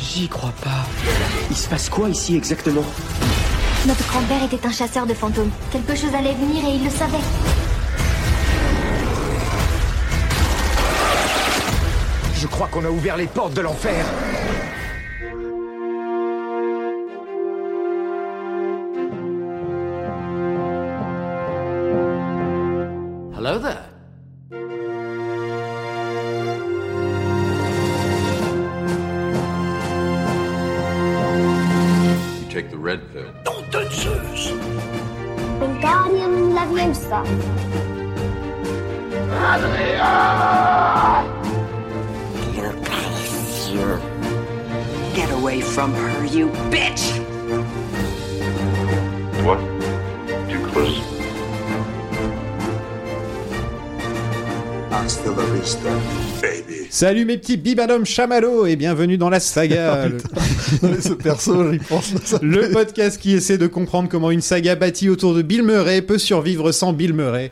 J'y crois pas. Il se passe quoi ici exactement Notre grand-père était un chasseur de fantômes. Quelque chose allait venir et il le savait. Je crois qu'on a ouvert les portes de l'enfer. Hello there. You take the red pill. Wingardium Laviosa. Look at you. Get away from her, you bitch! What? Too close. Hasta la vista, baby. Salut mes petits bibadom chamallows et bienvenue dans la saga, le, Non, mais ce perso, j'y pense. Ah, ça- le podcast qui essaie de comprendre comment une saga bâtie autour de Bill Murray peut survivre sans Bill Murray.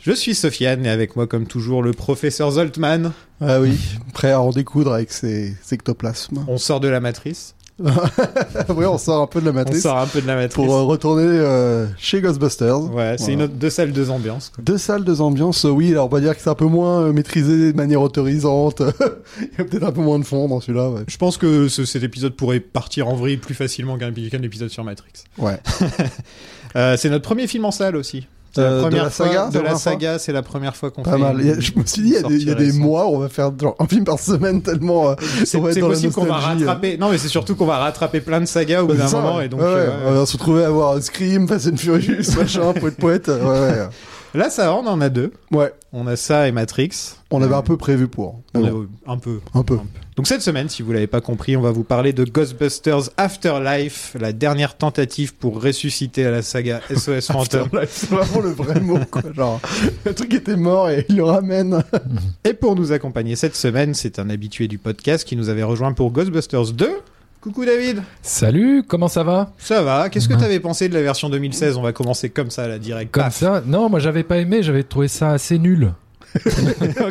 Je suis Sofiane et avec moi comme toujours le professeur Zoltman. Ah oui, prêt à en découdre avec ses ses ectoplasmes. On sort de la matrice, oui, on sort un peu de la on matrice sort un peu de la matrice. pour euh, retourner euh, chez Ghostbusters. Ouais, c'est une Voilà. autre, deux salles, deux ambiances. quoi. Deux salles, deux ambiances, euh, oui, alors on va dire que c'est un peu moins euh, maîtrisé de manière autorisante. Il y a peut-être un peu moins de fond dans celui-là. Ouais. Je pense que ce- cet épisode pourrait partir en vrille plus facilement qu'un qu'un épisode sur Matrix. Ouais. Euh, c'est notre premier film en salle aussi. C'est Euh, de première la fois- saga, c'est la de la première fois saga, c'est la première fois qu'on fait. Pas mal. Il y a- je me suis dit, il y a des, il y a sortie des récente. mois où on va faire genre, un film par semaine tellement. euh, C'est on va être c'est dans la possible qu'on va nostalgie, euh. rattraper. Non, mais c'est surtout qu'on va rattraper plein de sagas au bout C'est d'un ça, moment. ouais. Et donc, Ouais, ouais, euh, on va se retrouver à voir Scream, Fast and Furious, machin, poète poète. Ouais, ouais. là, ça, va, on en a deux. ouais. On a ça et Matrix. On l'avait un peu prévu pour. Mais On Ah bon, a- un peu. Un peu. Donc cette semaine, si vous l'avez pas compris, on va vous parler de Ghostbusters Afterlife, la dernière tentative pour ressusciter la saga SOS Phantom. Afterlife, C'est vraiment le vrai mot, quoi. Genre, le truc était mort et il le ramène. Et pour nous accompagner cette semaine, c'est un habitué du podcast qui nous avait rejoint pour Ghostbusters 2. Coucou David, Salut, comment ça va ça va Qu'est-ce que t'avais pensé de la version 2016 On va commencer comme ça, la direct. Comme Paf. ça Non, moi j'avais pas aimé, j'avais trouvé ça assez nul.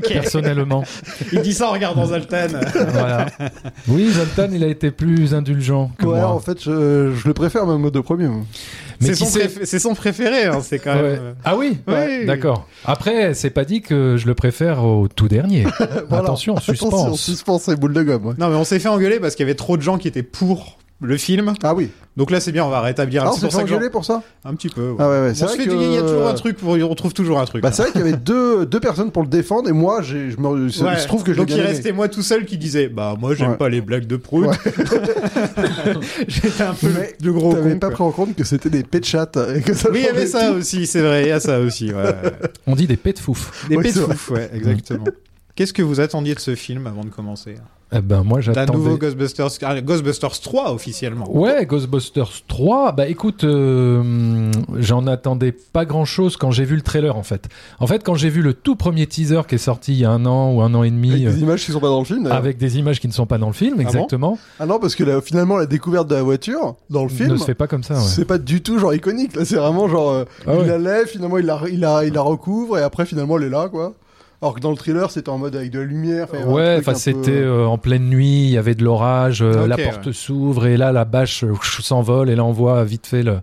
Personnellement. Il dit ça en regardant Zoltan. voilà. Oui, Zoltan, il a été plus indulgent que ouais, moi. en fait, je, je le préfère même aux deux premiers. moi. Mais C'est qui son, sait- préf- c'est son préféré, hein, c'est quand Ouais. même. euh, Ah oui, Oui. Ouais, d'accord. Après, c'est pas dit que je le préfère au tout dernier. Voilà. Attention, Attention, suspense. suspense et boule de gomme. ouais. Non, mais on s'est fait engueuler parce qu'il y avait trop de gens qui étaient pour le film. Ah oui. Donc là, c'est bien, on va rétablir Ah, un on petit s'est pour fait ça que j'en- engueuler pour ça Un petit peu. ouais. Ah ouais, ouais, On c'est se vrai fait du- Il y a que- toujours un truc, pour... on trouve toujours un truc. Bah, hein. c'est vrai qu'il y avait deux, deux personnes pour le défendre et moi, j'ai, je me, il Ouais. se trouve que je l'ai Donc il bien aimé. restait moi tout seul qui disait Bah, moi, j'aime Ouais. pas les blagues de prout. J'étais un peu Mais le gros. T'avais con, pas quoi. pris en compte que c'était des pétchats et que ça Oui, il y changeait avait ça tout. aussi, c'est vrai, il y a ça aussi. ouais. On dit des pets de fouf. Des Oui, c'est pétoufs, ouais, exactement. Qu'est-ce que vous attendiez de ce film avant de commencer Eh ben, moi D'un j'attendais. nouveau Ghostbusters, ah, Ghostbusters 3 officiellement. Ouais, Ghostbusters 3, bah écoute, euh, hum, j'en attendais pas grand-chose quand j'ai vu le trailer en fait. En fait, quand j'ai vu le tout premier teaser qui est sorti il y a un an ou un an et Avec demi, euh, des images qui sont pas dans le film. Ah, d'ailleurs. avec des images qui ne sont pas dans le film, bon exactement, Ah non, parce que là, finalement, la découverte de la voiture dans le film. ne se fait pas comme ça. Ah ouais. C'est pas du tout genre iconique là, c'est vraiment genre euh, Ah il ouais. la lève, finalement il la, il, la, il la recouvre et après finalement elle est là quoi. Alors que dans le thriller c'était en mode avec de la lumière. enfin, il y avait un Ouais, truc un enfin peu- c'était euh, en pleine nuit, il y avait de l'orage, euh, Ok, la ouais. porte s'ouvre et là la bâche euh, s'envole et là on voit vite fait le-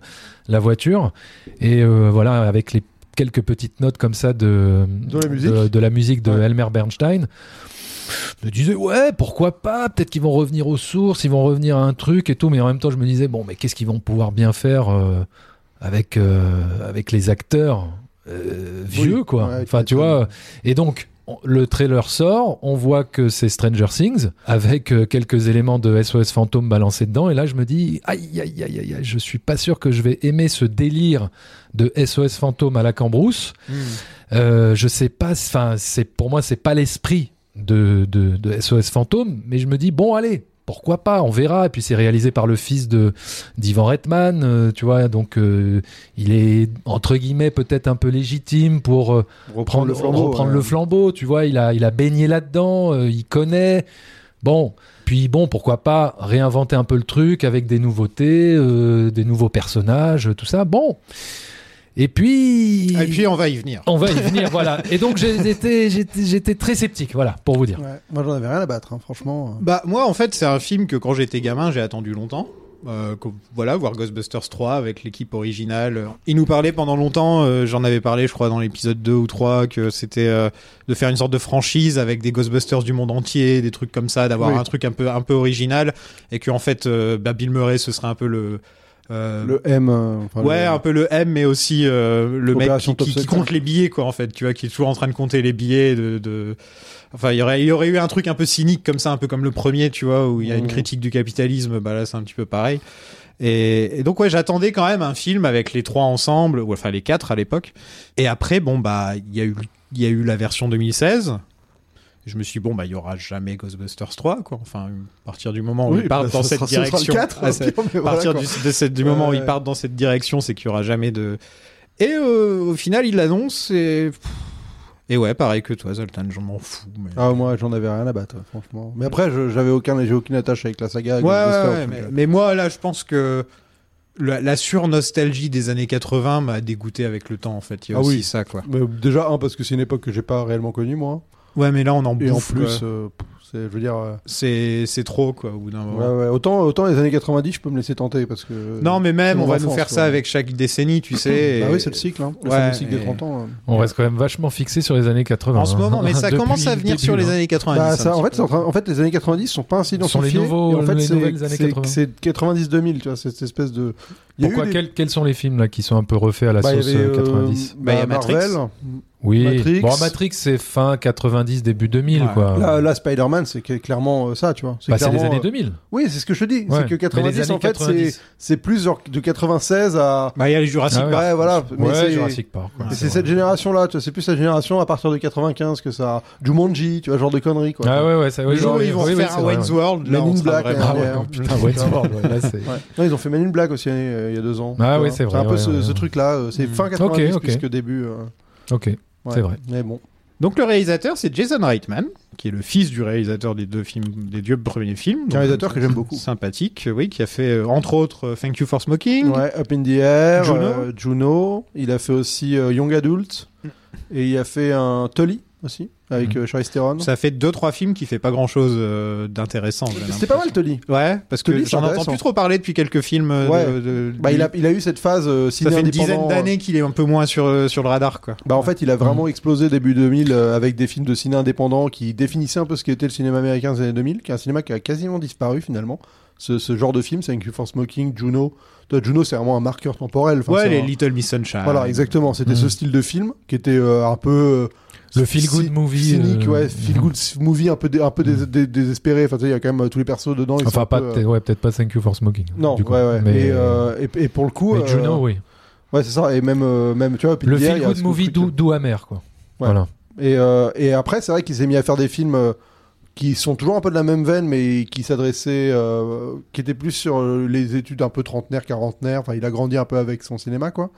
la voiture et euh, voilà avec les quelques petites notes comme ça de De la musique. de, de la musique de Ouais. Elmer Bernstein. Je me disais ouais pourquoi pas peut-être qu'ils vont revenir aux sources ils vont revenir à un truc et tout mais en même temps je me disais bon mais qu'est-ce qu'ils vont pouvoir bien faire euh, avec euh, avec les acteurs euh, vieux Oui, quoi ouais, avec enfin les tu vois euh, et donc, on- le trailer sort, on voit que c'est Stranger Things, avec euh, quelques éléments de SOS Fantôme balancés dedans. Et là, je me dis, aïe, aïe, aïe, aïe, aïe, je suis pas sûr que je vais aimer ce délire de SOS Fantôme à la Cambrousse. Hmm. hmm. Euh, je sais pas, enfin, c'est pour moi, c'est pas l'esprit de, de, de SOS Fantôme, mais je me dis, bon, allez, pourquoi pas, on verra. Et puis, c'est réalisé par le fils de d'Ivan Reitman, euh, tu vois, donc euh, il est, entre guillemets, peut-être un peu légitime pour. euh, Reprendre le flambeau, reprendre ouais. le flambeau, tu vois, il a, il a baigné là-dedans, euh, il connaît. Bon, puis bon, pourquoi pas réinventer un peu le truc avec des nouveautés, euh, des nouveaux personnages, tout ça. Bon. Et puis. Ah, Et puis on va y venir. On va y venir, voilà. Et donc j'ai été- j'étais j'étais très sceptique, voilà, pour vous dire. Ouais, moi j'en avais rien à battre, hein, franchement. Bah moi en fait c'est un film que quand j'étais gamin j'ai attendu longtemps. Euh, que- voilà, voir Ghostbusters 3 avec l'équipe originale. Il nous parlait pendant longtemps, euh, j'en avais parlé je crois dans l'épisode 2 ou 3, que c'était euh, de faire une sorte de franchise avec des Ghostbusters du monde entier, des trucs comme ça, d'avoir Oui. un truc un peu, un peu original, et que en fait euh, bah, Bill Murray ce serait un peu le... euh, Le M. euh, enfin, ouais, le- un peu le M, mais aussi euh, le mec Opération qui, Top qui- qui Secret. compte les billets, quoi, en fait. Tu vois, qui est toujours en train de compter les billets. De, de- Enfin, il y aurait, il y aurait eu un truc un peu cynique comme ça, un peu comme le premier, tu vois, où il y a une Mhm. critique du capitalisme. Bah là, c'est un petit peu pareil. Et, et donc ouais, j'attendais quand même un film avec les trois ensemble, ou enfin les quatre à l'époque. Et après, bon bah, il y a eu, il y a eu la version 2016. Je me suis dit, bon, bah, il y aura jamais Ghostbusters 3, quoi. Enfin, à partir du moment où Oui, ils partent bah, dans ce sera- cette ce sera le direction. quatre, Ah, ça- au pire, mais à voilà, partir quoi. du, de cette- du moment où Ouais, ils ouais. partent dans cette direction, c'est qu'il y aura jamais de. Et euh, au final, ils l'annoncent et. pff, Et ouais, pareil que toi, Zoltan, je m'en fous. mais- Ah, moi j'en avais rien à battre, hein, franchement. Mais après, je- j'avais aucun, j'ai aucune attache avec la saga. avec Ouais, Ghostbusters, ouais, ouais, donc, mais, euh, mais moi, là, je pense que la, la sur-nostalgie des années 80 m'a dégoûté avec le temps, en fait. Il y a Ah aussi oui. ça, quoi. mais déjà, un, parce que c'est une époque que j'ai pas réellement connue, moi. Ouais, mais là, on en Et en bouffe, plus, quoi. euh, pff, c'est- je veux dire. euh, C'est c'est trop, quoi, au bout d'un moment. ouais, ouais. Autant, autant les années 90, je peux me laisser tenter parce que. Non, mais même, c'est on mon va nous enfance, faire ouais. ça avec chaque décennie, tu sais. Bah et- oui, c'est le cycle, hein. Ouais, c'est le cycle et- des 30 ans. hein. On reste quand même vachement fixé sur les années 80. En ce hein. moment, mais ça Depuis commence à le venir début, sur les hein. années 90. Bah, un ça, en, petit fait, c'est en, train- en fait, les années 90 sont pas ainsi dans Ce sont son les filet, nouveaux- et en fait, les c'est- nouvelles années c'est- 80. C'est 90-2000, tu vois, cette espèce de. Il y a eu Pourquoi des- quels, quels sont les films là qui sont un peu refaits à la Bah, il y sauce avait, euh, euh, 90 Bah, il y a bah, Matrix. Marvel. Oui. Matrix. Bon, Matrix, c'est fin 90, début 2000, Ouais. quoi. Là, là, Spider-Man, c'est que- clairement euh, ça, tu vois. Ah Bah, c'est les clairement, années euh, 2000. Oui, c'est ce que je te dis. Ouais. C'est que Mais les 90, en années fait, 90. c'est- c'est plus genre de 96 à. Bah, il y a les Jurassic Ah ouais. Park. Ouais, voilà. Mais ouais, c'est- Jurassic Park. quoi. Ouais, et c'est Ah, vrai. cette génération-là, tu vois. C'est plus cette génération à partir de 95 que ça. Jumanji, tu vois, genre de conneries, quoi. Ah ouais, ouais, ça, Le oui, jour où oui, ils vont oui, oui, faire c'est un vrai, Wayne's ouais. World, là, Men in on sera Black, vraiment- hein. Ah ouais, oh, putain, Wayne's World, ouais, là, c'est- Ouais. Non, ils ont fait Men in Black aussi euh, il y a deux ans. Ah Tu oui, vois. c'est vrai, C'est un peu ouais, ce, ouais, ce ouais. Hmm. truc-là. euh, C'est fin Ok, 90 ok. plus que début. euh, Ok. ouais. C'est vrai. Mais bon. Donc le réalisateur, c'est Jason Reitman, qui est le fils du réalisateur des deux films, des deux premiers films. Donc, Un réalisateur que j'aime beaucoup. Sympathique, oui, qui a fait euh, entre autres euh, Thank You for Smoking. Ouais, Up in the Air, Juno. Juno. Juno. Il a fait aussi euh, Young Adult. Et il a fait un Tully aussi, avec Mhm. euh, Charlize Theron. Ça fait deux trois films qui fait pas grand chose d'intéressant. j'ai C'était pas mal Tully. l'impression. Ouais, parce que Tully, c'est j'en entends intéressant. plus trop parler depuis quelques films. euh, Ouais. de- de- Bah, il, a, il a eu cette phase euh, ciné Ça fait une dizaine indépendant, euh, d'années qu'il est un peu moins sur euh, sur le radar, quoi. Bah, en fait, Mm. il a vraiment explosé début 2000 euh, avec des films de ciné indépendant qui définissaient un peu ce qu'était le cinéma américain des années 2000, qui est un cinéma qui a quasiment disparu finalement. Ce, ce genre de film, c'est You for Smoking, Juno. Toi, Juno, c'est vraiment un marqueur temporel. Enfin, ouais, c'est les un- Little Miss Sunshine. Voilà, exactement. C'était Mhm. ce style de film qui était euh, un peu. euh, Le feel-good ci- movie, Cynique, euh, Mm. ouais. Feel good movie un peu, dé- un peu dés- dés- désespéré. Enfin, tu sais, il y a quand même euh, tous les persos dedans. ils sont Enfin, un pas, peu, euh, peut-être- ouais, peut-être pas Thank You for Smoking. Non, du coup. ouais, ouais. Mais, et, euh, et, et pour le coup. mais euh, Juno, oui. Ouais, c'est ça. Et même, euh, même tu vois, Up in Le the Air, il y a feel-good ce movie truc- doux, doux amer, quoi. Voilà. Et, euh, et après, c'est vrai qu'il s'est mis à faire des films euh, qui sont toujours un peu de la même veine, mais qui s'adressaient, euh, qui étaient plus sur euh, les études un peu trentenaire, quarantenaire. Enfin, il a grandi un peu avec son cinéma, quoi.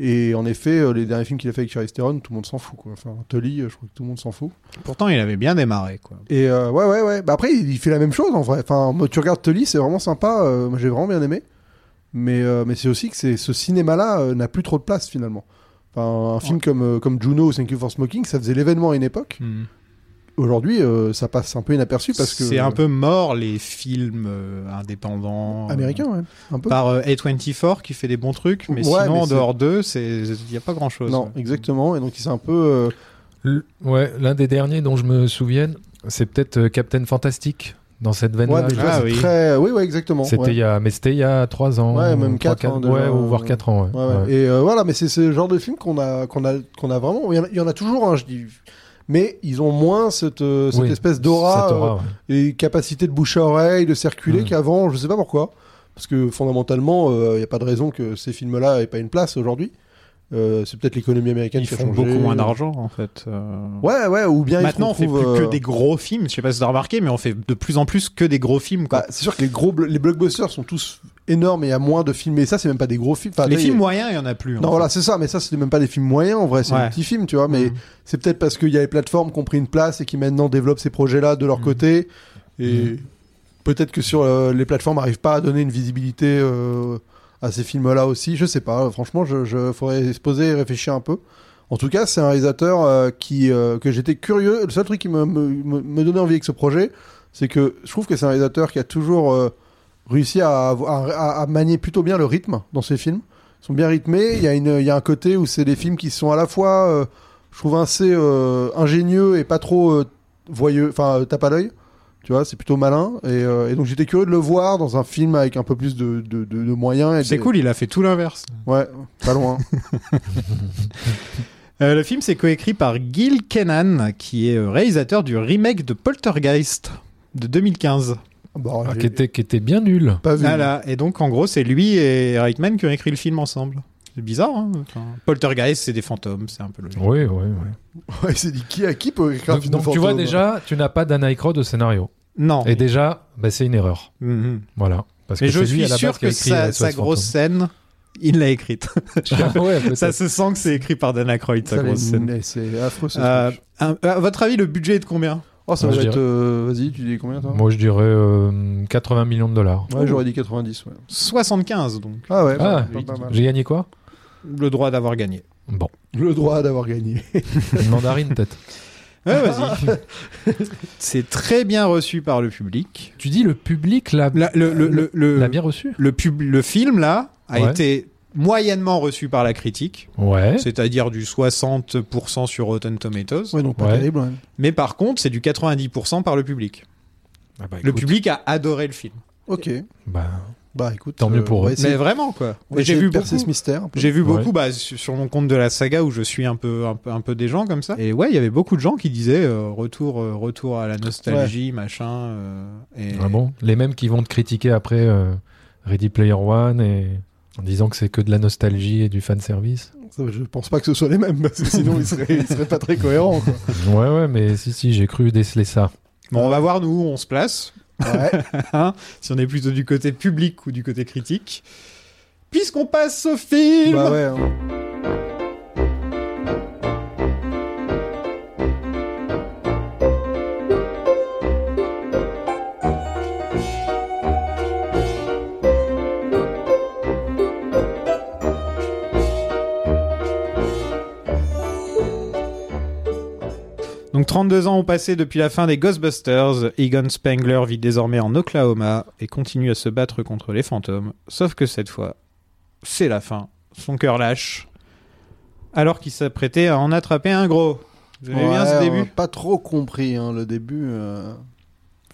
Et en effet, euh, les derniers films qu'il a fait avec Charlize Theron, tout le monde s'en fout, quoi. Enfin, Tully, euh, je crois que tout le monde s'en fout. Pourtant, il avait bien démarré, quoi. Et euh, ouais, ouais, ouais. Bah après, il il fait la même chose en vrai. Enfin, moi, tu regardes Tully, c'est vraiment sympa. euh, moi, j'ai vraiment bien aimé. Mais, euh, mais c'est aussi que c'est, ce cinéma-là euh, n'a plus trop de place finalement. Enfin, un film comme, euh, comme Juno ou Thank You for Smoking, ça faisait l'événement à une époque. Hmm. Aujourd'hui, euh, ça passe un peu inaperçu parce que. C'est un peu mort les films euh, indépendants euh, Américain, ouais. Un peu. par euh, A24 qui fait des bons trucs, mais Ouais, sinon mais en c'est- dehors d'eux, c'est il n'y a pas grand chose. Non, exactement. Et donc, c'est un peu. euh, L- Ouais, l'un des derniers dont je me souvienne, c'est peut-être euh, Captain Fantastic dans cette Ouais, veine-là. mais je là, ah c'est oui. très. Oui, ouais, exactement. C'était ouais. il y a, mais c'était il y a 3 ans. Ouais, même trois, quatre ans, quatre- ouais, déjà, ou voire euh, 4 ans. ouais. Ouais, ouais. Ouais. Et euh, voilà, mais c'est ce genre de film qu'on a, qu'on a, qu'on a vraiment. Il y en a, il y en a toujours, hein, je dis. Mais ils ont moins cette, euh, cette Oui, espèce d'aura, cette aura, ouais. euh, et capacité de bouche à oreille, de circuler Mm. qu'avant, je sais pas pourquoi. Parce que fondamentalement, euh, il n'y a pas de raison que ces films-là aient pas une place aujourd'hui. Euh, c'est peut-être l'économie américaine Ils qui a font changé. beaucoup moins d'argent en fait. euh. Ouais, ouais, ou bien ils Maintenant, on fait plus retrouvent, que euh, des gros films. Je sais pas si t'as remarqué, mais on fait de plus en plus que des gros films. Quoi. bah, c'est sûr que les gros blo- les blockbusters sont tous énormes et il y a moins de films. Mais ça, c'est même pas des gros films. Enfin, les tu sais, films il y a- moyens, il y en a plus. en Non, fait. voilà, c'est ça, mais ça, c'est même pas des films moyens en vrai, c'est Ouais. des petits films, tu vois. Mais Mhm. c'est peut-être parce qu'il y a les plateformes qui ont pris une place et qui maintenant développent ces projets-là de leur Mhm. côté. Et peut-être que sur euh, les plateformes, n'arrivent pas à donner une visibilité euh, à ces films-là aussi. Je sais pas, franchement, je, je faudrait se poser et réfléchir un peu. En tout cas, c'est un réalisateur euh, qui, euh, que j'étais curieux. Le seul truc qui me, me, me- me donnait envie avec ce projet, c'est que je trouve que c'est un réalisateur qui a toujours euh, réussi à, avoir- à- à manier plutôt bien le rythme dans ses films. Ils sont bien rythmés. Il y, a une- il y a un côté où c'est des films qui sont à la fois, euh, je trouve, assez euh, ingénieux et pas trop euh, voyeux, enfin, euh, tape à l'œil. Tu vois, c'est plutôt malin. Et, euh, et donc, j'étais curieux de le voir dans un film avec un peu plus de, de- de- de moyens. et C'est de- cool, il a fait tout l'inverse. Ouais, pas loin. Euh, le film, c'est coécrit par Gil Kenan, qui est euh, réalisateur du remake de Poltergeist de 2015. Bon, Ah, Bah, j'ai qui, était, qui était bien nul. pas vu. Voilà. Ah Et donc, en gros, c'est lui et Reitman qui ont écrit le film ensemble. C'est bizarre, hein Enfin, Poltergeist, c'est des fantômes, c'est un peu logique. Oui, oui, oui. Ouais, c'est dit qui à qui peut écrire un Donc, film donc de tu vois fantôme déjà, tu n'as pas Dan Aykroyd au scénario. Non. Et déjà, bah, c'est une erreur. Mhm. Voilà. Parce Mais que je c'est lui suis à la sûr base qui a que écrit sa, SOS sa grosse scène, il l'a écrite. fantôme. Ah ouais, peut-être. ça se sent que c'est écrit par Dan Aykroyd, Ça, sa grosse les- scène. mais C'est affreux ce Euh, truc. un- à votre avis, le budget est de combien Oh, ça moi, va je être. dirais- euh, Vas-y, tu dis combien toi Moi, je dirais euh, 80 millions de dollars. Ouais, j'aurais dit 90. Ouais. 75, donc. Ah ouais, Ah, pas- pas mal. J'ai gagné quoi Le droit d'avoir gagné. Bon, le droit d'avoir gagné. une mandarine peut-être. Ouais, vas-y. c'est très bien reçu par le public. Tu dis le public l'a La- euh, le, le- le- le- Euh, l'a bien reçu le pub- le film, là, a Ouais. été moyennement reçu par la critique, Ouais. c'est-à-dire du 60% sur Rotten Tomatoes. Ouais, donc pas Ouais. terrible. ouais. Mais par contre, c'est du 90% par le public. Ah bah, Le écoute, public a adoré le film. Ok. bah, Bah écoute. Tant mieux pour eux. on va essayer- Mais vraiment, quoi. on va J'ai essayer vu de percer beaucoup. ce mystère. un peu. J'ai vu Ouais. beaucoup bah, su- sur mon compte de la saga où je suis un peu, un peu, un peu des gens comme ça. Et ouais, il y avait beaucoup de gens qui disaient euh, retour, euh, retour à la nostalgie, machin. euh, et... ah bon Les mêmes qui vont te critiquer après euh, Ready Player One et en disant que c'est que de la nostalgie et du fan service. Ça, Je pense pas que ce soit les mêmes, parce que sinon ils seraient, ils seraient pas très cohérents. quoi. ouais, ouais, mais si, si, j'ai cru déceler ça. Bon, on va voir nous où on se place, Ouais. Hein, si on est plutôt du côté public ou du côté critique. Puisqu'on passe au film bah ouais. hein. Donc 32 ans ont passé depuis la fin des Ghostbusters, Egon Spengler vit désormais en Oklahoma et continue à se battre contre les fantômes, sauf que cette fois, c'est la fin, son cœur lâche, alors qu'il s'apprêtait à en attraper un gros. Vous avez bien Ouais, ce on début a Pas trop compris hein, le début. euh.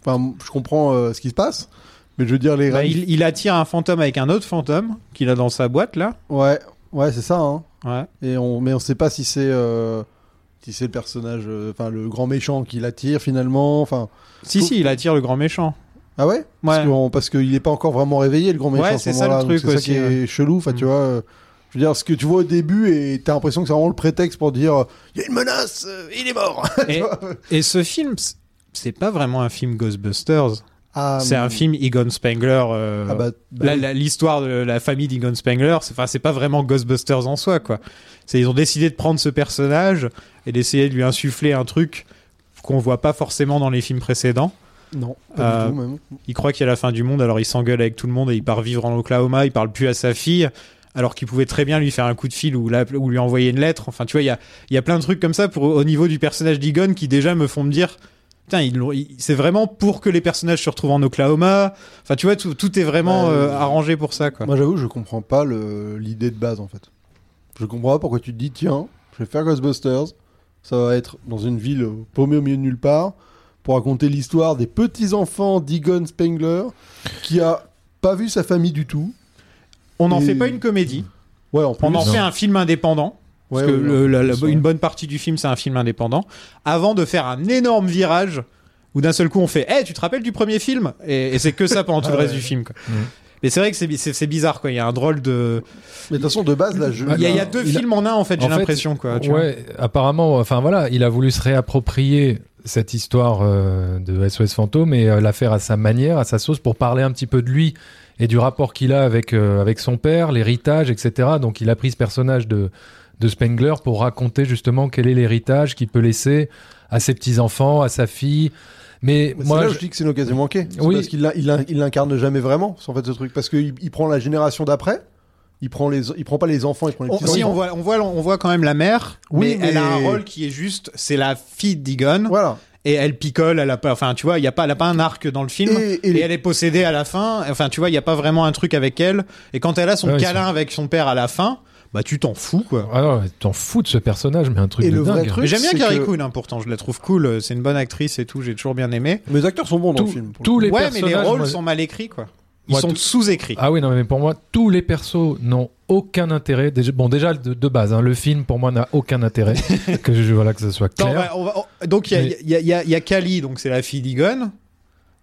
Enfin, je comprends euh, ce qui se passe, mais je veux dire les Bah, règles. il, il attire un fantôme avec un autre fantôme qu'il a dans sa boîte là. Ouais, ouais, c'est ça. Hein. Ouais. Et on, mais on sait pas si c'est euh, si c'est le personnage, euh, enfin le grand méchant qui l'attire finalement. Enfin, Si, si, il attire le grand méchant. ah ouais, Parce Ouais. qu'on- parce qu'il est pas encore vraiment réveillé le grand méchant. Ouais, à ce c'est ça moment-là, le donc truc C'est ça qui aussi, Mm. est chelou. Enfin, tu vois, euh, je veux dire, ce que tu vois au début et t'as l'impression que c'est vraiment le prétexte pour dire euh, il y a une menace, euh, il est mort. Tu Et- vois Et ce film, c- c'est pas vraiment un film Ghostbusters. Ah, c'est un film Egon Spengler. euh, Ah bah, bah la- oui. la- L'histoire de la famille d'Egon Spengler, c'est enfin, c'est pas vraiment Ghostbusters en soi, quoi. C'est- Ils ont décidé de prendre ce personnage et d'essayer de lui insuffler un truc qu'on voit pas forcément dans les films précédents. non, pas Euh, du tout même. Il croit qu'il y a la fin du monde, alors il s'engueule avec tout le monde et il part vivre en Oklahoma, il parle plus à sa fille, alors qu'il pouvait très bien lui faire un coup de fil ou, la- ou lui envoyer une lettre. Enfin, tu vois, il y a, il y a plein de trucs comme ça pour, au niveau du personnage d'Egon qui déjà me font me dire. Putain, ils l'ont- ils- c'est vraiment pour que les personnages se retrouvent en Oklahoma. Enfin, tu vois, tout, tout est vraiment Ouais, euh, ouais. arrangé pour ça, quoi. Moi, j'avoue, je comprends pas le- l'idée de base en fait. Je comprends pas pourquoi tu te dis tiens, je vais faire Ghostbusters. Ça va être dans une ville euh, paumée au milieu de nulle part pour raconter l'histoire des petits enfants d'Egon Spengler qui a pas vu sa famille du tout. On n'en Et- fait pas une comédie. Ouais, en plus. On en Non. fait un film indépendant. Parce Ouais, que ouais, le- ouais, la- en la- plus, ouais. une bonne partie du film, c'est un film indépendant. Avant de faire un énorme virage où d'un seul coup on fait Eh, tu te rappelles du premier film Et, et c'est que ça pendant tout le Ah reste ouais. du film. quoi. Mhm. Mais c'est vrai que c'est bi- c'est c'est bizarre. quoi. Il y a un drôle de. Mais de toute façon, de base, là, je. Il y a, il y a deux il a- films en un, en fait, j'ai en fait, l'impression. quoi. tu vois. ouais, apparemment, enfin voilà, il a voulu se réapproprier cette histoire euh, de SOS Fantôme et euh, la faire à sa manière, à sa sauce, pour parler un petit peu de lui et du rapport qu'il a avec, euh, avec son père, l'héritage, etc. Donc il a pris ce personnage de, de Spengler pour raconter justement quel est l'héritage qu'il peut laisser à ses petits-enfants, à sa fille. Mais Mais Bah, c'est moi, là où je- je dis que c'est une occasion manquée. C'est Oui. Parce qu'il l'a- il l'a- il l'incarne jamais vraiment, en fait, ce truc. Parce qu'il il prend la génération d'après, Il prend les, il prend pas les enfants, il prend les On, petits. si, enfants. on voit, on, voit, on voit quand même la mère, Oh, Oui, mais elle a un mais- rôle qui est juste, c'est la fille d'Egon, Voilà. et elle picole, elle a pas, enfin tu vois, il y a pas, elle a pas un arc dans le film, Et- et- elle est possédée à la fin, enfin tu vois, il y a pas vraiment un truc avec elle, et quand elle a son Ouais, câlin avec son père à la fin, bah tu t'en fous quoi. Ah non, t'en fous de ce personnage, mais un truc Et de le vrai dingue. truc- Mais j'aime bien c'est Carrie que- Coon, hein, pourtant je la trouve cool, euh, c'est une bonne actrice et tout, j'ai toujours bien aimé. Les acteurs sont bons dans Tous- le film. pour le tous coup. les ouais, mais personnages. les rôles moi- sont mal écrits quoi. Ils Moi, sont tout- sous-écrits. Ah oui, non, mais pour moi, tous les persos n'ont aucun intérêt. Déjà- bon, déjà, de, de base, hein, le film, pour moi, n'a aucun intérêt. que je, voilà, que ce soit Attends, bah, clair. on va- on va- on- donc il y a- Mais- il y, a- il y a- il y a Kali, donc c'est la fille d'Egon,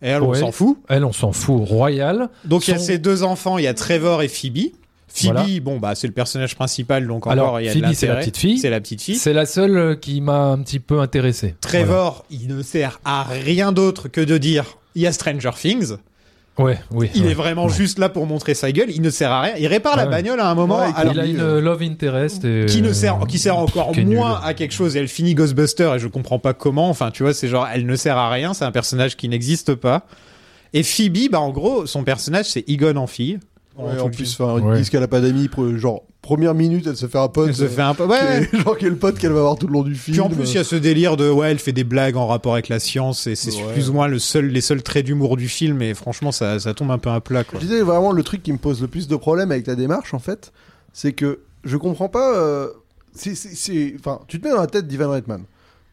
et elle on Ouais. s'en fout. Elle, on s'en fout, royal. Donc il y a Son- ces deux enfants, il y a Trevor et Phoebe. Phoebe, Voilà. bon bah c'est le personnage principal, donc encore Alors, il y a de Phoebe, c'est la l'intérêt. petite fille. C'est la petite fille. C'est la seule euh, qui m'a un petit peu intéressé. Trevor, il ne sert à rien d'autre que de dire il y a Stranger Things. Voilà. Ouais, oui. Il ouais. Ah est vraiment juste là pour montrer sa gueule. Il ne sert à rien. Il répare la Ouais. bagnole à un moment. Ouais, alors, il a lui, une euh, love interest. et- euh, qui ne sert, qui sert encore qui est nul. moins à quelque chose. Et elle finit Ghostbuster et je comprends pas comment. Enfin, tu vois, c'est genre, elle ne sert à rien. C'est un personnage qui n'existe pas. Et Phoebe, bah en gros, son personnage c'est Egon en fille. Ouais, Tout en le plus, film. enfin, ils Ouais. disent qu'elle a pas d'amis. pre- Genre première minute, elle se fait un pote. elle se euh, fait un peu. Ouais, qui ouais. est- genre quel pote qu'elle va avoir tout le long du film. Puis en plus, il y a ce délire de ouais, elle fait des blagues en rapport avec la science et c'est Ouais. plus ou moins le seul, les seuls traits d'humour du film. Et franchement, ça, ça tombe un peu à plat quoi. Je disais vraiment le truc qui me pose le plus de problèmes avec la démarche en fait, c'est que je comprends pas. euh, c'est- c'est- c'est- enfin, tu te mets dans la tête d'Ivan Reitman.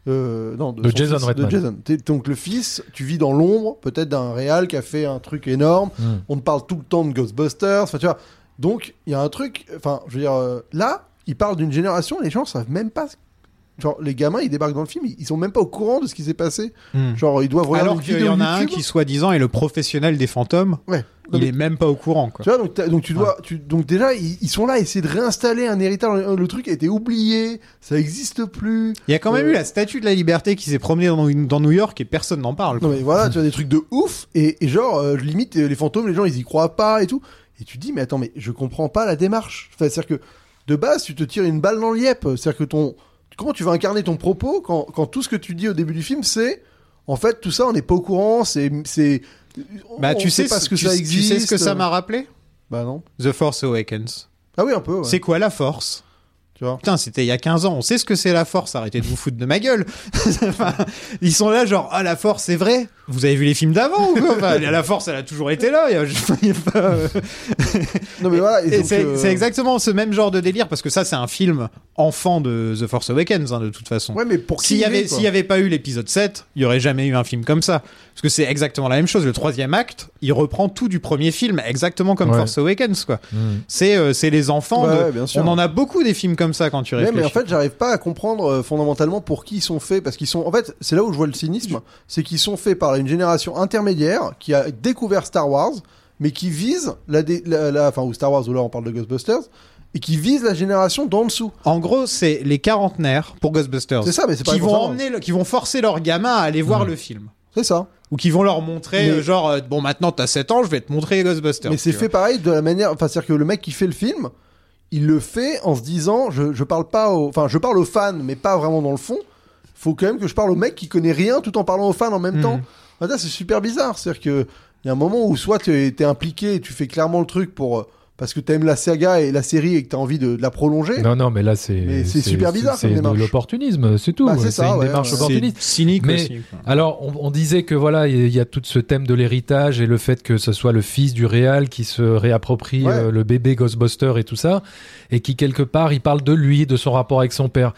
Euh, non, De son Jason fils, Reitman. De Jason. T'es- donc le fils, tu vis dans l'ombre, peut-être d'un réal qui a fait un truc énorme. Mm. On te parle tout le temps de Ghostbusters. Enfin, tu vois. Donc il y a un truc. Enfin, je veux dire, euh, là, il parle d'une génération. Les gens savent même pas. Genre, les gamins, ils débarquent dans le film, ils, ils sont même pas au courant de ce qui s'est passé. Hmm. Mm. Genre, ils doivent regarder Alors une qu'il y vidéo en a un YouTube. qui soi-disant est le professionnel des fantômes. Ouais. Non, Il mais- est même pas au courant quoi. Tu vois, donc, t'as- donc tu dois, tu, donc déjà ils, ils sont là, à essayer de réinstaller un héritage. Le, le truc a été oublié, ça existe plus. Il y a quand même Euh, eu la statue de la liberté qui s'est promenée dans, dans New York et personne n'en parle. Non quoi. mais voilà, tu as des trucs de ouf et, et genre euh, je limite euh, les fantômes, les gens ils y croient pas et tout. Et tu te dis mais attends mais je comprends pas la démarche. Enfin, c'est-à-dire que de base tu te tires une balle dans le yep. C'est-à-dire que ton comment tu vas incarner ton propos quand, quand tout ce que tu dis au début du film c'est en fait tout ça on n'est pas au courant, c'est c'est bah on tu sais pas ce que tu- ça tu sais existe. euh. ce que ça m'a rappelé Bah non. The Force Awakens. Ah oui un peu. ouais. C'est quoi la force Tu vois. Putain, c'était il y a 15 ans, on sait ce que c'est la force, arrêtez de vous foutre de ma gueule. Enfin, ils sont là genre ah la force c'est vrai. Vous avez vu les films d'avant ou quoi Enfin, la force elle a toujours été là, il y a- il y a pas, euh, Non mais voilà. Et donc, c'est euh, c'est exactement ce même genre de délire parce que ça c'est un film enfant de The Force Awakens hein, de toute façon. Ouais mais pour qui S'il y il est, avait quoi. s'il y avait pas eu l'épisode 7, il y aurait jamais eu un film comme ça parce que c'est exactement la même chose. Le troisième acte, il reprend tout du premier film exactement comme Ouais. Force Awakens quoi. Mm. C'est euh, c'est les enfants. Ouais, de- ouais, bien sûr. On en a beaucoup des films comme ça quand tu Ouais, réfléchis. mais en fait, j'arrive pas à comprendre euh, fondamentalement pour qui ils sont faits, parce qu'ils sont. En fait, c'est là où je vois le cynisme, c'est qu'ils sont faits par une génération intermédiaire qui a découvert Star Wars, mais qui vise la, dé- la, la- enfin, ou Star Wars ou là on parle de Ghostbusters, et qui vise la génération d'en dessous. En gros, c'est les quarantenaires pour Ghostbusters. C'est ça, hein. mais c'est pas qui pour vont Star Wars. emmener, le- qui vont forcer leurs gamins à aller voir Mm. le film. C'est ça. Ou qui vont leur montrer, Mais- euh, genre, euh, bon, maintenant t'as 7 ans, je vais te montrer Ghostbusters. Mais c'est tu fait pareil de la manière. Enfin, c'est-à-dire que le mec qui fait le film, il le fait en se disant, je, je parle pas aux. Enfin, je parle aux fans, mais pas vraiment dans le fond. Faut quand même que je parle au mec qui connaît rien tout en parlant aux fans en même Mhm. temps. Ah, ça, c'est super bizarre. C'est-à-dire que il y a un moment où soit tu es, impliqué et tu fais clairement le truc pour euh, parce que t'aimes la saga et la série et que t'as envie de, de la prolonger. Non, non, mais là, c'est. Mais c'est super bizarre C'est comme de démarche. l'opportunisme, c'est tout. Bah, c'est c'est ça, une ouais, démarche ouais. vois. opportuniste. C'est cynique Mais- ah, aussi. quoi. Alors, on, on disait que voilà, il y, a tout ce thème de l'héritage et le fait que ce soit le fils du réal qui se réapproprie Ouais. euh, le bébé Ghostbuster et tout ça, et qui quelque part, il parle de lui, de son rapport avec son père.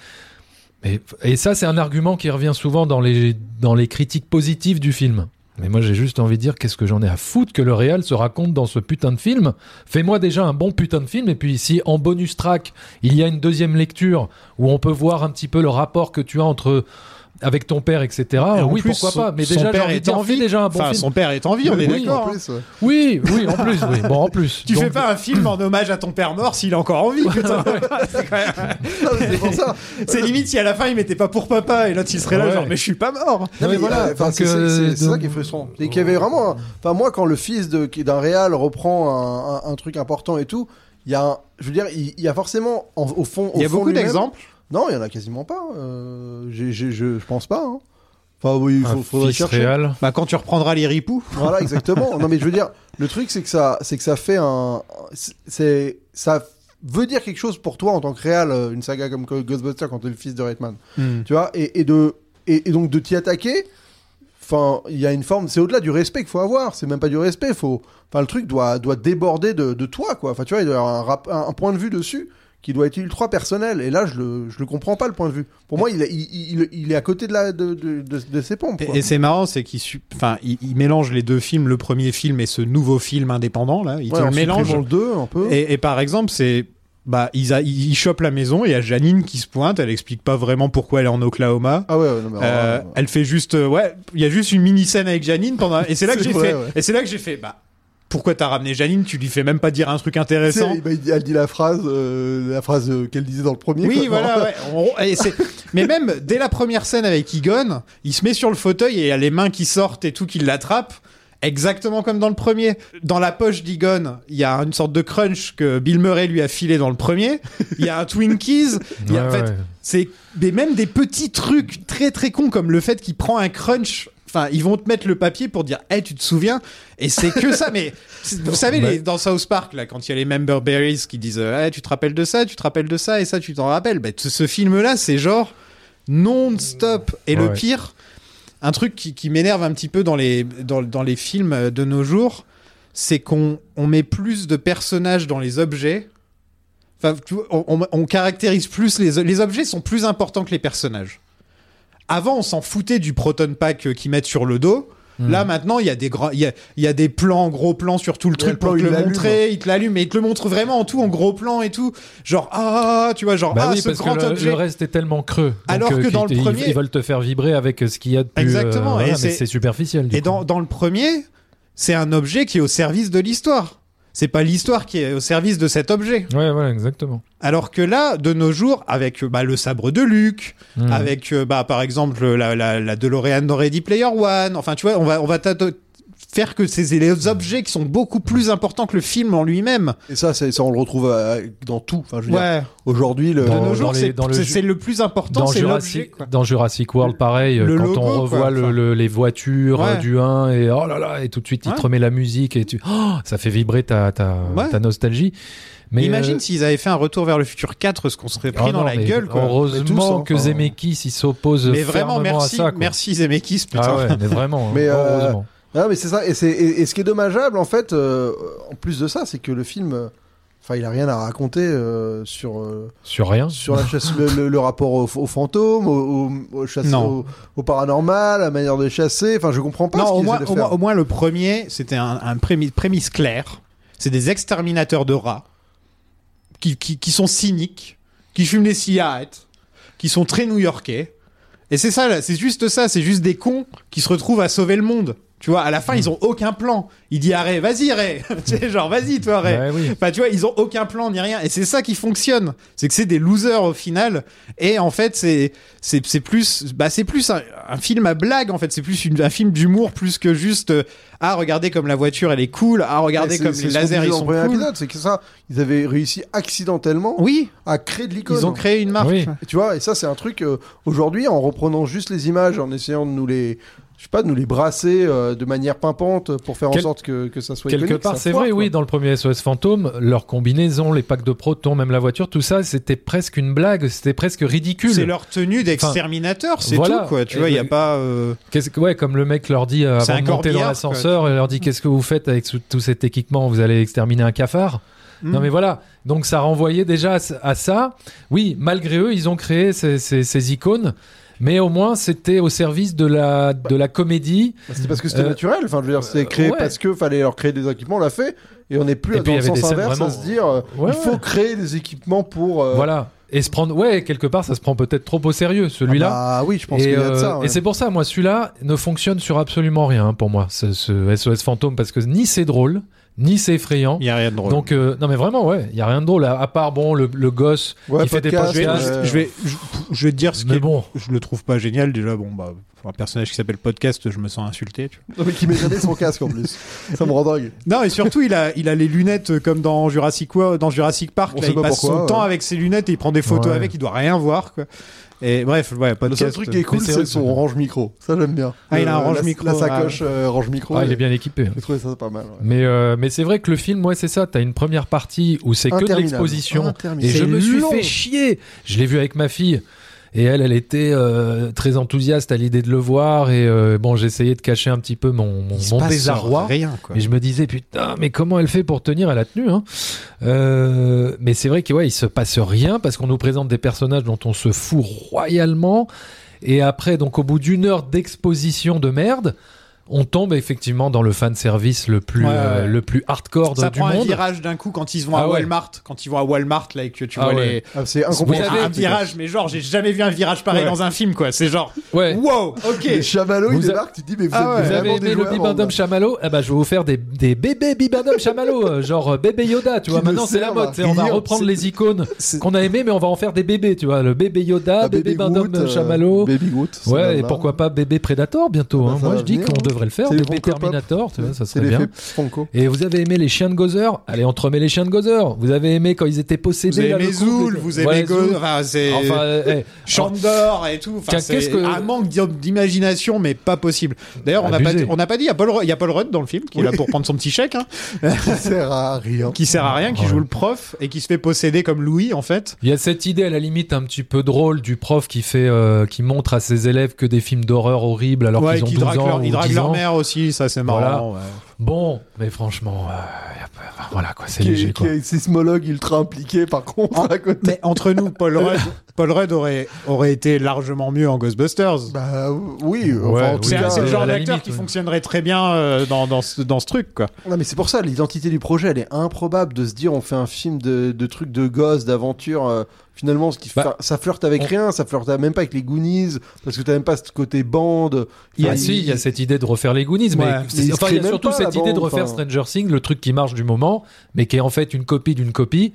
Et, et ça, c'est un argument qui revient souvent dans les, dans les critiques positives du film. Mais moi, j'ai juste envie de dire, qu'est-ce que j'en ai à foutre que le réal se raconte dans ce putain de film Fais-moi déjà un bon putain de film, et puis si en bonus track, il y a une deuxième lecture où on peut voir un petit peu le rapport que tu as entre avec ton père, etc. Et en oui, plus, pourquoi son- pas. Mais son déjà, j'ai père envie de est dire, en fais vie. déjà un bon Enfin, film. son père est en vie, on Oui, est oui, d'accord. en hein. plus, ouais. Oui, oui, en plus, oui. Bon, en plus. Tu Donc, fais pas un film en hommage à ton père mort s'il est encore en vie, putain. C'est quand même- Non, mais c'est pour ça. C'est limite si à la fin il m'était pas pour papa et l'autre il serait là, Ouais. genre, mais je suis pas mort. Non, mais mais voilà. euh, enfin, donc, c'est c'est- euh, c'est- c'est ça donc- qui est frustrant. Et qu'il y avait vraiment. un- Enfin, moi, quand le fils de- qui- d'un réal reprend un, un- un truc important et tout, il y a. un- je veux dire, il, il y a forcément. en- au fond, au Il y a fond beaucoup lui-même- d'exemples. Non, il y en a quasiment pas. Euh, j'ai- j'ai- je, je pense pas. hein. Enfin, oui, il faut- un faudrait fils chercher. réel. Bah, quand tu reprendras les ripoux. Voilà, exactement. non, mais je veux dire, le truc, c'est que ça, c'est que ça fait un, c'est, ça veut dire quelque chose pour toi en tant que réal, euh, une saga comme Ghostbusters quand t'es le fils de Redman. Hmm. Tu vois, et, et de, et, et donc de t'y attaquer. Enfin, il y a une forme, c'est au-delà du respect qu'il faut avoir. C'est même pas du respect, faut. Enfin, le truc doit, doit déborder de, de toi, quoi. Enfin, tu vois, il doit y avoir un, rap- un, un point de vue dessus qui doit être ultra personnel. Et là, je le, je le comprends pas le point de vue. Pour moi, il, est- il, il- il est à côté de la, de, de, de- de ses pompes. quoi. Et, et c'est marrant, c'est qu'il su- enfin, il, il mélange les deux films, le premier film et ce nouveau film indépendant là. Il Ouais, te en le mélange. supprimant le 2 un peu. Et, et par exemple, c'est bah ils, a- ils ils chopent la maison et il y a Janine qui se pointe. Elle explique pas vraiment pourquoi elle est en Oklahoma. Ah ouais, ouais, non, mais Euh, ouais, ouais. elle fait juste euh, ouais, il y a juste une mini scène avec Janine pendant et c'est là que C'est j'ai vrai, fait ouais. et c'est là que j'ai fait bah pourquoi t'as ramené Janine Tu lui fais même pas dire un truc Tu sais, intéressant. bah, il dit- elle dit la phrase, euh, la phrase euh, qu'elle disait dans le premier. Oui, quoi. voilà. Ouais. On- et c'est- Mais même dès la première scène avec Egon, il se met sur le fauteuil et il y a les mains qui sortent et tout qui l'attrapent. Exactement comme dans le premier. Dans la poche d'Egon, il y a une sorte de crunch que Bill Murray lui a filé dans le premier. Il y a un Twinkies. Il y a- en Ouais, fait, ouais. c'est mais même des petits trucs très très cons comme le fait qu'il prend un crunch. Enfin, ils vont te mettre le papier pour dire, hey, tu te souviens Et c'est que ça. Mais c'est- vous savez, les- dans South Park, là, quand il y a les member berries qui disent, euh, hey, tu te rappelles de ça, tu te rappelles de ça, et ça, tu t'en rappelles. Bah, t- ce film-là, c'est genre non-stop. Et le Ouais. pire, un truc qui, qui m'énerve un petit peu dans les dans, dans les films euh, de nos jours, c'est qu'on on met plus de personnages dans les objets Enfin, tu vois, on, on- on caractérise plus les, les objets sont plus importants que les personnages. Avant, on s'en foutait du proton pack euh, qu'ils mettent sur le dos. Hmm. Là, maintenant, il y a des grands- il y a, il y a des plans, gros plans sur tout le y a le truc pour plan te où le il l'allume. montrer. Il te l'allume, et il te le montre vraiment en tout, en gros plan et tout. Genre ah, tu vois, genre Bah ah, oui, ce parce que grand le, objet. le reste est tellement creux. Donc, Alors que qu'ils dans le te- ils- premier- ils, veulent te faire vibrer avec euh, ce qu'il y a de plus. Exactement, euh, et voilà, mais c'est- c'est superficiel. du Et coup. dans, dans le premier, c'est un objet qui est au service de l'histoire. C'est pas l'histoire qui est au service de cet objet. Ouais, voilà, exactement. Alors que là, de nos jours, avec euh, bah, le sabre de Luke, Mm. avec euh, bah, par exemple la, la, la DeLorean dans Ready Player One. Enfin, tu vois, on va, on va t'ado- faire que ces les objets qui sont beaucoup plus importants que le film en lui-même. Et ça, c'est- ça, on le retrouve euh, dans tout. Enfin, je veux dire, Ouais. aujourd'hui, le. De euh, Dans- nos jours, les- c'est dans le c'est- ju- c'est le plus important, Dans c'est l'objet. Jurassic, quoi. dans Jurassic World, pareil, le quand logo, on quoi, revoit le- enfin. le- les voitures euh, Ouais. du 1 et oh là là, et tout de suite, il Ouais. te remet la musique et tu, oh, ça fait vibrer ta, ta, Ouais. ta nostalgie. Mais Imagine euh, s'ils avaient fait un retour vers le futur 4, ce qu'on serait pris oh dans non, la mais gueule. Quoi. Heureusement Mais tous, hein, que enfin. Zemeckis il s'oppose Mais vraiment, fermement merci, à ça. quoi. merci Zemeckis, putain. Ah ouais, mais vraiment. Mais, hein, euh, heureusement. Ah, mais c'est ça. Et, c'est- et- et ce qui est dommageable, en fait, euh, en plus de ça, c'est que le film. euh, Enfin, il a rien à raconter euh, sur euh, Sur rien. sur la chasse, le, le- le rapport aux au fantômes, au, au, au chasse- Non. au- au paranormal, la manière de chasser. Enfin, je comprends pas. Non, ce au qu'ils moins, essaient de au, faire. moins, au moins le premier, c'était un, un prémisse, prémisse claire. C'est des exterminateurs de rats qui, qui, qui sont cyniques, qui fument des cigarettes, qui sont très new-yorkais. Et c'est ça, là, c'est juste ça, c'est juste des cons qui se retrouvent à sauver le monde. Tu vois, à la Hmm. fin, ils ont aucun plan. Il dit arrête, vas-y, Ray. Tu sais, genre, vas-y, toi, Ray. Ouais, oui. Enfin, tu vois, ils ont aucun plan ni rien. Et c'est ça qui fonctionne. C'est que c'est des losers au final. Et en fait, c'est, c'est, c'est plus, bah, c'est plus un, un film à blague, en fait. C'est plus une- un film d'humour plus que juste, euh, ah, regardez comme la voiture, elle est cool. Ah, regardez Et c'est- comme c'est les ce qu'on lasers, disait ils dans sont le premier cool. épisode, c'est que ça, ils avaient réussi accidentellement Oui, à créer de l'icône. ils ont créé une marque. Oui. Et Tu vois, et ça, c'est un truc euh, aujourd'hui en reprenant juste les images, en essayant de nous les, je sais pas, de nous les brasser euh, de manière pimpante pour faire en Quel- sorte que, que ça soit Quelque iconique, part, ça c'est foire, vrai, quoi. oui, dans le premier SOS Fantôme, leur combinaison, les packs de protons, même la voiture, tout ça, c'était presque une blague, c'était presque ridicule. C'est leur tenue d'exterminateur, c'est voilà. tout, quoi. Tu Et vois, il n'y a le- pas, euh, Qu'est-ce que- ouais, comme le mec leur dit euh, C'est avant un de monter dans corbillard, l'ascenseur, il leur dit qu'est-ce que vous faites avec sou- tout cet équipement Vous allez exterminer un cafard Mm. Non mais voilà, donc ça renvoyait déjà à, ce- à ça. Oui, malgré eux, ils ont créé ces, ces- ces icônes, mais au moins c'était au service de la, de la comédie. Bah, C'est parce que c'était Euh, naturel. Enfin, je veux dire, c'est créé ouais. parce que fallait leur créer des équipements. On l'a fait, et on n'est plus Et puis, dans il y le sens avait des scènes inverse à vraiment- se dire, euh, Ouais, il ouais. faut créer des équipements pour. euh, Voilà. Et se prendre, ouais, quelque part, ça se prend peut-être trop au sérieux, celui-là. Ah bah oui, je pense et qu'il y a de euh, ça. ouais. et c'est pour ça, moi, celui-là ne fonctionne sur absolument rien hein, pour moi, ce, ce SOS fantôme, parce que ni c'est drôle, ni c'est effrayant. Il n'y a rien de drôle. Donc, euh, non mais vraiment, ouais, il n'y a rien de drôle, à, à part, bon, le, le gosse Ouais, qui fait des podcast, podcasts. euh, je vais, je, je vais te dire ce Mais qui est- bon. Je le trouve pas génial déjà. Bon bah pour un personnage qui s'appelle podcast, je me sens insulté. tu vois. Non, mais qui met jamais son casque en plus. Ça me rend dingue. Non et surtout il a il a les lunettes euh, comme dans Jurassic World- dans Jurassic Park. On là, sait il pas passe pourquoi, son ouais. temps avec ses lunettes et il prend des photos Ouais. avec. Il doit rien voir quoi. Et bref ouais Le podcast. seul truc qui est mais cool, c'est c'est vrai que- son range micro. Ça, j'aime bien. Ah, il a un Le- range la- micro, La ah, sacoche euh, range micro. Ah, il est bien équipé. J'ai trouvé ça pas mal. ouais. Mais, euh, mais c'est vrai que le film, ouais, c'est ça. T'as une première partie où c'est que de Interminable. l'exposition. Et Interminable. je C'est me suis long. fait chier. Je l'ai vu avec ma fille. Et elle, elle était euh, très enthousiaste à l'idée de le voir. Et euh, bon, j'essayais de cacher un petit peu mon, mon, Il se mon passe désarroi. Rien quoi. Mais je me disais, putain, mais comment elle fait pour tenir à la tenue hein Euh, Mais c'est vrai qu'il ouais, il se passe rien parce qu'on nous présente des personnages dont on se fout royalement. Et après, donc au bout d'une heure d'exposition de merde, on tombe effectivement dans le fan service le plus, Ouais, ouais. euh, le plus hardcore Ça du prend un monde. virage d'un coup quand ils se vont Ah à ouais. Walmart. Quand ils vont à Walmart là et que tu Ah vois ouais. les Ah, c'est Vous Ouais, incompréhensible. savez- un, un virage, mais genre, j'ai jamais vu un virage pareil Ouais. dans un film, quoi. C'est genre, Ouais. wow, ok. Les chamallows, Vous ils a- débarquent, tu te dis, mais vous Ah ouais. êtes Vous avez vraiment des aimé le joueurs hein. Bibendum en- Chamallow Ah bah je vais vous faire des, des bébés Bibendum Chamallow, euh, genre euh, bébé Yoda, tu vois. Qui me Maintenant c'est la servent mode, à tu sais, on va rire. reprendre C'est- les icônes c'est- qu'on a aimé, mais on va en faire des bébés, tu vois. Le bébé Yoda, Ah, bébé Groot, Bibendum euh, Chamallow. Baby Groot. ça va Ouais, et là. pourquoi pas bébé Predator Ah bientôt. bah, hein. ça Moi va je dis venir, qu'on hein. devrait le faire, C'est les bébé Funko Pop. Terminator, tu vois, ça C'est serait bien. l'effet Franco. Et vous avez aimé les chiens de Gozer Allez, on te remet les chiens de Gozer. Vous avez aimé quand ils étaient possédés Vous là, le aimez couple et Zoul, tout. vous aimez Ouais, Go, Zool. enfin, c'est. Enfin, euh, eh, Chandor et tout. Enfin, Tiens, c'est qu'est-ce que- un manque d'i- d'imagination, mais pas possible. D'ailleurs, on n'a pas, Abusé. on n'a pas dit, il y a Paul Rudd- il y a Paul Rudd dans le film, qui est là pour prendre son petit chèque, hein, Ça sert à rien. qui sert à rien, qui Ouais. joue le prof et qui se fait posséder comme Louis, en fait. Il y a cette idée à la limite un petit peu drôle du prof qui fait euh, qui montre à ses élèves que des films d'horreur horribles alors ouais, qu'ils ont qui 12 drague, ans leur, ou ils draguent 10 leur ans. mère aussi, ça c'est marrant. ouais. Bon, mais franchement, euh, y a pas- enfin, voilà quoi, c'est Qui léger est, qui quoi. Ah. est sismologue ultra impliqué, par contre, à côté. Mais entre nous, Paul Rudd, Paul Rudd aurait, aurait été largement mieux en Ghostbusters. Bah oui, enfin, Ouais, en tout C'est oui, euh, cas, euh, c'est à le genre la d'acteur limite, qui ouais. fonctionnerait très bien euh, dans, dans, ce, dans ce truc, quoi. Non, mais c'est pour ça, l'identité du projet, elle est improbable de se dire on fait un film de, de trucs de gosses, d'aventure. euh, finalement, ce qui Bah, fa- ça flirte avec on- rien, ça flirte même pas avec les Goonies, parce que t'as même pas ce côté bande. Il y a, Enfin, Ah, si, il y a cette idée de refaire les Goonies, mais, Ouais. c'est- Mais ils enfin, il y a créent même surtout pas, cette là, idée de bon, refaire enfin. Stranger Things, le truc qui marche du moment, mais qui est en fait une copie d'une copie.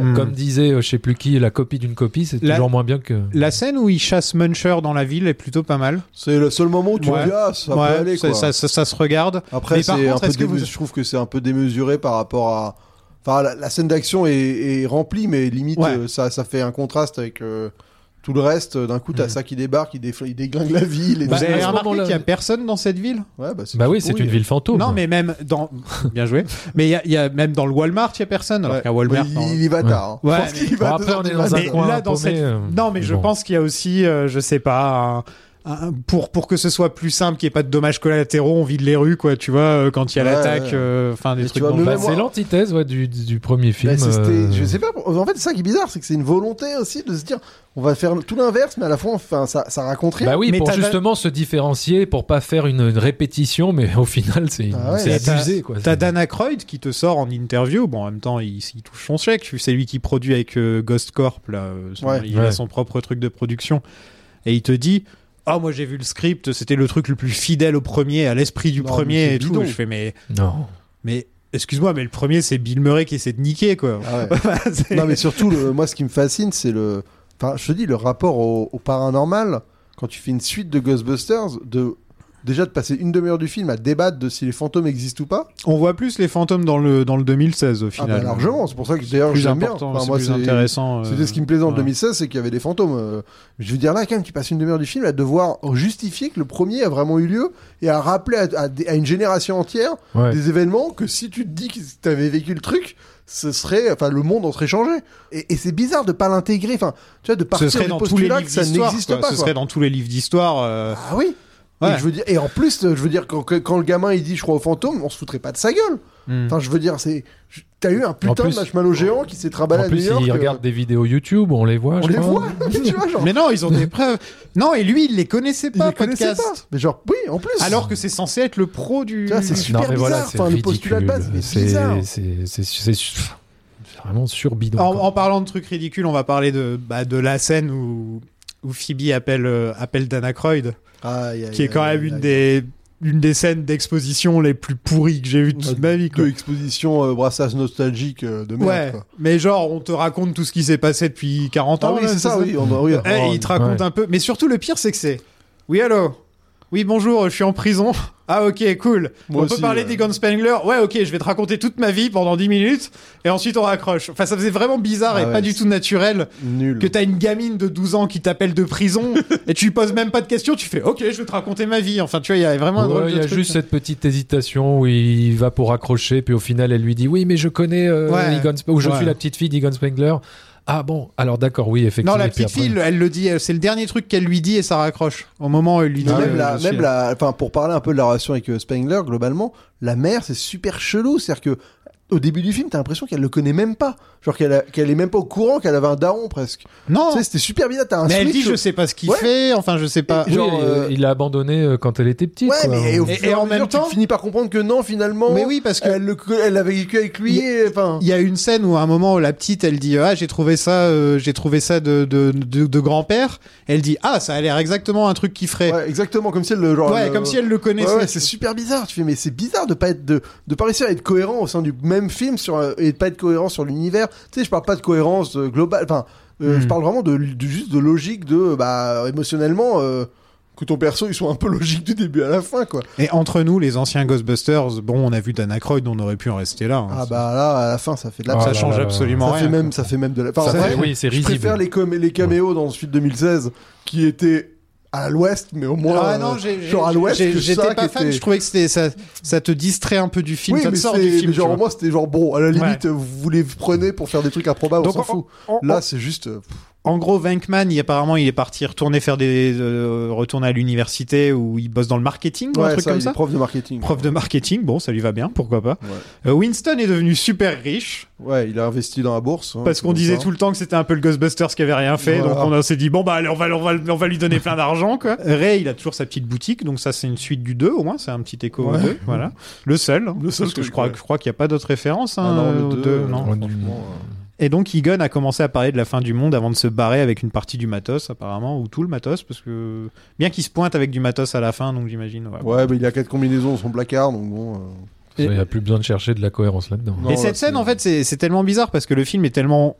Hmm. Mm. Comme disait, euh, je sais plus qui, la copie d'une copie, c'est La- toujours moins bien que. La scène où il chasse Muncher dans la ville est plutôt pas mal. C'est le seul moment où tu Ouais. dis ah, ça Ouais, peut aller ça, quoi. ça- ça- ça se regarde. Après, Mais par c'est un contre, peu est-ce que vous- démesuré, je trouve que c'est un peu démesuré par rapport à. Enfin, la, la scène d'action est, est remplie, mais limite, Ouais. euh, ça, ça fait un contraste avec euh, tout le reste. D'un coup, t'as Mm. ça qui débarque, il, défl- il déglingue la ville. Et Vous Bah, à avez ce remarqué moment-là- qu'il n'y a personne dans cette ville Ouais, bah, c'est Bah tout oui, c'est pourri. une ville fantôme. Non, mais même dans. Bien joué. Mais il y a- il y, a même dans le Walmart, il n'y a personne. Alors Ouais. qu'à Walmart. Mais non. il, il y va Ouais. tard. hein. Ouais, Je pense qu'il Bon, va à après, deux heures on est du dans matin. un coin là, dans paumé, cette- euh, Non, mais je bon. pense qu'il y a aussi, euh, je sais pas, un- un- pour, pour que ce soit plus simple, qu'il n'y ait pas de dommages collatéraux, on vide les rues, quoi, tu vois, euh, quand il y a Ouais, l'attaque, ouais. euh, enfin, des Mais trucs tu vois, dans nous- le- Bah, moi- c'est l'antithèse ouais, du, du premier film. Bah, c'est- c'était- euh, Je sais pas. pour- En fait, c'est ça qui est bizarre, c'est que c'est une volonté aussi de se dire on va faire tout l'inverse, mais à la fois, enfin, ça, ça raconte rien. Bah oui, Mais pour t'as- justement se différencier, pour pas faire une, une répétition, mais au final, c'est une- Ah ouais, c'est t'as- abusé. quoi. T'as C'est- Dana Croyd qui te sort en interview. Bon, en même temps, il, il touche son chèque. C'est lui qui produit avec euh, Ghost Corp. Là, euh, son- Ouais. il a Ouais. son propre truc de production. Et il te dit Oh, moi j'ai vu le script, c'était le truc le plus fidèle au premier, à l'esprit du Non, mais premier c'est et tout. bidon. Et je fais Mais, Non. mais excuse-moi, mais le premier, c'est Bill Murray qui essaie de niquer, quoi. Ah ouais. C'est- non mais surtout le- moi ce qui me fascine c'est le enfin je te dis le rapport au, au paranormal quand tu fais une suite de Ghostbusters de déjà de passer une demi-heure du film à débattre de si les fantômes existent ou pas On voit plus les fantômes dans le, dans le 2016 au ah final. bah, largement c'est pour ça que d'ailleurs plus j'aime bien important, Enfin, c'est moi, plus c'est- intéressant. euh, c'était ce qui me plaisait en voilà. 2016 c'est qu'il y avait des fantômes euh, je veux dire là quand même tu passes une demi-heure du film à devoir justifier que le premier a vraiment eu lieu et à rappeler à, à des- à une génération entière Ouais. des événements que si tu te dis que t'avais vécu le truc, ce serait, enfin, le monde en serait changé. Et, et c'est bizarre de pas l'intégrer, enfin, tu vois, de Ce partir serait du dans tous les postulat livres que ça d'histoire. n'existe quoi. pas. Ce quoi. serait dans tous les livres d'histoire. euh, Ah oui. Ouais. Et, je veux dire, et en plus, euh, je veux dire, quand, que- quand le gamin il dit je crois au fantôme, on se foutrait pas de sa gueule. hmm. Enfin, je veux dire, c'est. je- T'as eu un putain plus- de marshmallow géant qui s'est En trimballé à New plus, York. ils euh, regardent des vidéos YouTube, on les voit. On je les crois. voit, tu vois, Ah, genre. Mais non, ils ont des preuves. Non, et lui, il les connaissait ils pas, les connaissaient podcast. pas. Mais genre, oui, en plus. Alors que c'est censé être le pro du. Tu vois, c'est Non, super mais bizarre. voilà, c'est enfin, le postulat de ridicule. base, mais c'est C'est- bizarre. c'est- c'est- C'est c'est vraiment surbidon. En, quoi. en parlant de trucs ridicules, on va parler de, bah, de la scène où, où Phoebe appelle, euh, appelle Dana Croyd, Aïe, aïe, qui est quand Ah, aïe, même aïe, une aïe. des une des scènes d'exposition les plus pourries que j'ai vues de toute ma vie. Que Quoi. exposition euh, brassage nostalgique euh, de merde. Ouais, quoi. mais genre, on te raconte tout ce qui s'est passé depuis 40 Ah ans. oui, là, c'est ça, oui. on- oui. Eh, il te raconte Ouais. un peu. Mais surtout, le pire, c'est que c'est. Oui, allô Oui, bonjour, je suis en prison. Ah, ok, cool. Moi on aussi, peut parler ouais. d'Egon Spengler. Ouais, ok, je vais te raconter toute ma vie pendant 10 minutes. Et ensuite, on raccroche. Enfin, ça faisait vraiment bizarre Ah et ouais, pas du c'est- tout naturel Nul. que t'as une gamine de 12 ans qui t'appelle de prison et tu lui poses même pas de questions. Tu fais, ok, je vais te raconter ma vie. Enfin, tu vois, il y avait vraiment un drôle Ouais, de il y a truc. juste cette petite hésitation où il va pour accrocher, puis au final, elle lui dit Oui, mais je connais euh, Ouais. Egon Sp- ou je Ouais. suis la petite fille d'Egon Spengler. Ah bon, alors d'accord, oui, effectivement. Non, la Et puis petite après- fille, elle le dit, euh, c'est le dernier truc qu'elle lui dit et ça raccroche. Au moment où elle lui dit. Mais même euh, la, je suis- même la, enfin pour parler un peu de la relation avec euh, Spengler globalement, la mère c'est super chelou, c'est-à-dire que au début du film t'as l'impression qu'elle le connaît même pas, genre qu'elle a- qu'elle est même pas au courant qu'elle avait un daron presque. Non, Tu sais c'était super bizarre, t'as un Oh. mais elle switch dit, je sais pas ce qu'il Ouais. fait, enfin, je sais pas. Et- genre, Oui, euh, il l'a abandonnée euh, quand elle était petite. Ouais, quoi. mais au Et- fur et en à mesure, même temps- tu finis par comprendre que non finalement. Mais oui, parce que- elle le co- elle avait vécu avec lui, Il- et, enfin. Il y a une scène où à un moment la petite elle dit ah j'ai trouvé ça euh, j'ai trouvé ça de de, de, de grand-père elle dit ah ça a l'air exactement un truc qu'il ferait ouais, Ouais, exactement comme si elle le genre. elle le- comme si elle le Ouais, connaissait ouais, c'est super bizarre. Tu fais, mais c'est bizarre de pas être de, de pas réussir à être cohérent au sein du même film sur euh, et de pas être cohérent sur l'univers. Tu sais, je parle pas de cohérence euh, globale. Enfin, euh, Mm. je parle vraiment de, du- juste de logique de euh, bah émotionnellement euh, que ton perso ils sont un peu logiques du début à la fin quoi. et entre nous les anciens Ghostbusters bon on a vu Dana Croyd on aurait pu en rester là hein. Ah bah là à la fin ça fait de la Ah, ça là, change là, là. absolument ça rien fait même ça fait même de la. enfin, Ça en fait- vrai, oui, c'est je risible. préfère les com- les caméos dans ce film 2016 qui étaient à l'ouest mais au moins Ah euh, non, j'ai- j'ai- genre à l'ouest j'ai- que j'étais ça, pas qui fan était- je trouvais que c'était ça ça te distrait un peu du film oui, ça te mais sort c'est- du film mais tu genre vois. moi c'était genre bon à la limite euh, vous les prenez pour faire des trucs improbables Donc, on s'en on- fout. on- Là c'est juste euh, En gros, Venkman, il, apparemment, il est parti retourner faire des euh, retourner à l'université où il bosse dans le marketing ou un ouais, truc ça, comme il ça. est prof de marketing. Prof de marketing, bon, ça lui va bien, pourquoi pas. Euh, Winston est devenu super riche Ouais, il a investi dans la bourse. hein, parce c'est qu'on comme disait ça. tout le temps que c'était un peu le Ghostbusters qui avait rien fait, Voilà. donc on a- s'est dit bon bah allez, on va on va on va lui donner plein d'argent quoi. Ray, il a toujours sa petite boutique, donc ça c'est une suite du 2 au moins, c'est un petit écho au Ouais. 2, voilà. Le seul, hein, Le seul parce que je truc, crois ouais. je crois qu'il n'y a pas d'autres références Ah hein, non, au le 2, deux, non. euh, franchement, Et donc Egon a commencé à parler de la fin du monde avant de se barrer avec une partie du matos apparemment ou tout le matos parce que bien qu'il se pointe avec du matos à la fin donc j'imagine ouais. euh, Ouais, mais il a quatre combinaisons dans son placard, donc bon. euh, Ça, Il n'y a plus besoin de chercher de la cohérence là-dedans. non, Et là, cette c'est- scène en fait c'est c'est tellement bizarre parce que le film est tellement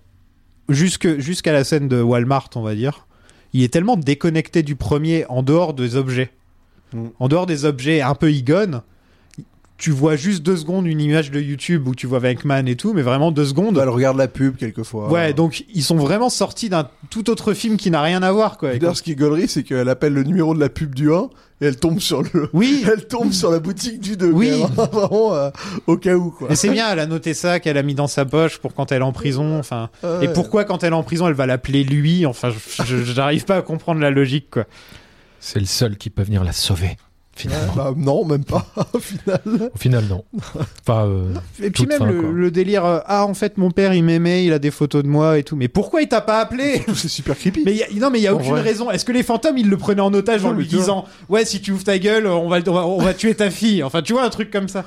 jusque jusqu'à la scène de Walmart on va dire, il est tellement déconnecté du premier en dehors des objets. Mm. En dehors des objets un peu Egon, tu vois juste deux secondes une image de YouTube où tu vois Venkman et tout mais vraiment deux secondes. Bah, elle regarde la pub quelquefois. Ouais, donc ils sont vraiment sortis d'un tout autre film qui n'a rien à voir quoi. D'ailleurs, ce qui est gaulerie, c'est qu'elle appelle le numéro de la pub du 1 et elle tombe sur le. Oui, Elle tombe sur la boutique du 2. Oui. mais Vraiment, euh, au cas où, quoi. Mais c'est bien, elle a noté ça, qu'elle a mis dans sa poche pour quand elle est en prison. Enfin, Ah ouais. et pourquoi quand elle est en prison, elle va l'appeler lui Enfin, je- je- je- j'arrive pas à comprendre la logique, quoi. C'est le seul qui peut venir la sauver, finalement. Bah, non, même pas, au final. Au final, non. Enfin, euh, Et puis Toute même fin, le, quoi. le délire, euh, ah en fait mon père il m'aimait, il a des photos de moi et tout. Mais pourquoi il t'a pas appelé C'est super creepy. Mais y a- non, mais il y a En aucune vrai. raison. Est-ce que les fantômes ils le prenaient en otage en Non, mais lui tu vois. disant, ouais si tu ouvres ta gueule, on va on va, on va tuer ta fille. Enfin, tu vois un truc comme ça.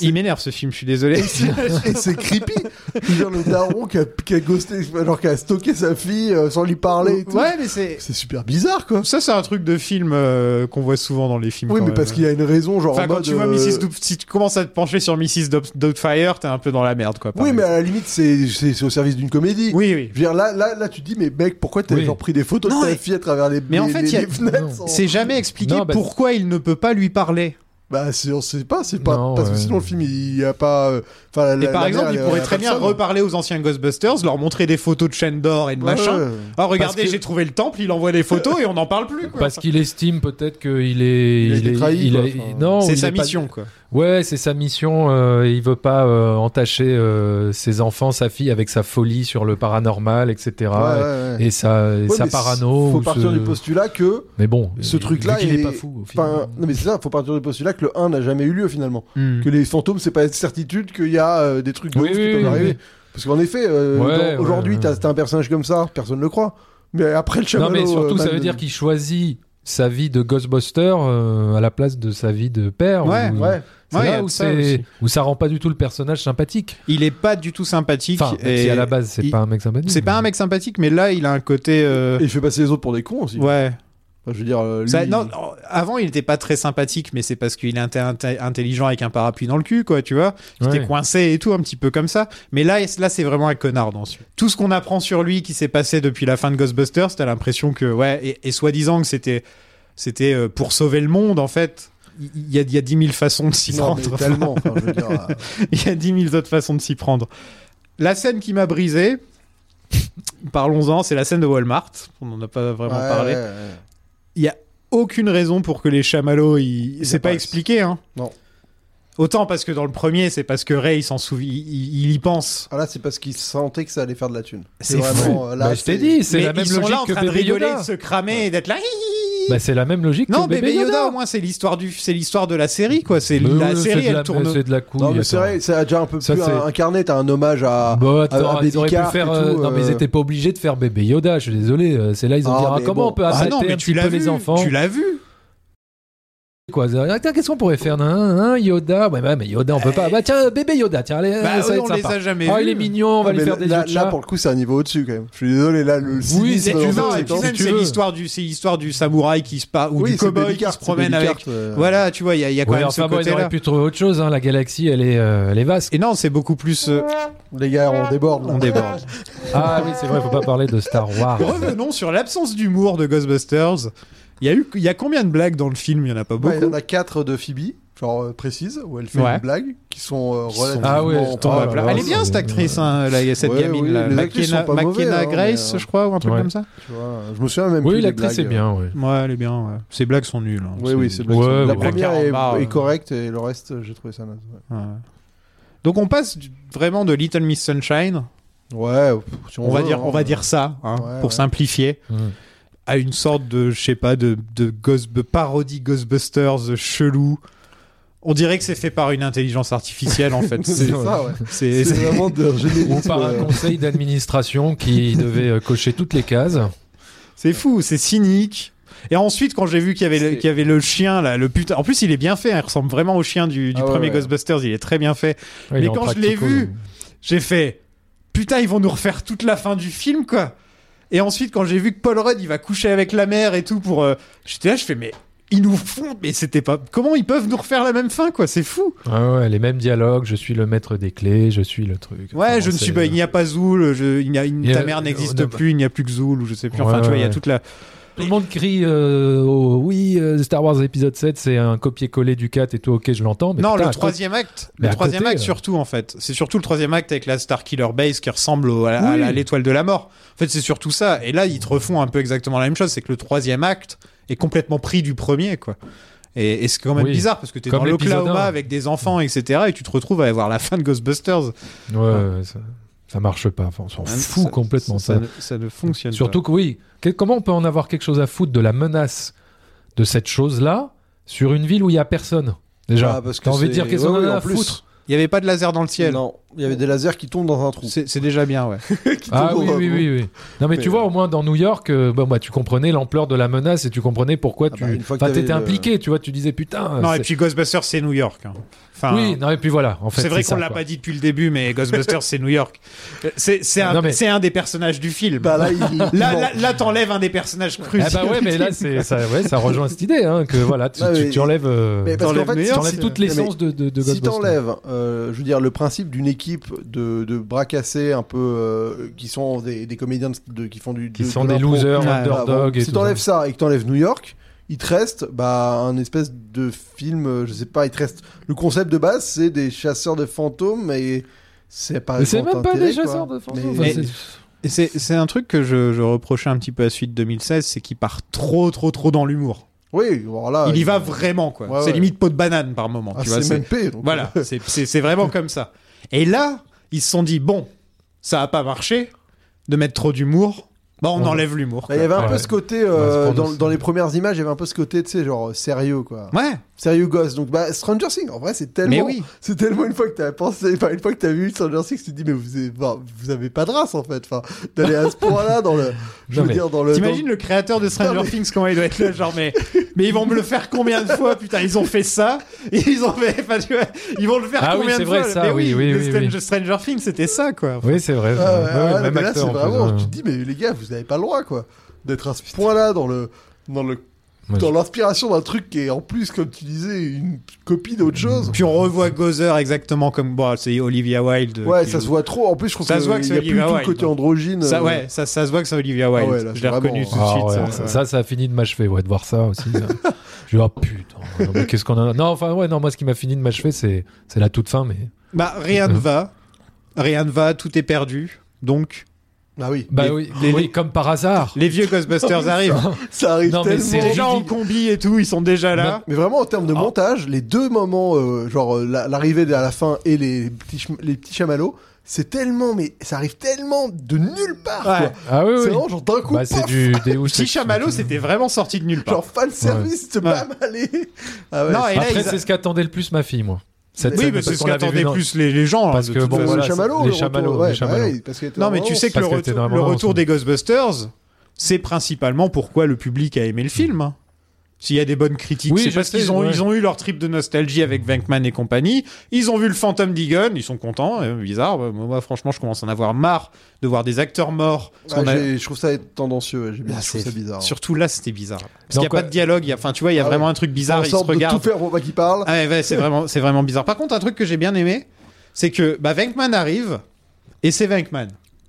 Il m'énerve ce film, je suis désolé. Et c'est creepy. Je veux dire, le daron qui a, qui a ghosté, alors qui a stocké sa fille euh, sans lui parler et tout. ouais, mais c'est C'est super bizarre, quoi. ça, c'est un truc de film euh, qu'on voit souvent dans les films. Oui, quand mais même. parce qu'il y a une raison, genre. Enfin, en quand mode, tu vois euh, Mrs. Doub- si tu commences à te pencher sur Mrs. Doub- Doubtfire, t'es un peu dans la merde, quoi. par Oui, Ah, mais exemple. à la limite, c'est c'est- c'est au service d'une comédie. Oui, oui. Je veux dire, là, là, là, tu te dis, mais mec, pourquoi t'as Oui. genre pris des photos Non, de ta mais- fille à travers les, mais en les- fait, les- il y a- les fenêtres sans- C'est jamais expliqué Non, bah- pourquoi il ne peut pas lui parler. Bah, c'est- on sait pas, c'est pas. Non, parce ouais. que sinon, le film, il y a pas. euh, Enfin, la- et la par mère, exemple, elle il est- pourrait elle a très bien personne. reparler aux anciens Ghostbusters, leur montrer des photos de Shandor et de Ouais, machin. ouais. Ah, regardez, Parce que- j'ai trouvé le temple, il envoie des photos et on n'en parle plus, quoi. parce qu'il estime peut-être qu'il est, Il a été est- trahi, il quoi, est- enfin. non, c'est il sa est pas- mission, quoi. Ouais, c'est sa mission. euh, il veut pas euh, entacher euh, ses enfants, sa fille avec sa folie sur le paranormal, etc. Ouais, ouais, ouais. Et sa, et Ouais, sa mais parano. Faut ou partir ce- du postulat que. Mais bon, Ce euh, truc-là, vu qu'il il est est- pas fou. Au final. Enfin, non, mais c'est ça, faut partir du postulat que le 1 n'a jamais eu lieu finalement. Hmm. Que les fantômes, c'est pas une certitude qu'il y a euh, des trucs de Oui, ouf qui oui, peuvent oui, arriver. oui. Parce qu'en effet, euh, Ouais, dans- ouais, aujourd'hui, ouais. t'as t'as un personnage comme ça, personne le croit. Mais après le chamallow... non, mais surtout, euh, ça man- veut dire qu'il choisit sa vie de Ghostbuster euh, à la place de sa vie de père. Ouais, ou- Ouais. C'est Ouais, il y là a où, de ça c'est- aussi. où ça rend pas du tout le personnage sympathique. Il est pas du tout sympathique. Enfin, même et si à la base, c'est il- pas un mec sympathique. C'est pas un mec sympathique, mais là, il a un côté. euh, Et il fait passer les autres pour des cons aussi. Ouais. Enfin, je veux dire, euh, lui, Ça- non, il- non, avant, il était pas très sympathique, mais c'est parce qu'il est inté- inté- intelligent avec un parapluie dans le cul, quoi, tu vois. Il était Ouais. coincé et tout, un petit peu comme ça. Mais là, là c'est vraiment un connard dans ce film. Tout ce qu'on apprend sur lui qui s'est passé depuis la fin de Ghostbusters, t'as l'impression que, ouais, et, et soi-disant que c'était, c'était euh, pour sauver le monde, en fait. Il- Il y a, il y a 10 000 façons de s'y non, mais prendre. tellement. enfin, je veux dire, euh, Il y a 10 000 autres façons de s'y prendre. La scène qui m'a brisé, parlons-en, c'est la scène de Walmart. On n'en a pas vraiment ouais, parlé ouais, ouais. il y a aucune raison pour que les chamallows ils... c'est pas apparaissent. expliqué hein. Non. Autant parce que dans le premier, c'est parce que Ray il s'en souvient, il, il y pense. Ah là, c'est parce qu'il sentait que ça allait faire de la thune. C'est vraiment fou. euh, là. Bah, je t'ai c'est- dit, c'est Mais la même ils sont là en logique que train de Bébé rigoler, Yoda. de se cramer et d'être là. Bah, c'est la même logique non, que Bébé Yoda. au moins c'est l'histoire du, c'est l'histoire de la série quoi. C'est Mais la ouais, c'est série, de elle la- tourne. C'est de la couille. Non, mais c'est attends. vrai, ça a déjà un peu Ça, plus c'est- Bah, incarné. T'as un hommage à. Bon, à- à attends, ils Baby auraient pu Cart faire. et euh, tout, non, mais euh, ils étaient pas obligés de faire bébé Yoda. Je suis désolé. euh, C'est là ils ont Ah, dit ah, mais comment bon. on peut Ah, appâter non, mais un tu petit l'as peu vu. les enfants Euh, Tu l'as vu. quoi ça- Attends, qu'est-ce qu'on pourrait faire un, Yoda ouais, bah, mais Yoda on peut pas. Bah tiens, bébé Yoda, tiens, allez, Bah, ça va eux, être on sympa. les a jamais Oh, vus. il est mignon, on va Ah, lui mais faire des yeux là, de là, chat. pour le coup, c'est un niveau au-dessus quand même. Je suis désolé, là, le Oui, cynisme C'est tu dans vas, ce humain, et truc, puis hein. même si tu c'est veux. l'histoire du, c'est l'histoire du samouraï qui se pa... ou Oui, du c'est Baby cowboy qui Cart, se c'est promène Baby avec. Cart, euh. Voilà, tu vois, il y a, il y a quand Ouais, même ce enfin bon, ils côté-là. auraient pu trouver autre chose. Hein. La galaxie, elle est, euh, elle est vaste. Et non, c'est beaucoup plus. euh, Les gars, on déborde. là. On déborde. Ah oui, c'est vrai, faut pas parler de Star Wars. Revenons sur l'absence d'humour de Ghostbusters. Il y a eu, il y a combien de blagues dans le film Il y en a pas Ouais, beaucoup. Il y en a 4 de Phoebe, genre euh, précises, où elle fait Ouais. des blagues qui sont euh, Qui sont- relativement. Ah ouais, On tombe Oh à là plat. là, Elle est bien c'est- cette actrice, hein, là, il y a cette Ouais, gamine, oui, là, les actrices McKenna, sont pas mauvais, McKenna hein, Grace, mais, euh, je crois, ou un truc Ouais. comme ça. Tu vois, je me souviens même plus. Oui, des l'actrice est blagues. bien. Ouais. Ouais, elle est bien. ouais. Ces blagues sont nulles. hein. Oui, C'est- oui, c'est blagues. Ouais, la ouais. première La est, caramba, est ouais. correcte et le reste, euh, j'ai trouvé ça naze. ouais. Ouais. Donc on passe du- vraiment de Little Miss Sunshine, Ouais, pff, si on, va veut, dire, hein. on va dire ça, hein, Ouais, pour ouais. simplifier, Mhm. à une sorte de, je sais pas, de, de, Ghost- de parodie Ghostbusters chelou. On dirait que c'est fait par une intelligence artificielle en fait. C'est C'est- ça, ouais. c'est- C'est c'est- vraiment de Ou générisme, par un euh, conseil d'administration qui devait euh, cocher toutes les cases. C'est fou, c'est cynique. Et ensuite, quand j'ai vu qu'il y, avait le, C'est- qu'il y avait le chien, là, le putain. En plus, il est bien fait, hein, il ressemble vraiment au chien du, du Ah ouais, premier ouais. Ghostbusters, il est très bien fait. Ouais, il Mais est en quand je l'ai practico. vu, J'ai fait Putain, ils vont nous refaire toute la fin du film, quoi. Et ensuite, quand j'ai vu que Paul Rudd, il va coucher avec la mère et tout pour. euh, J'étais là, je fais Mais ils nous font. Mais c'était pas. Comment ils peuvent nous refaire la même fin, quoi C'est fou. Ah ouais, les mêmes dialogues, je suis le maître des clés, je suis le truc. Ouais, Enfin, je ne suis c'est- euh, pas. Il n'y a pas Zoul, je- il n'y a, une- Il y a- ta mère n'existe on a- plus, il n'y a plus que Zoul, ou je sais plus. Enfin, Ouais, tu vois, il y a ouais. toute la. Tout le monde crie euh, au- oui, euh, Star Wars épisode 7, c'est un copier-coller du 4 et tout, ok, je l'entends. mais Non, putain, le à cause- troisième acte. Mais Le à troisième côté, acte euh. surtout en fait. C'est surtout le troisième acte avec la Star Killer Base qui ressemble au- à la- à Oui. la- à l'étoile de la mort. En fait, c'est surtout ça. Et là, ils te refont un peu exactement la même chose. C'est que le troisième acte est complètement pris du premier, quoi. Et, et c'est quand même Oui. bizarre parce que t'es Comme dans l'épisode l'Oklahoma un. avec des enfants, etc. Et tu te retrouves à voir la fin de Ghostbusters. Hein, Ouais, ouais, ça, ça marche pas. Enfin, on s'en fout complètement. Ah, Ça, Ça, ne, ça ne fonctionne Surtout que oui, que- comment on peut en avoir quelque chose à foutre de la menace de cette chose-là sur une ville où il y a personne Déjà, Ah, parce que t'as envie de c'est- dire qu'est-ce qu'on ouais, en ouais, a en à plus. foutre Il n'y avait pas de laser dans le ciel. Non, il y avait des lasers qui tombent dans un trou. C'est c'est déjà bien, ouais. Ah tombent oui, dans un oui, trou. oui, oui. Non, mais, Mais, tu vois, au moins dans New York, euh, bon, bah, tu comprenais l'ampleur de la menace et tu comprenais pourquoi tu. bah, une fois que Enfin, t'avais t'étais le- impliqué, tu vois, tu disais putain. non, et c'est- puis Ghostbusters, c'est New York. hein. Enfin, Oui, non, et puis voilà. En fait, c'est vrai ça, qu'on l'a quoi. pas dit depuis le début, mais Ghostbusters, c'est New York. Euh, C'est c'est un, Non, mais- c'est un des personnages du film. Bah là, il- il là, ment. là- là, t'enlèves un des personnages cruciaux. Ah bah ouais, du mais là, film. c'est ça, ouais, ça rejoint cette idée, hein, que voilà, tu, Non, tu- mais- tu enlèves, euh, Mais parce t'enlèves qu'en fait, New tu York, enlèves c'est- toute mais l'essence de, de, de Si Ghostbusters. t'enlèves, euh, je veux dire, le principe d'une équipe de, de bras cassés un peu, euh, qui sont des, des comédiens de- de- qui font du, qui de- sont de des l'impro. losers, Ouais, underdogs et Ah, bah, si tout t'enlèves ça. ça. et que t'enlèves New York, il te reste bah, un espèce de film, euh, je sais pas, il te reste. Le concept de base, c'est des chasseurs de fantômes et c'est pas. Ah, Mais c'est grand même pas intérêt, des quoi. chasseurs de fantômes. Mais- enfin, Mais- c'est- Et C'est c'est un truc que je, je reprochais un petit peu à Suite 2016, c'est qu'il part trop, trop, trop dans l'humour. Oui, voilà. Il y va vraiment, quoi. Ouais, c'est ouais. limite peau de banane par moment. Ah, tu vois, c'est c'est- MNP, donc, Voilà, c'est- c'est c'est vraiment comme ça. Et là, ils se sont dit, bon, ça a pas marché de mettre trop d'humour. Bah, on Ouais. enlève l'humour. Bah, il y avait un Ouais. peu ce côté euh, Ouais, c'est pour dans, nous, dans c'est- les premières images, il y avait un peu ce côté, tu sais, genre euh, sérieux quoi, Ouais, sérieux gosse. Donc bah, Stranger Things, en vrai, c'est tellement, mais oui. c'est tellement une fois que t'as pensé, enfin une fois que t'as vu Stranger Things, tu te dis mais vous avez, bah, vous avez pas de race en fait, enfin d'aller à ce point-là dans le, je Non, veux mais dire dans le, T'imagines le créateur de Stranger Non, mais- Things comment il doit être là genre mais mais ils vont me le faire combien de fois putain ils ont fait ça et ils ont fait enfin, tu vois, ils vont le faire Ah oui, combien c'est de vrai, fois ça, mais oui, oui, le oui, Stranger, oui. Stranger Things c'était ça quoi Oui, c'est vrai. dans- Ah, ouais, Ouais, ouais, le même mais là acteur, euh, c'est en plus, vraiment, hein. tu te dis mais les gars, vous avez pas le droit quoi, d'être à ce point-là dans le, dans le Moi, dans l'inspiration d'un truc qui est en plus, comme tu disais, une copie d'autre Mm. chose. Puis on revoit Gozer exactement comme. Bon, c'est Olivia Wilde. Ouais, qui ça joue. se voit trop. En plus, je trouve Ça qu'il se voit que c'est y a plus Olivia tout le Wilde. côté androgyne. Ça, euh, ouais, ça, ça se voit que c'est Olivia Wilde. Ah ouais, là, je c'est l'ai vraiment- reconnu tout de Ah suite. ouais, ça, ça, ouais. ça, ça a fini de m'achever, ouais, de voir ça aussi. ça. Je dis, oh putain, non, mais qu'est-ce qu'on a. Non, enfin, ouais, non, moi, ce qui m'a fini de m'achever, c'est c'est la toute fin, mais. Bah, rien ne va. Rien ne va, tout est perdu. Donc, Ah oui. Bah Les- oui, les- oui, comme par hasard. les vieux Ghostbusters arrivent. Ça arrive Non, mais tellement. c'est Les gens en ridicule. combi et tout, ils sont déjà là. Mais vraiment, en termes de Ah. montage, les deux moments, euh, genre euh, la- l'arrivée à la fin et les petits, chm- les petits chamallows, c'est tellement, mais ça arrive tellement de nulle part. Ouais. quoi. Ah oui, C'est oui. vraiment genre d'un coup, Bah, c'est paf, du Deus Si Ex Chamallow, Machina. c'était vraiment sorti de nulle part. genre fan service, c'est pas mal. allé. Ah ouais, Non, c'est- et là, Après, ils a- c'est ce qu'attendait le plus ma fille, moi. Cette oui, scène, mais parce c'est ce qu'on l'avait vu qu'attendaient dans- plus les, les gens. hein, Parce de que toute bon, façon. voilà, les chamallows, les le retour, chamallows, ouais, bah les chamallows. ouais, parce qu'il était Non, mais vraiment- tu sais que le Parce que t'es retour, normalement le dans retour son- des Ghostbusters, c'est principalement pourquoi le public a aimé le film. hein. S'il y a des bonnes critiques, Oui, c'est je parce sais, qu'ils ont, ouais. ils ont eu leur trip de nostalgie avec Venkman et compagnie. Ils ont vu le fantôme d'Egon, ils sont contents. euh, bizarre, bah, moi franchement, je commence à en avoir marre de voir des acteurs morts. Parce Ah, qu'on a- j'ai- Je trouve ça être tendancieux, ouais, j'ai bien Bah, Là, trouvé c'est- ça bizarre. Surtout là, c'était bizarre. Parce qu'il Donc, n'y a pas euh, de dialogue. il y a- Enfin, tu vois, il y a ah vraiment ouais. un truc On bizarre. Ils se sorte de tout regardent. faire pour pas qu'il parle. Ah ouais, ouais, c'est vraiment, c'est vraiment bizarre. Par contre, un truc que j'ai bien aimé, c'est que bah, Venkman arrive et c'est Venkman.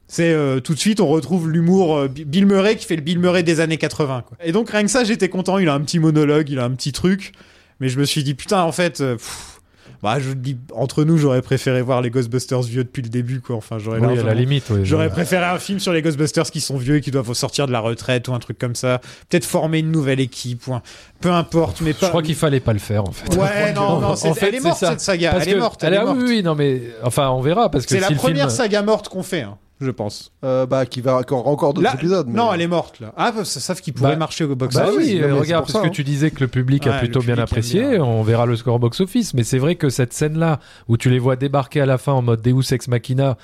C'est euh, tout de suite, on retrouve l'humour euh, Bi- Bill Murray qui fait le Bill Murray des années 80. quoi. Et donc rien que ça, j'étais content. Il a un petit monologue, il a un petit truc, mais je me suis dit putain, en fait. euh, pff, bah, je dis, entre nous, j'aurais préféré voir les Ghostbusters vieux depuis le début, quoi. Enfin, j'aurais Oui, à la largement- limite, oui. J'aurais préféré un film sur les Ghostbusters qui sont vieux et qui doivent sortir de la retraite ou un truc comme ça. Peut-être former une nouvelle équipe ou un- Peu importe, mais pas. Je crois qu'il fallait pas le faire, en fait. Ouais, non, non, En c'est- fait, elle est c'est morte ça. cette saga. Parce elle que- est morte. elle Elle est- Ah est morte. Oui, oui, non, mais enfin, on verra parce que C'est si la le première film... saga morte qu'on fait, hein, je pense. Euh, bah, qui va encore, encore d'autres Là- épisodes. mais- Non, elle est morte là. Ah, parce qu'ils savent qu'il pourrait Bah, marcher au box Bah Ah office. oui, non, oui, mais euh, c'est regarde, pour parce ça, que tu disais que le public hein. Ouais, a plutôt le public bien aime apprécié, bien. on verra le score box-office, mais c'est vrai que cette scène-là, où tu les vois débarquer à la fin en mode Deus Ex Machina,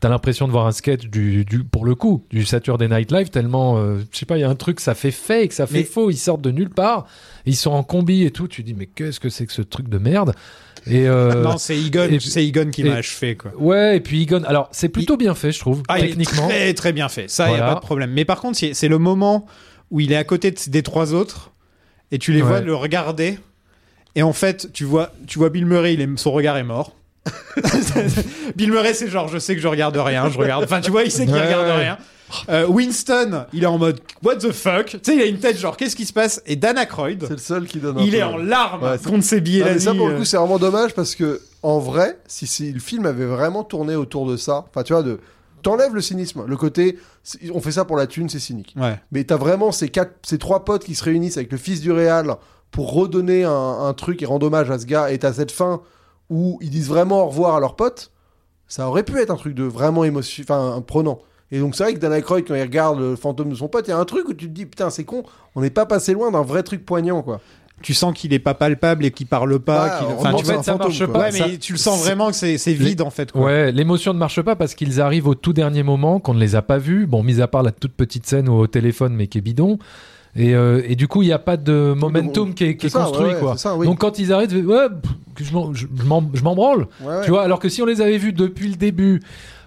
t'as l'impression de voir un sketch du, du- pour le coup, du Saturday Night Live, tellement, euh, je sais pas, il y a un truc, ça fait fake, ça fait Mais- faux, ils sortent de nulle part, ils sont en combi et tout, tu dis, mais qu'est-ce que c'est que ce truc de merde Et euh, Non, c'est Egon, et- c'est Egon qui m'a et- achevé quoi. ouais, et puis Egon, alors c'est plutôt bien fait, je trouve, Ah, il est techniquement. très très bien fait. Ça, il a Voilà. pas de problème. Mais par contre, c'est c'est le moment où il est à côté de- des trois autres et tu les vois Ouais. le regarder. Et en fait, tu vois, tu vois Bill Murray, il est- son regard est mort. Bill Murray, c'est genre, je sais que je regarde rien, je regarde. Enfin, tu vois, il sait qu'il Ouais, regarde ouais. rien. Euh, Winston, il est en mode What the fuck Tu sais, il a une tête genre Qu'est-ce qui se passe Et Dan C'est Aykroyd, le seul qui donne un il peu- est en larmes Ouais, c'est- contre ses billets Ah, mais la ça nuit, pour le coup euh. c'est vraiment dommage parce que en vrai si, si le film avait vraiment tourné autour de ça enfin tu vois de t'enlèves le cynisme le côté c'est- on fait ça pour la thune c'est cynique Ouais. mais t'as vraiment ces quatre ces trois potes qui se réunissent avec le fils du réal pour redonner un, un truc et rendre hommage à ce gars et t'as cette fin où ils disent vraiment au revoir à leurs potes ça aurait pu être un truc de vraiment émotion enfin un prenant et donc c'est vrai que Dan Aykroyd quand il regarde le fantôme de son pote il y a un truc où tu te dis putain c'est con on n'est pas passé loin d'un vrai truc poignant quoi Tu sens qu'il est pas palpable et qu'il parle pas. Ah, qu'il- on enfin, pense tu vois, à un ça marche fantôme, pas. quoi. ouais, mais ça- tu le sens vraiment que c'est c'est vide en fait. Quoi. Ouais, l'émotion ne marche pas parce qu'ils arrivent au tout dernier moment, qu'on ne les a pas vus. Bon, mis à part la toute petite scène au téléphone, mais qui est bidon. Et, euh, et du coup, il n'y a pas de momentum qui est, qui est C'est ça, construit. ouais, ouais, quoi. c'est ça, oui. Donc quand ils arrêtent, ouais, pff, que je m'en- je je m'en je m'en branle. Ouais, ouais. Tu vois, alors que si on les avait vus depuis le début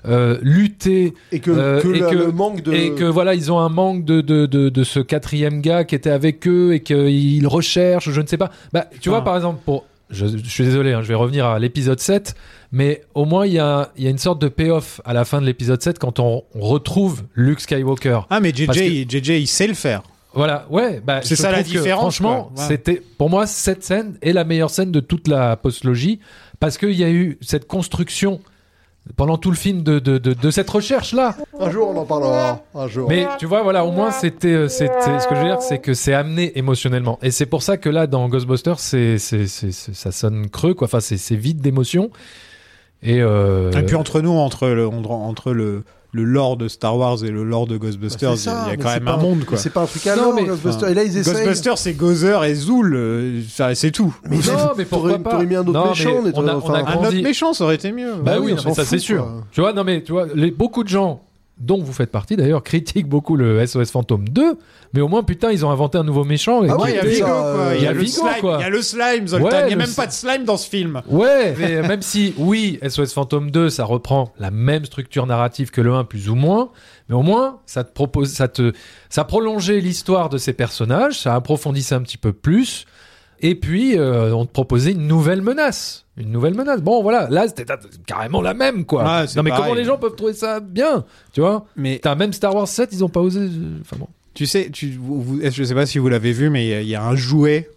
euh, lutter, et que, Euh, que et le, que- le manque de et que voilà, ils ont un manque de, de, de, de ce quatrième gars qui était avec eux et qu'ils recherchent, je ne sais pas. Bah, tu vois, par exemple, pour. Je, je suis désolé, hein, je vais revenir à l'épisode 7, mais au moins il y a, il y a une sorte de payoff à la fin de l'épisode 7 quand on, on retrouve Luke Skywalker. Ah mais JJ, Parce que- il- JJ, il sait le faire. Voilà, ouais, bah, C'est je ça la trouve que, différence, franchement, quoi. Ouais. c'était pour moi cette scène est la meilleure scène de toute la postlogie parce qu'il y a eu cette construction pendant tout le film de, de, de, de cette recherche là. un jour on en parlera un jour Mais tu vois, voilà, au moins c'était, euh, c'était- ce que je veux dire, c'est que c'est amené émotionnellement. Et c'est pour ça que là, dans Ghostbusters, c'est, c'est, c'est- c'est- ça sonne creux, quoi. Enfin, c'est, c'est vide d'émotion. Et, euh, Ah, Et puis entre nous, entre le, on- entre le, le lore de Star Wars et le lore de Ghostbusters, Bah, c'est ça, il y mais a quand c'est même pas- un monde quoi. c'est pas un truc à Non, l'heure, mais- Ghostbusters et là ils essayent Ghostbusters, c'est Gozer et Zool, euh, ça, c'est tout. mais non, mais pourquoi t'aurais- pas t'aurais mis un autre Non, mais méchant, mais on t'aurais- a- on a enfin, Un autre grandi- méchant, ça aurait été mieux. Ouais, Bah oui, on non, s'en mais ça fout, c'est sûr. quoi. Tu vois, non mais tu vois, les, beaucoup de gens dont vous faites partie d'ailleurs, critiquent beaucoup le SOS Fantôme 2, mais au moins, putain, ils ont inventé un nouveau méchant. et Ah qui ouais, il y a était- Vigo, quoi. Il y a le le Vigo, slime, quoi. il y a le slime, Zoltan. Ouais, il n'y a le même s- pas de slime dans ce film. Ouais, mais euh, même si, oui, SOS Fantôme 2, ça reprend la même structure narrative que le 1, plus ou moins, mais au moins, ça te propose, ça te, ça prolongeait l'histoire de ces personnages, ça approfondissait un petit peu plus, et puis, euh, on te proposait une nouvelle menace. Une nouvelle menace. Bon, voilà, là, c'était carrément la même, quoi. Ah, Ouais, c'est non, mais pareil. comment les gens peuvent trouver ça bien, tu vois Mais T'as même Star Wars 7, ils ont pas osé. euh, Enfin bon. tu sais, tu, vous- vous- je sais pas si vous l'avez vu, mais il y a- il y, a un jouet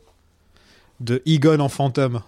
de Egon en fantôme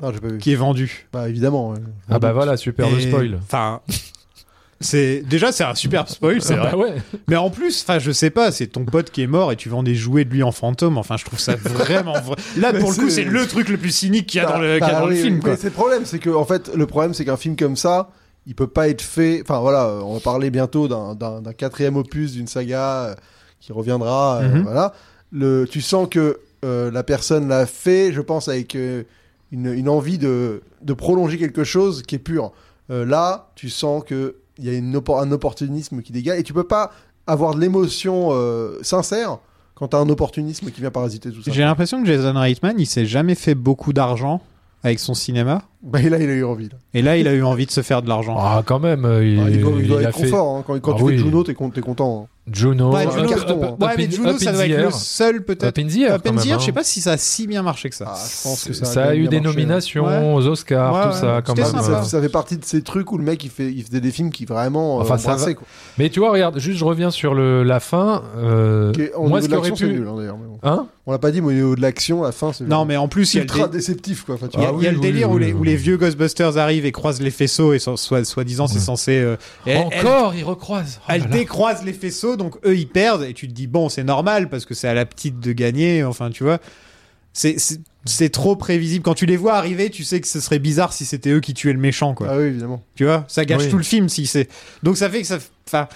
Non, j'ai pas vu. qui est vendu. Bah, évidemment. ouais. Ah bah voilà, super le Et- spoil. Enfin, c'est déjà c'est un super spoil, c'est Ah vrai. bah ouais. Mais en plus, enfin, je sais pas, c'est ton pote qui est mort et tu vends des jouets de lui en fantôme. Enfin, je trouve ça vraiment vrai. Là, Mais pour le coup, c'est- c'est le truc le plus cynique qu'il y a Bah, dans le, qu'il y a bah dans le oui, film. oui. quoi. Mais c'est le problème, c'est que en fait, le problème, c'est qu'un film comme ça, il peut pas être fait. Enfin voilà, euh, on va parler bientôt d'un- d'un d'un quatrième opus d'une saga euh, qui reviendra. euh, Mhm. Voilà, le, tu sens que euh, la personne l'a fait, je pense, avec euh, une, une envie de, de prolonger quelque chose qui est pur. Euh, là, tu sens que il y a une oppo- un opportunisme qui dégage et tu peux pas avoir de l'émotion euh, sincère quand t'as un opportunisme qui vient parasiter tout ça. J'ai l'impression que Jason Reitman, il s'est jamais fait beaucoup d'argent avec son cinéma. Bah, et là, il a eu envie. là. Et là, il a eu envie de se faire de l'argent. Ah quand même, euh, il, Ah, il doit, il doit il a être fait confort. hein. Quand, quand Ah tu oui. fais Juno, t'es con- t'es content. hein. Juno, Ouais, Up- Bah, Juno, euh, Up- carton, Up- hein. Up Ouais, mais in- Juno, Up ça in doit the être le Air. seul peut-être. Up in the Air, Up quand in the même, Air, hein. je sais pas si ça a si bien marché que ça. Ah, je pense que ça a Ça a bien eu marché. des hein. nominations Ouais. aux Oscars, Ouais, tout ouais. ça quand C'était même. Ça, sympa. euh. ça fait partie de ces trucs où le mec il, fait, il faisait des films qui vraiment. euh, Enfin, ça embrassaient, va. quoi. Mais tu vois, regarde, juste je reviens sur le, la fin. euh, Qui est- au niveau moi, ce de qui aurait l'action, c'est pu, nul, hein, d'ailleurs, mais bon. hein On l'a pas dit, mais au niveau de l'action, la fin, c'est non, mais en plus, il y a le, dé- ultra déceptif. Quoi. Enfin, tu il y a- Ah vois. il y a oui, le oui, délire où, oui, les, oui. où les vieux Ghostbusters arrivent et croisent les faisceaux et so- so- soi-disant c'est censé. euh, Eh, et elle- elle- Encore, ils recroisent. Oh Elle là là. décroise les faisceaux, donc eux ils perdent, et tu te dis, bon, c'est normal parce que c'est à la petite de gagner, enfin tu vois. C'est- C'est c'est trop prévisible. Quand tu les vois arriver, tu sais que ce serait bizarre si c'était eux qui tuaient le méchant, quoi. Ah oui, évidemment. Tu vois, ça gâche Oui. tout le film si c'est. Donc ça fait que ça. Enfin,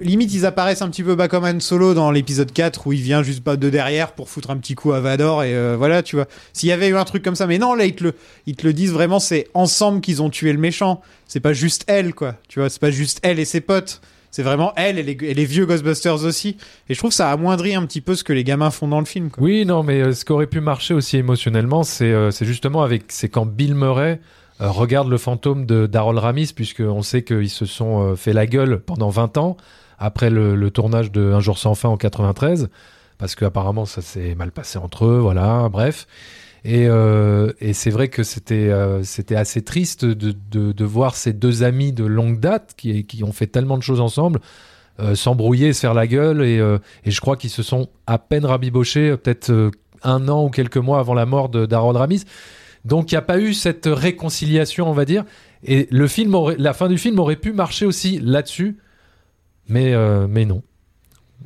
limite, ils apparaissent un petit peu bas comme Han Solo dans l'épisode 4 où il vient juste pas de derrière pour foutre un petit coup à Vador et euh, voilà, tu vois. S'il y avait eu un truc comme ça, mais non, là, ils te le, ils te le disent vraiment, c'est ensemble qu'ils ont tué le méchant. C'est pas juste elle, quoi. Tu vois, c'est pas juste elle et ses potes. C'est vraiment elle et les, et les vieux Ghostbusters aussi. Et je trouve que ça amoindrit un petit peu ce que les gamins font dans le film, quoi. Oui, non, mais euh, ce qui aurait pu marcher aussi émotionnellement, c'est euh, c'est justement avec c'est quand Bill Murray euh, regarde le fantôme de Darol Ramis, puisqu'on sait qu'ils se sont euh, fait la gueule pendant 20 ans après le, le tournage de Un jour sans fin en 93, parce qu'apparemment ça s'est mal passé entre eux, voilà, bref. Et, euh, et c'est vrai que c'était euh, c'était assez triste de, de, de voir ces deux amis de longue date qui, qui ont fait tellement de choses ensemble euh, s'embrouiller, se faire la gueule. Et, euh, et je crois qu'ils se sont à peine rabibochés, euh, peut-être euh, un an ou quelques mois avant la mort de d'Harold Ramis. Donc il n'y a pas eu cette réconciliation, on va dire. Et le film aurait- la fin du film aurait pu marcher aussi là-dessus. Mais, euh, mais non,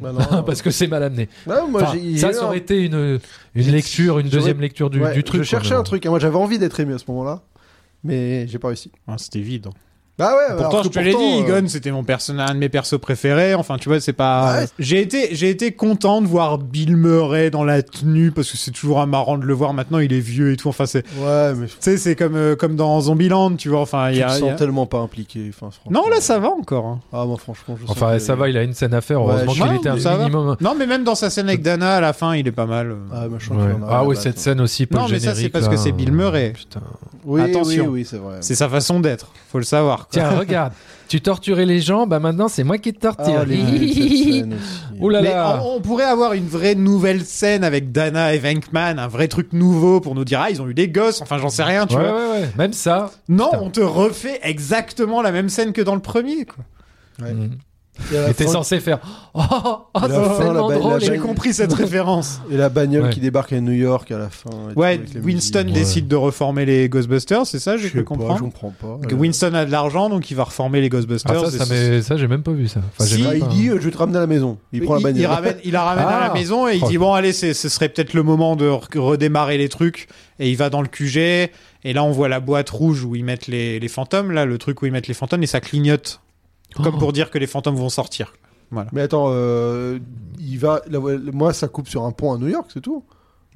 Bah, non, parce que c'est mal amené. non, moi, Enfin, j'ai- ça, j'ai- ça aurait été une, une J'ai- lecture, une j'aurais- deuxième lecture du, Ouais, du truc. Je cherchais quoi, euh. mais un bon. truc. hein. Moi, j'avais envie d'être ému à ce moment-là, mais j'ai pas réussi. Ah, C'était vide. Bah ouais, Pourtant, alors que je te l'ai dit, pourtant, euh, Egon, c'était mon personnage, un de mes persos préférés. Enfin, tu vois, c'est pas. Ouais. J'ai été, j'ai été content de voir Bill Murray dans la tenue parce que c'est toujours marrant de le voir. Maintenant, il est vieux et tout. Enfin, c'est, tu Ouais, mais sais, c'est comme euh, comme dans Zombieland, tu vois. Enfin, il y je a. me il y a- sens tellement pas impliqué. enfin, franchement. Non, là, ça va encore. hein. Ah, moi, franchement, je sens Enfin, que- ça va, il a une scène à faire. Ouais, Heureusement je- qu'il Ouais, était mais ça un va. minimum. Non, mais même dans sa scène avec Dana à la fin, il est pas mal. Ah, machin, Ouais. qu'il en a Ah rien oui, à cette battre. scène aussi pour Non, le mais ça, générique. c'est parce que là. c'est Bill Murray. Putain. Oui, oui, Attention. oui, c'est vrai. C'est sa façon d'être. Faut le savoir. quoi. Tiens, regarde, tu torturais les gens, bah maintenant c'est moi qui te torture. Ah, les nuls, cette scène aussi. Ouh là Mais là. on, on pourrait avoir une vraie nouvelle scène avec Dana et Venkman, un vrai truc nouveau pour nous dire ah ils ont eu des gosses. Enfin, j'en sais rien, tu Ouais, vois. ouais, ouais. Même ça. Non, Putain. on te refait exactement la même scène que dans le premier. Quoi. Ouais. Mm. Et à la Et t'es fin, censé faire. Oh, oh, oh, Et la fin, c'est la tellement ba- drôle. la- et- J'ai compris cette référence. Et la bagnole Ouais. qui débarque à New York à la fin. et tout, Ouais, avec la Winston musique. décide de reformer les Ghostbusters, c'est ça, Je j'ai sais cru pas, je comprendre. comprends pas. Que Winston a de l'argent, donc il va reformer les Ah, Ghostbusters. ça, et ça, c'est- m'est- ça, j'ai même pas vu ça. Enfin, j'ai Si, même Ah, il pas- dit euh, je vais te ramener à la maison. Il, Il, prend la bagnole. il ramène, il la ramène à la Ah. maison et il Oh. dit bon allez c'est- ce serait peut-être le moment de re- redémarrer les trucs et il va dans le QG et là on voit la boîte rouge où ils mettent les, les fantômes là le truc où ils mettent les fantômes et ça clignote comme Oh. pour dire que les fantômes vont sortir Mais attends, euh, il va. la- moi, ça coupe sur un pont à New York, c'est tout.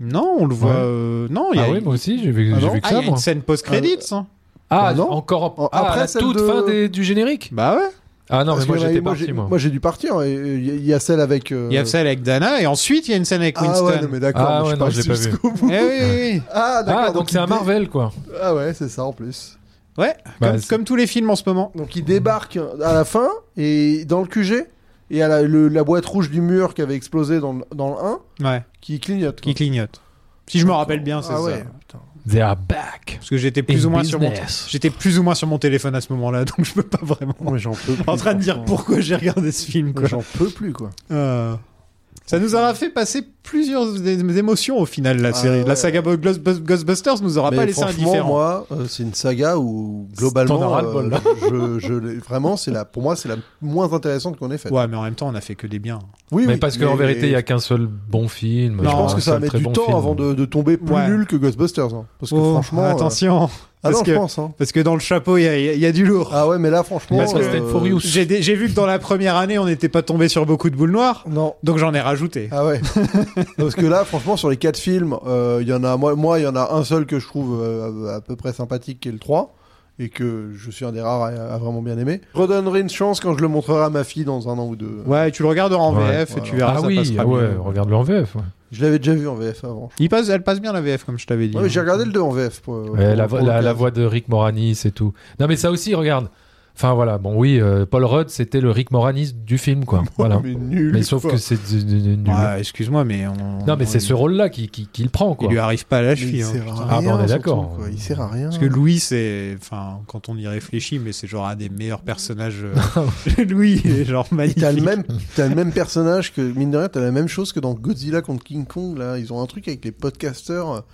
non on le voit Ouais. euh, non il y a, Ah oui, moi aussi, j'ai vu, Ah j'ai non vu que Ah, il y ça, a une moi. scène post-credits hein. Ah, Ah non encore. En- ah, après la celle toute de- fin des- du générique. bah ouais Ah non, Parce mais moi qu'il y en a j'étais eu- moi, parti, j'ai- moi. Moi j'ai dû partir. et, euh, Il y, a- il y a celle avec. euh, Il y a celle avec Dana et ensuite il y a une scène avec Ah Winston. ouais, non, mais d'accord. Ah moi, ouais, je non, passe je l'ai pas jusqu'au bout. Eh oui, oui, oui. Ah d'accord. Ah, donc c'est il un dé- Marvel, quoi. Ah ouais, c'est ça en plus. Ouais, Bah, comme, c'est- comme tous les films en ce moment. Donc il débarque à la fin et dans le QG et à la, le- la boîte rouge du mur qui avait explosé dans, le- dans le 1 Ouais, qui clignote. quoi. qui clignote. Si je me rappelle bien, c'est Ah ça. ouais, putain. They are back. Parce que j'étais plus In ou moins sur mon business. j'étais plus ou moins sur mon téléphone à ce moment-là, donc je peux pas vraiment. Moi j'en peux plus. en train de dire franchement. pourquoi j'ai regardé ce film. Quoi. Moi, J'en peux plus quoi. Euh, Ça nous aura fait passer plusieurs é- émotions au final la Ah, série. La ouais. saga Bo- Ghost- Ghostbusters nous aura Mais pas laissé franchement, indifférents. moi, euh, c'est une saga où T'en as globalement, euh, ras le bol, là. je, je l'ai- vraiment, c'est la, pour moi, c'est la moins intéressante qu'on ait faite. Ouais, mais en même temps, on a fait que des biens. Oui, mais oui, parce qu'en mais- vérité, il n'y a qu'un seul bon film. Non, Je pense un que ça va seul mettre très du bon temps film. avant de, de tomber plus Ouais. nul que Ghostbusters. hein. Parce que Oh, franchement, euh, attention, ah non, parce je que- pense. hein. parce que dans le chapeau, il y, a- il y a- il y a du lourd. Ah ouais, mais là, franchement, euh, Parce que c'était For You. Euh, J'ai dé- j'ai vu que dans la première année, on n'était pas tombé sur beaucoup de boules noires, non. donc j'en ai rajouté. Euh, Ah ouais. Parce que là, franchement, sur les quatre films, euh, il y en a, moi, moi, il y en a un seul que je trouve euh, à, à peu près sympathique, qui est le 3, et que je suis un des rares à, à vraiment bien aimer. Je redonnerai une chance quand je le montrerai à ma fille dans un an ou deux. Ouais, tu le regardes en Ouais, VF et voilà. tu verras ah ça oui, passera ah ouais, mieux. regarde-le en VF. ouais. Je l'avais déjà vu en VF avant. Il passe, elle passe bien la VF comme je t'avais dit. Ouais, mais j'ai hein. regardé le 2 en VF. Pour, Ouais, pour- Euh, la, pour la- la l'occasion. voix de Rick Moranis et tout. Non, mais ça aussi, regarde. Enfin voilà, bon oui, euh, Paul Rudd, c'était le Rick Moranis du film, quoi. Voilà. Mais nul. mais sauf quoi. que c'est du- du- du- nul. Ouais, excuse-moi, mais on- Non, mais c'est il- ce rôle-là qui, qui, qui le prend, Il quoi. lui arrive pas à la Mais cheville. il hein, sert putain. à Ah, bon, rien. on surtout, est d'accord. quoi. Il sert à rien. Parce que Louis, c'est. Enfin, quand on y réfléchit, mais c'est genre un des meilleurs personnages. Ah euh, Louis, il est genre Et magnifique. T'as le même, t'as le même personnage que mine de rien, t'as la même chose que dans Godzilla contre King Kong là. Ils ont un truc avec les podcasters.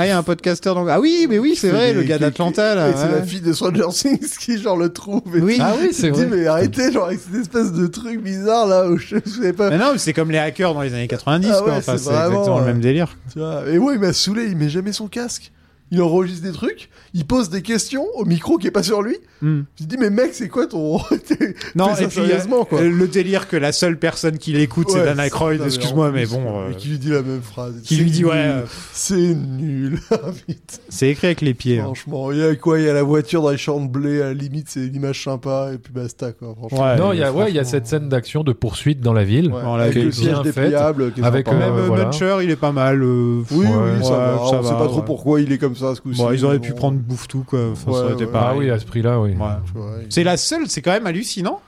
Ah, il y a un podcasteur dans. Ah oui, mais oui, c'est Qui vrai, fait le des- gars qui- d'Atlanta, qui- Ah là. Et c'est ouais. la fille de Stranger Things qui genre le trouve. Et Oui. tout. Ah oui, c'est Tu te dis, vrai. mais arrêtez genre avec cette espèce de truc bizarre là où je, je savais pas. Mais non, mais c'est comme les hackers dans les années 90, Ah quoi. ouais, Enfin, c'est c'est vraiment, exactement le euh, même délire. Tu vois, Et moi il m'a saoulé, il met jamais son casque. Il enregistre des trucs, il pose des questions au micro qui est pas sur lui. Hmm. Je dis mais mec c'est quoi ton t'es- Non, fais et ça puis, sérieusement, quoi. euh, le délire que la seule personne qui l'écoute, c'est Ouais, Dan Aykroyd, putain, excuse-moi, en mais plus, bon. euh, Et qui lui dit la même phrase. Qui lui C'est dit, ouais, nul. euh, C'est nul. Ah, putain, c'est écrit avec les pieds. hein. franchement, il y a quoi Il y a la voiture dans les champs de blé, à la limite, c'est l'image sympa, et puis basta, quoi. Franchement. Ouais, non, il y a, franchement. ouais, il y a cette scène d'action de poursuite dans la ville. Ouais, on l'a avec vu le bien siège faite, dépliable, qui est avec sympa. le Même Euh, euh, voilà. Muncher, il est pas mal. euh, Oui, Ouais, oui, ça ouais, va. ça on va, sait pas trop ouais. pourquoi il est comme ça, ce coup-ci. Bon, ils auraient mais pu bon. prendre Bouffetou, quoi. Enfin, ça Ouais, aurait été ouais. Ah pareil. oui, à ce prix-là, oui. Ouais. Tu vois, il- C'est la seule, c'est quand même hallucinant.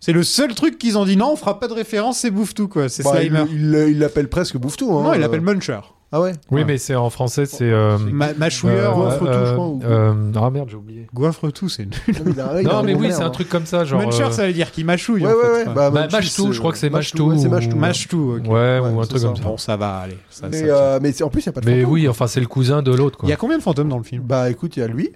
C'est le seul truc qu'ils ont dit non, on fera pas de référence, c'est Bouffetou quoi, c'est Bah, il- Slimer. il- Il l'appelle presque Bouffetou. hein. non, il l'appelle Muncher. Ah ouais Oui, Ouais. mais c'est en français, c'est. euh, Ma euh, Machouilleur, Goinfre-tout, euh, je crois, ou- euh, Ah merde, j'ai oublié. Goinfre-tout, c'est nul. Non, mais, il a- il a Non, un mais bon oui, nerf, c'est un hein. truc comme ça, genre. Muncher, euh, ça veut dire qu'il mâchouille Ouais, en fait. ouais, ouais. quoi. Bah, Bah, Munch, Mashtou, c'est- je crois que c'est Mashtou, Mashtou ouais, c'est ou- Mashtou. Mâche-tout, ok. Ouais, Ouais, ou un c'est truc ça. comme ça. Bon, ça va, allez. ça- Mais, ça tient. euh, mais c'est- en plus, il n'y a pas de Mais fantôme. oui, enfin, c'est le cousin de l'autre, Il y quoi. a combien de fantômes dans le film Bah écoute, il y a lui.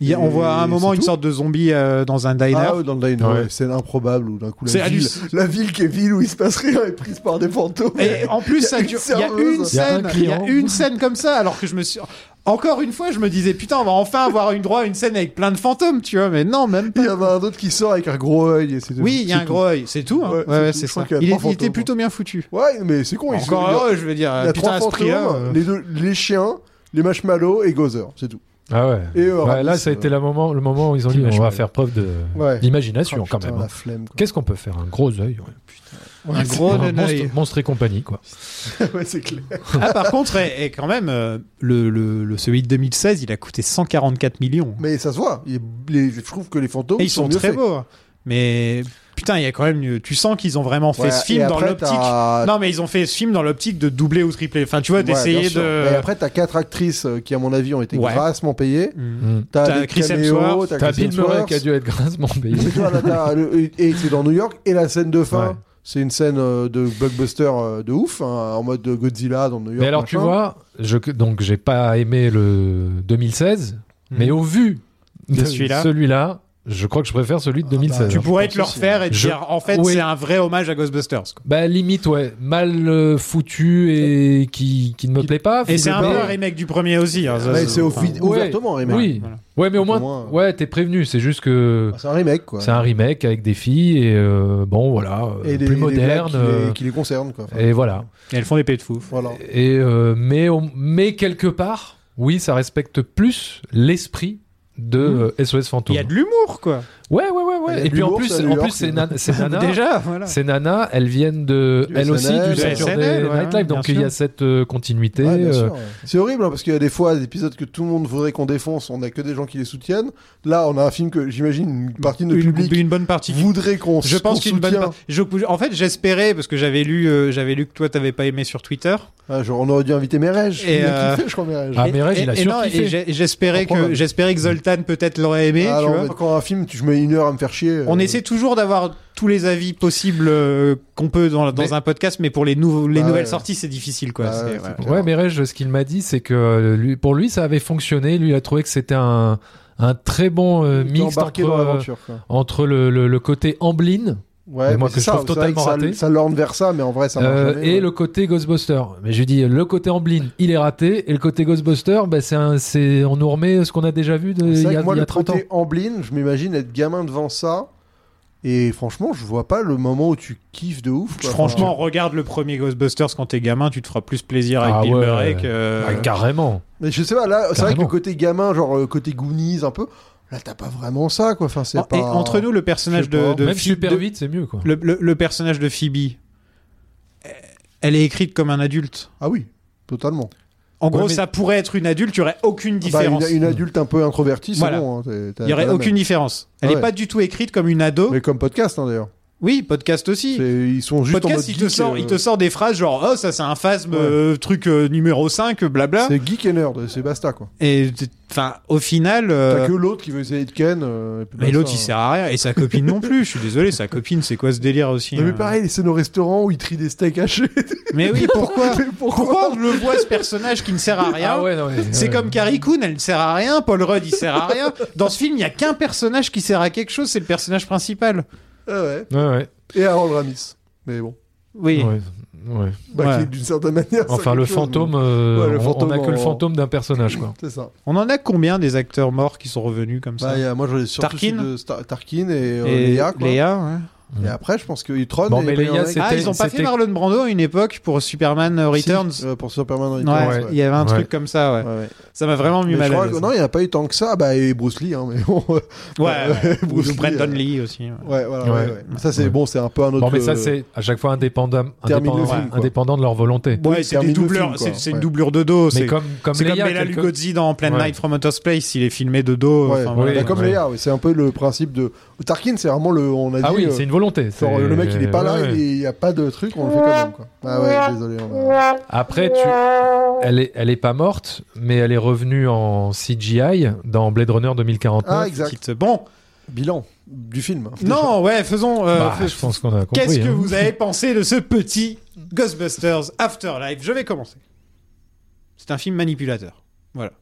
Il y a- On et voit à un moment c'est une tout sorte de zombie euh, dans un diner. Ah, ouais, dans le diner, Ouais. ouais, c'est improbable ou d'un coup C'est la ville, halluc- la ville qui est ville où il se passe rien est prise par des fantômes. Et en plus, Il y a ça une dure. Il y a une serveuse. Il y a un scène, il y a client. une scène comme ça, alors que je me suis. Encore une fois, je me disais, putain, on va enfin avoir une droit à une scène avec plein de fantômes, tu vois, mais non, même pas. Il y en a un autre qui sort avec un gros œil et c'est Oui, il y a c'est un tout. gros œil, c'est tout. hein. Ouais, Ouais, c'est ouais, tout. c'est Je crois ça. qu'il y a Il, trois est- il était fantômes. plutôt bien foutu. Ouais, mais c'est con. ils- Encore il y a- heureux, je veux dire. il y a putain, trois à ce prix-là. fantômes, hein. euh, les, deux- les chiens, les marshmallows et Gozer, c'est tout. Ah ouais. Et, euh, Ouais, là, Ramis, ça a euh, été la moment, le moment où ils ont dit on va faire preuve de- Ouais. d'imagination Ah, quand putain, même. hein. La flemme. quoi. Qu'est-ce qu'on peut faire Un gros œil. ouais. Un gros Un nanai. monstre, monstre et compagnie, quoi. ouais, c'est clair. Ah, par contre, et, et quand même, euh, le, le, le- celui de 2016, il a coûté 144 millions. Mais ça se voit. il est- les- je trouve que les fantômes Et ils sont mieux très faits. beaux. hein. Mais putain, il y a quand même. Tu sens qu'ils ont vraiment fait Ouais, ce film et dans après, l'optique. t'as- Non, mais ils ont fait ce film dans l'optique de doubler ou tripler. Enfin, tu vois, Ouais, bien d'essayer sûr. de. Et après, t'as quatre actrices euh, qui, à mon avis, ont été Ouais. grassement payées. Mm. Mm. T'as des Chris caméos, Hemsworth, t'as T'as Chris Bill Murray Hemsworth. qui a dû être grassement payé. Et toi, là, t'as le- et- et c'est dans New York. Et la scène de fin, Ouais. c'est une scène euh, de blockbuster euh, de ouf, hein, en mode de Godzilla dans New York. Mais alors, tu machin. vois, je, donc j'ai pas aimé le 2016, Mm. mais au vu De de celui-là. celui-là, je crois que je préfère celui Ah, bah, de 2016. Tu Alors, pourrais je te le pense aussi, refaire et te Je- dire, en fait, Oui. c'est un vrai hommage à Ghostbusters. quoi. Bah limite ouais, mal euh, foutu et qui, qui ne me plaît pas. Et c'est un finalement. peu un remake du premier aussi. hein, ça, Ouais, c'est au enfin, fi- ouais. ouvertement un remake. Oui, Voilà. ouais mais au Au moins, moins, euh. ouais t'es prévenu, c'est juste que C'est un remake, quoi. c'est un remake avec des filles et euh, bon voilà, euh, Et les- plus les blagues moderne. qui, euh, les, qui les concernent, quoi. Enfin, et voilà. Et elles font des pets de fouf. voilà. Et euh, mais on- mais quelque part, oui ça respecte plus l'esprit de euh, SOS Il fantôme. y a de l'humour, quoi. Ouais, ouais, ouais, Mmh. Il y a ouais. de Et puis en l'humour, plus, ça, New en York, plus c'est- c'est nan- c'est nana. Déjà, voilà. Ces nanas, elles viennent de, Du elles aussi, SNL, du du Saturday SNL, ouais, Night Live. Donc bien il y a sûr. cette euh, continuité. Ouais, bien euh, sûr, ouais. C'est horrible hein, parce qu'il y a des fois des épisodes que tout le monde voudrait qu'on défonce, on a que des gens qui les soutiennent. Là, on a un film que j'imagine une partie de notre une, public une bonne partie. voudrait qu'on Je pense qu'on qu'une bonne. soutienne. par- Je, en fait, j'espérais parce que j'avais lu, euh, j'avais lu que toi t'avais pas aimé sur Twitter. Ah, genre, on aurait dû inviter Mérège. Et, il a euh, kiffé, je crois Mérège. Ah, Et- mais Reg, il a et- et non, surkiffé. et j'ai- j'espérais Pas que j'espérais que Zoltan peut-être l'aurait aimé. Ah tu non, vois. mais quand un film, tu, je mets une heure à me faire chier. euh, On essaie toujours d'avoir tous les avis possibles euh, qu'on peut dans, dans Mais- un podcast, mais pour les, nouveaux- les Bah nouvelles ouais. sorties, c'est difficile. Quoi. Bah C'est- ouais, voilà. c'est Ouais, mais Reg, ce qu'il m'a dit, c'est que euh, lui, pour lui, ça avait fonctionné. Lui, il a trouvé que c'était un, un très bon euh, t'es mix entre, embarqué dans euh, l'aventure. quoi. entre le, le- le côté Amblin Ouais, mais moi, c'est que je ça, trouve c'est vrai que totalement ça, raté. Ça lorne vers ça, mais en vrai, ça marche euh, jamais, hein. et ouais. le côté Ghostbuster. Mais je lui dis, le côté Amblin, il est raté. Et le côté Ghostbuster, bah, c'est un- c'est on nous remet ce qu'on a déjà vu de- C'est il y vrai a, que moi, il y a le 30 ans. côté Amblin, je m'imagine être gamin devant ça. Et franchement, je vois pas le moment où tu kiffes de ouf. quoi. Franchement, regarde le premier Ghostbusters quand t'es gamin, tu te feras plus plaisir avec Ah Bill ouais. Murray que. Bah, Ah, carrément. Mais je sais pas, là, c'est vrai que Carrément. le côté gamin, genre le côté Goonies un peu, là t'as pas vraiment ça quoi. Enfin, c'est En- pas. Ah, et entre nous, le Je personnage sais de, pas. de Même Phoe- super de- vite, c'est mieux quoi. le, le- le personnage de Phoebe, elle est écrite comme un adulte. Ah oui, totalement. Ah, En gros, mais- ça pourrait être une adulte, il n'y aurait aucune Bah, une, différence. une adulte un peu introvertie, c'est Voilà. bon. hein, t'es- t'as- Il n'y aurait t'as la aucune même. différence. Elle Ah n'est ouais. pas du tout écrite comme une ado. Mais comme podcast hein, d'ailleurs. Oui, podcast aussi. C'est- Ils sont juste en mode podcast, il te, geek, sort, euh, il te sort des phrases genre Oh, ça c'est un phasme, Ouais. euh, truc euh, numéro 5, euh, blabla. C'est geek et nerd, c'est basta quoi. Et t- enfin, au final. euh, T'as que l'autre qui veut essayer de ken. euh, et puis Mais basta, l'autre, il hein. sert à rien. Et sa copine non plus. Je suis désolé, sa copine, c'est quoi ce délire aussi Non, mais hein pareil, les scènes au restaurant où ils trient des steaks hachés. Mais oui, pourquoi Mais pourquoi Pourquoi on le voit, ce personnage qui ne sert à rien Ah ouais, non, mais- C'est ouais. comme Carrie Coon, elle ne sert à rien. Paul Rudd, il sert à rien. Dans ce film, il n'y a qu'un personnage qui sert à quelque chose, c'est le personnage principal. Ah ouais. Ouais, ouais. Et Harold Ramis. Mais bon, Oui. Ouais, ouais. bah, Ouais. qui est d'une certaine manière. Enfin, le fantôme, euh, Ouais, le on- fantôme on a que le en- fantôme d'un personnage, quoi. C'est ça. On en a combien des acteurs morts qui sont revenus comme ça Bah, il y a- moi, j'en ai surtout Tarkin celui de Star- Tarkin et, euh, Et Leia. Quoi. ouais. Et après, je pense que Utron. Bon, et mais Leia Leia, Organa- C'était- Ah, ils ont pas fait c'était- Marlon Brando à une époque pour Superman euh, Si, Returns euh, pour Superman Ouais, Returns. il y avait un Ouais. truc comme ça, ouais. Ouais, ouais. Ça m'a vraiment mis Mais je mal à crois l'aise. que- non, il n'y en a pas eu tant que ça. Bah, et Bruce Lee, hein, mais bon. euh, Ouais, ouais. Ou Bruce Lee, Brandon euh, Lee aussi. ouais. Ouais, voilà, ouais, Ouais. ouais. Ça, c'est Ouais. bon, c'est un peu un autre. Bon, mais ça, euh, c'est à chaque fois indépendant, termine indépendant, le film, ouais, quoi. indépendant de leur volonté. Ouais, Oui, c'est des termine le doubleurs, film, quoi. c'est c'est une Ouais. doubleur de dos. Mais C'est comme, comme c'est comme Leia, Bela quelque- Lugosi dans Planet Ouais. Night from Outer Space, il est filmé de dos. Ouais, enfin, bah, voilà. oui, comme ouais. Leia, ouais, c'est un peu le principe de. Tarkin, c'est vraiment le. On a Ah dit. oui, euh, c'est une volonté. c'est- genre, le mec, il est pas là, ouais. il n'y a pas de truc, on le fait quand même, quoi. Ah ouais, désolé. on a- Après, tu... elle, est, elle est pas morte, mais elle est revenue en CGI dans Blade Runner 2049. Ah, exact. Petite- Bon, Bilan du film. hein, non, ouais, faisons. euh, Bah, fais- je pense qu'on a compris. Qu'est-ce que hein. vous avez pensé de ce petit Ghostbusters Afterlife Je vais commencer. C'est un film manipulateur. Voilà.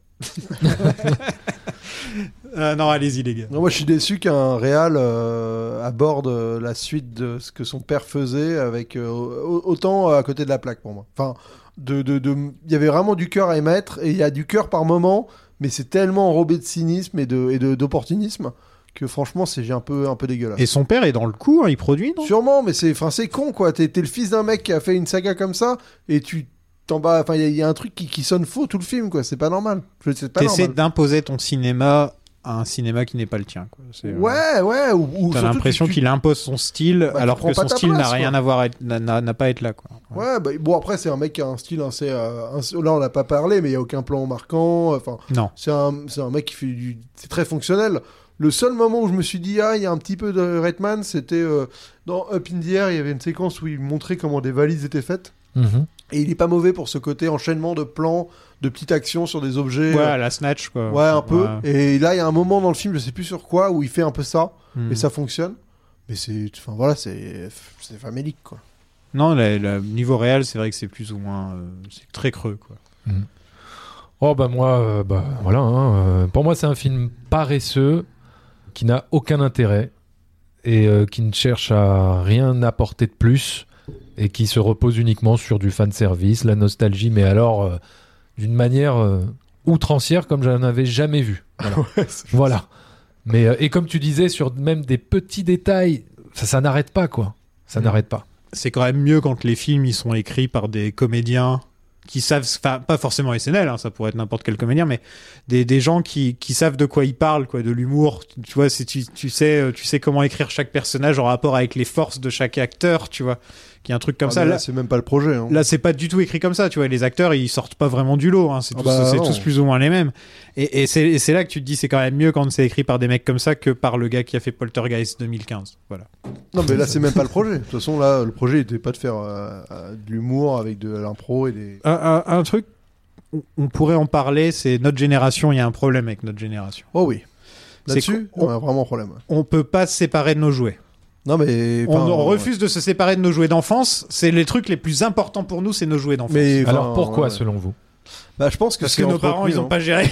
Euh, non, allez-y, les gars. Non, moi, je suis déçu qu'un réal euh, aborde euh, la suite de ce que son père faisait avec euh, au- autant euh, à côté de la plaque pour moi. Enfin, de, de, de- il y avait vraiment du cœur à émettre et il y a du cœur par moment, mais c'est tellement enrobé de cynisme et de et de- d'opportunisme que franchement, c'est j'ai un peu un peu dégueulasse. Et son père est dans le coup, hein, il produit, non Sûrement, mais c'est enfin c'est con quoi. T'es t'es le fils d'un mec qui a fait une saga comme ça et tu t'en bats. Enfin, il y a- il y, a un truc qui, qui sonne faux tout le film quoi. C'est pas normal. Je- C'est pas T'essaies normal. d'imposer ton cinéma à un cinéma qui n'est pas le tien. quoi. C'est, euh, Ouais, ouais. Ou, ou T'as surtout, l'impression tu- tu- qu'il impose son style tu alors prends que pas son ta style n'a place, rien quoi. à voir, à être- n'a- n'a n'a pas à être là. Quoi. Ouais, bah, bon après c'est un mec qui a un style assez euh, ins- là on l'a pas parlé mais il y a aucun plan marquant enfin Non. c'est un c'est un mec qui fait du c'est très fonctionnel. Le seul moment où je me suis dit ah il y a un petit peu de Redman c'était euh, dans Up in the Air il y avait une séquence où il montrait comment des valises étaient faites Mhm. et il est pas mauvais pour ce côté enchaînement de plans de petites actions sur des objets. Ouais, euh, la snatch quoi. ouais, un peu. Ouais. Et là, il y a un moment dans le film, je sais plus sur quoi, où il fait un peu ça, Hmm. et ça fonctionne. Mais c'est, enfin voilà, c'est, c'est famélique quoi. Non, le, le niveau réel, c'est vrai que c'est plus ou moins. euh, c'est très creux quoi. Oh, bah moi, euh, bah voilà. hein, euh, pour moi, c'est un film paresseux qui n'a aucun intérêt et euh, qui ne cherche à rien apporter de plus et qui se repose uniquement sur du fan service, la nostalgie, mais alors euh, d'une manière euh, outrancière comme je n'en avais jamais vu. Voilà. Voilà. Mais euh, et comme tu disais sur même des petits détails, ça, ça n'arrête Mm. pas quoi. Ça n'arrête pas. C'est quand même mieux quand les films ils sont écrits par des comédiens qui savent, enfin pas forcément SNL, hein, ça pourrait être n'importe quelle comédien, mais des, des gens qui, qui savent de quoi ils parlent, quoi, de l'humour. Tu, tu vois, c'est tu, tu sais, euh, tu sais comment écrire chaque personnage en rapport avec les forces de chaque acteur, tu vois. Qui est un truc comme Ah, ça. mais Là, là, c'est même pas le projet. hein. Là, c'est pas du tout écrit comme ça, tu vois. Les acteurs, ils sortent pas vraiment du lot. hein. C'est Ah tous, bah c'est non. tous plus ou moins les mêmes. Et, et c'est et c'est là que tu te dis, c'est quand même mieux quand c'est écrit par des mecs comme ça que par le gars qui a fait Poltergeist 2015. Voilà. Non, mais là, c'est même pas le projet. De toute façon, là, le projet n'était pas de faire euh, euh, de l'humour avec de l'impro et des. Un, un- un truc, on- on pourrait en parler, c'est notre génération. Il y a un problème avec notre génération. Oh oui. C'est Là-dessus, qu'on- on a vraiment un problème. On peut pas se séparer de nos jouets. Non, mais. On, enfin, on euh, refuse de se séparer de nos jouets d'enfance. C'est les trucs les plus importants pour nous, c'est nos jouets d'enfance. Mais, Alors enfin, pourquoi ouais. selon vous Bah, je pense que Parce c'est que nos parents, entretenu, ils ont hein. pas géré.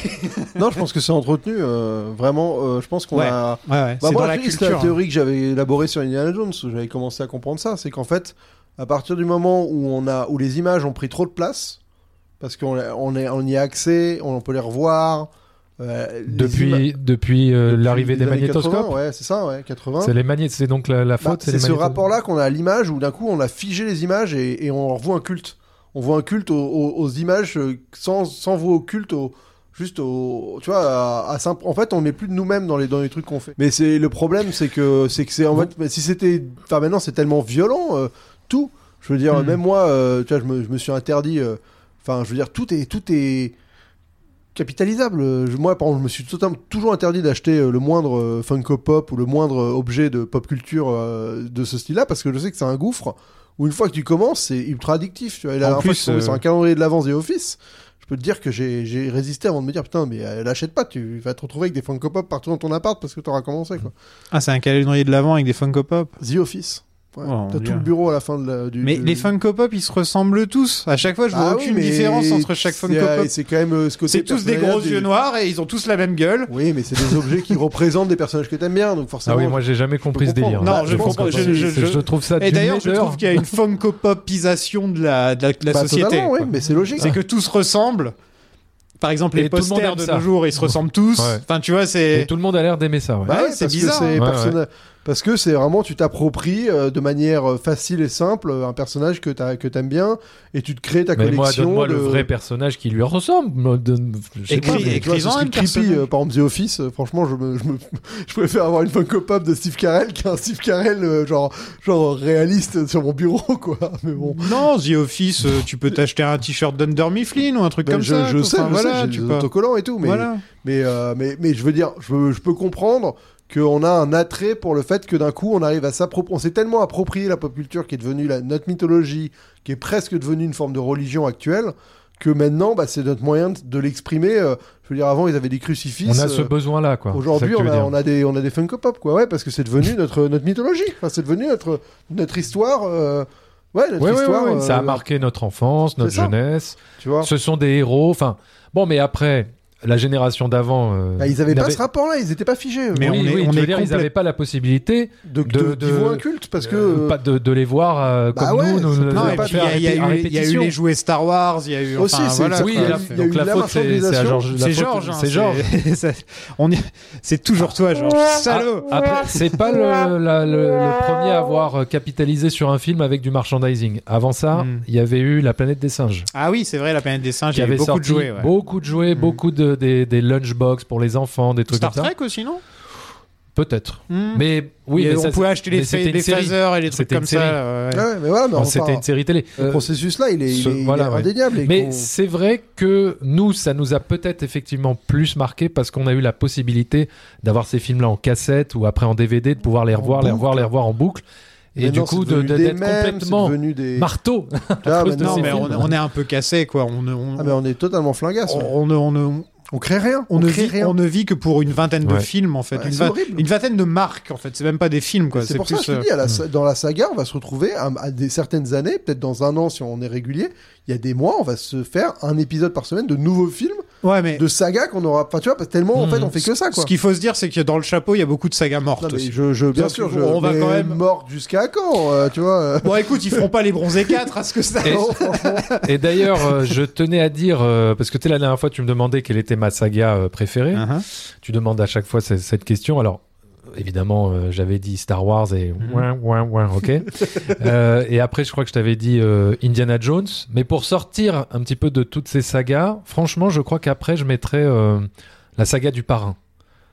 Non, je pense que c'est entretenu. euh, vraiment, euh, je pense qu'on Ouais. a. Ouais, ouais, Bah, c'est moi, dans la je dis, c'est culture. hein. théorie que j'avais élaborée sur Indiana Jones. où J'avais commencé à comprendre ça. C'est qu'en fait, à partir du moment où on a, où les images ont pris trop de place, parce qu'on on est, on y a accès, on peut les revoir. euh, les ima- Depuis, depuis euh, depuis l'arrivée les des années magnétoscopes 80, ouais, c'est ça, ouais, 80. C'est les magné- c'est donc la, la Hein Bah, faute. c'est les ce magnétos- rapport-là qu'on a à l'image où d'un coup on a figé les images et, et on revoit un culte. On voit un culte aux, aux- aux images euh, sans, sans vouer au culte, au- juste au. Tu vois, à, à simple- en fait on met plus de nous-mêmes dans les, dans les trucs qu'on fait. Mais c'est le problème, c'est que c'est que c'est en fait. mais Si c'était. Enfin maintenant c'est tellement violent, euh, tout. Je veux dire, Hmm. même moi, euh, tu vois, je me, je me suis interdit. euh, Enfin, je veux dire, tout est. Tout est capitalisable. Euh, je- Moi, par exemple, je me suis totalement- toujours interdit d'acheter euh, le moindre euh, Funko Pop ou le moindre euh, objet de pop culture euh, de ce style-là parce que je sais que c'est un gouffre où une fois que tu commences, c'est ultra addictif. Tu vois. Et la En dernière fois plus, que je suis tombé euh, sur un calendrier de l'avance des Office, je peux te dire que j'ai j'ai résisté avant de me dire putain, mais euh, l'achète pas, tu vas te retrouver avec des Funko Pop partout dans ton appart parce que t'auras commencé. Quoi. Ah, c'est un calendrier de l'avant avec des Funko Pop. The Office. Ouais. Hmm. Oh, mon T'as tout Dieu. le bureau à la fin de la- du. Mais du- les Funko Pop, ils se ressemblent tous. À chaque fois, je vois Ah oui, aucune mais différence entre chaque c'est- Funko Pop. C'est quand même euh, ce côté. C'est tous des gros personnage du- yeux noirs et ils ont tous la même gueule. Oui, mais c'est des objets qui représentent des personnages que t'aimes bien, donc Ah forcément. oui, moi j'ai jamais compris ce comprendre. délire. Non, Bah, je, je pense comprends- que je- je- C'est- je- trouve Ah, ça Et d'une d'ailleurs, je laideur. trouve qu'il y a une Funko Popisation de la, de la, de la Bah, société. totalement, oui, quoi. mais c'est logique. C'est que tout se ressemble. Par exemple, Et les tout le monde posters aime de ça. nos jours, ils se ressemblent tous. Ouais. Enfin, tu vois, Et c'est. tout le monde a l'air d'aimer ça. ouais. Bah Ouais, ouais, c'est parce que bizarre. c'est Ouais, personna- Parce que c'est vraiment, tu t'appropries euh, de manière euh, facile et simple euh, un personnage que t'as- que t'aimes bien et tu te crées ta Mais moi, collection. donne-moi de... le vrai personnage qui lui ressemble. Moi, donne- je sais Écris- pas, mais- Tu vois, écris-en c'est ce qui un est creepy, personnage. euh, par exemple, The Office, euh, franchement, je, me, je, me- je préfère avoir une Funko Pop de Steve Carell qu'un Steve Carell euh, genre, genre réaliste sur mon bureau, quoi. Mais bon. Non, The Office, euh, tu peux t'acheter un t-shirt d'Under Mifflin ou un truc Bah, Ben, comme je, ça. je quoi. sais, Enfin, je sais, voilà, j'ai tu des peux- autocollants et tout, mais, Voilà. mais, euh, mais, mais je veux dire, je, je peux comprendre qu'on a un attrait pour le fait que d'un coup on arrive à s'approprier, on s'est tellement approprié la pop culture qui est devenue la, notre mythologie, qui est presque devenue une forme de religion actuelle, que maintenant bah, c'est notre moyen de, de l'exprimer. euh, je veux dire, avant ils avaient des crucifixes. On a ce euh, besoin-là, quoi. Aujourd'hui, C'est ça on, que tu veux a- dire. on a des on a des Funko Pop quoi, ouais, parce que c'est devenu notre notre mythologie, Enfin, c'est devenu notre notre histoire, euh, ouais, notre Ouais, ouais, histoire. ouais, ouais. Ça a euh, marqué notre enfance, notre c'est ça. jeunesse. tu vois. Ce sont des héros. Enfin, bon, mais après, la génération d'avant. euh, Bah, ils avaient pas n'avait- ce rapport-là, ils étaient pas figés. eux. Mais oui, on est- oui, on tu est veux dire, ils complète- n'avaient pas la possibilité de, de- de, de- d'y voir un culte parce que euh, pas de, de les voir euh, bah comme ouais, nous, nous, ça nous, Non, peut nous et pas faire puis, il y a- il y, a répé- à eu les- il y a eu répétition. les jouets Star Wars, il y a eu. Aussi, enfin, c'est- voilà, c'est- Oui, quoi. la- il y a donc eu la la faute, c'est c'est à marchandisation, Georges. la C'est faute, Georges. hein, C'est Georges. c'est- on y- C'est toujours toi, Georges. Salaud. Ah, après, c'est pas le, la- le- le premier à avoir euh, capitalisé sur un film avec du merchandising. Avant ça, Mm. il y avait eu La planète des singes. Ah oui, c'est vrai, la planète des singes, il qui y avait avait beaucoup de sorti jouets. ouais. Hmm. beaucoup de jouets, beaucoup de des, des lunchbox pour les enfants, des trucs Star comme ça. Trek aussi, non Peut-être. Hmm. Mais oui, Et mais on ça, pouvait acheter les, mais c'était les une série. phasers et les trucs C'était une comme ça. série. euh, ouais. Ouais, mais voilà, mais Bon, enfin, c'était une série télé. le Euh, processus-là, il est, il ce- est- il est voilà, ouais. indéniable. et mais qu'on- c'est vrai que nous, ça nous a peut-être effectivement plus marqué parce qu'on a eu la possibilité d'avoir ces films-là en cassette ou après en DVD, de pouvoir les En revoir, les revoir, les revoir en boucle. Et maintenant, du coup, c'est de- devenu de- des d'être mèmes, complètement c'est devenu des... marteau. Ah, cause de maintenant, Non, ces mais mais on, films. on est un peu cassé, quoi. On, ne- on, on- ah, mais on est totalement flingasse. ouais. on ne- on ne- On crée rien. on ne crée vit, rien. on ne vit que pour une vingtaine de Ouais. films, en fait. Ouais, une, c'est vingt- horrible. une vingtaine de marques, en fait. C'est même pas des films, quoi. C'est hmm. pour ça plus, que je te euh, dis, à la sa- dans la saga, on va se retrouver à, à des certaines années, peut-être dans un an si on est régulier, il y a des mois, on va se faire un épisode par semaine de nouveaux films, Ouais, mais de sagas qu'on aura. Enfin, tu vois, parce que tellement en Mmh. fait, on fait que ça, quoi. ce qu'il faut se dire, c'est que dans le chapeau, il y a beaucoup de sagas mortes Non, mais aussi. je, je- bien Donc, sûr, je. on va mais quand même- Mort jusqu'à quand, euh, tu vois. euh, Bon, écoute, ils feront pas les bronzés 4 à ce que ça. Et- non, franchement. Et d'ailleurs, euh, je tenais à dire, euh, parce que tu sais, la dernière fois, tu me demandais quelle était ma saga euh, préférée. Uh-huh. Tu demandes à chaque fois ce- cette question. Alors, évidemment, euh, j'avais dit Star Wars et ouin, ouin, ouin, ok. Euh, et après, je crois que je t'avais dit euh, Indiana Jones. Mais pour sortir un petit peu de toutes ces sagas, franchement, je crois qu'après, je mettrais euh, la saga du parrain.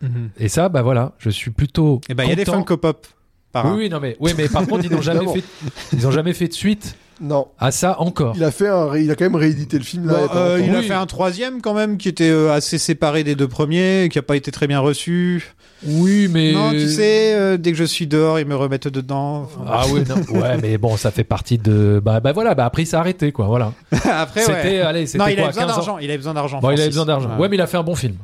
Mhm. Et ça, bah voilà, je suis plutôt. Et bah, il y a des content. Funko Pop. Par Oui, oui, non, mais, oui, mais par contre, ils n'ont jamais, Évidemment. fait, ils ont jamais fait de suite Non. à ça encore. Il a, fait un ré- il a quand même réédité le film là. et pas longtemps. euh, il a Oui. fait un troisième quand même qui était euh, assez séparé des deux premiers, qui a pas été très bien reçu. Oui, mais. Non, tu sais, euh, dès que je suis dehors, ils me remettent dedans. Enfin, Ah oui, non. ouais, mais bon, ça fait partie de. Bah, bah voilà, bah après, il s'est arrêté, quoi, voilà. Après, ouais. Ah, C'était, allez, c'était Non, il quoi, avait besoin 15 ans d'argent. Il avait besoin d'argent. Bon, il Francis. avait besoin d'argent. Ouais. mais il a fait un bon film.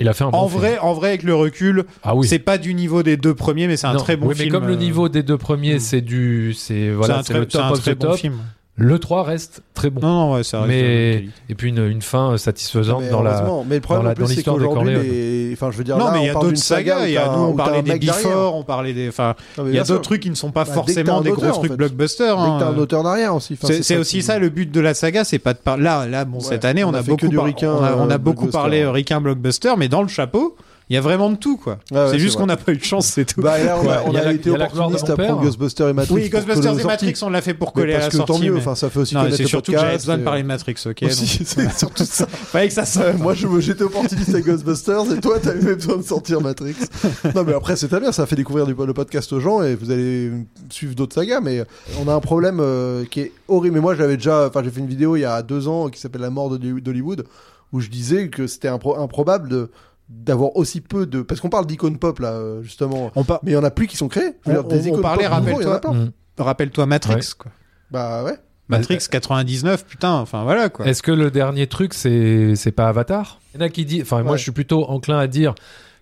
Il a fait un bon En film. vrai, en vrai, avec le recul, ah oui. c'est pas du niveau des deux premiers, mais c'est un Non. très bon Oui, film. mais comme le euh, niveau des deux premiers, c'est du, c'est c'est voilà, un c'est très- le c'est un top of très the bon top. film. Le 3 reste très bon. Non, non, ouais, ça reste de mais qualité. et puis une, une fin euh, satisfaisante Mais dans la. heureusement. Mais le problème dans la- en plus, dans c'est l'histoire des qu'aujourd'hui, Corleone. les- enfin, je veux dire, Non, là, mais il y on a parle d'une d'autres saga sagas. où Il y t'as a un- nous, où t'as on parlait un des mec derrière. before, on parlait des. Enfin, Non, mais il y bien a sûr. d'autres trucs qui ne sont pas Bah, dès que t'as forcément un des gros auteur, en trucs fait. blockbusters. Dès que hein. t'as un auteur derrière aussi. enfin, C'est c'est ça aussi qui- ça le but de la saga, c'est pas de par... là là bon Ouais, cette année on on, a a fait que beaucoup du par- ricain, on a, on a euh, beaucoup blockbuster. parlé euh, ricain blockbuster mais dans le chapeau il y a vraiment de tout quoi. Ouais, ouais, c'est c'est juste vrai. qu'on n'a pas eu de chance c'est tout. Bah, là, on a, Ouais, on il y a a la- été il y a la gloire de opportuniste mon à prendre père. Ghostbusters et Matrix. oui pour coller Ghostbusters aux et sorties. Matrix on l'a fait pour coller Mais à parce la que sortie. tant mieux, mais- enfin, ça fait aussi Non, mais connaître c'est le surtout que j'avais podcast, besoin de et- parler de Matrix ok. donc. Aussi, c'est surtout ça. Fallait que ça sorte. Euh, Moi, je me- j'étais opportuniste à Ghostbusters et toi, t'avais même besoin de sortir Matrix. Non, mais après, c'est très bien, ça fait découvrir du, le podcast aux gens et vous allez suivre d'autres sagas. Mais on a un problème euh, qui est horrible. Mais moi, j'avais déjà, enfin, j'ai fait une vidéo il y a deux ans qui s'appelle La mort de- d'Hollywood où je disais que c'était impro- improbable de- d'avoir aussi peu de. Parce qu'on parle d'icônes pop là, euh, justement. On par- Mais il y en a plus qui sont créées. Je veux On- dire, des on icônes parlait, pop, nouveaux, il y en a rappelle-toi. plein. Mm. Rappelle-toi Matrix Ouais. quoi. Bah ouais. Matrix 99 putain enfin voilà quoi. Est-ce que le dernier truc c'est c'est pas Avatar Il y en a qui disent. Enfin, moi, Ouais. je suis plutôt enclin à dire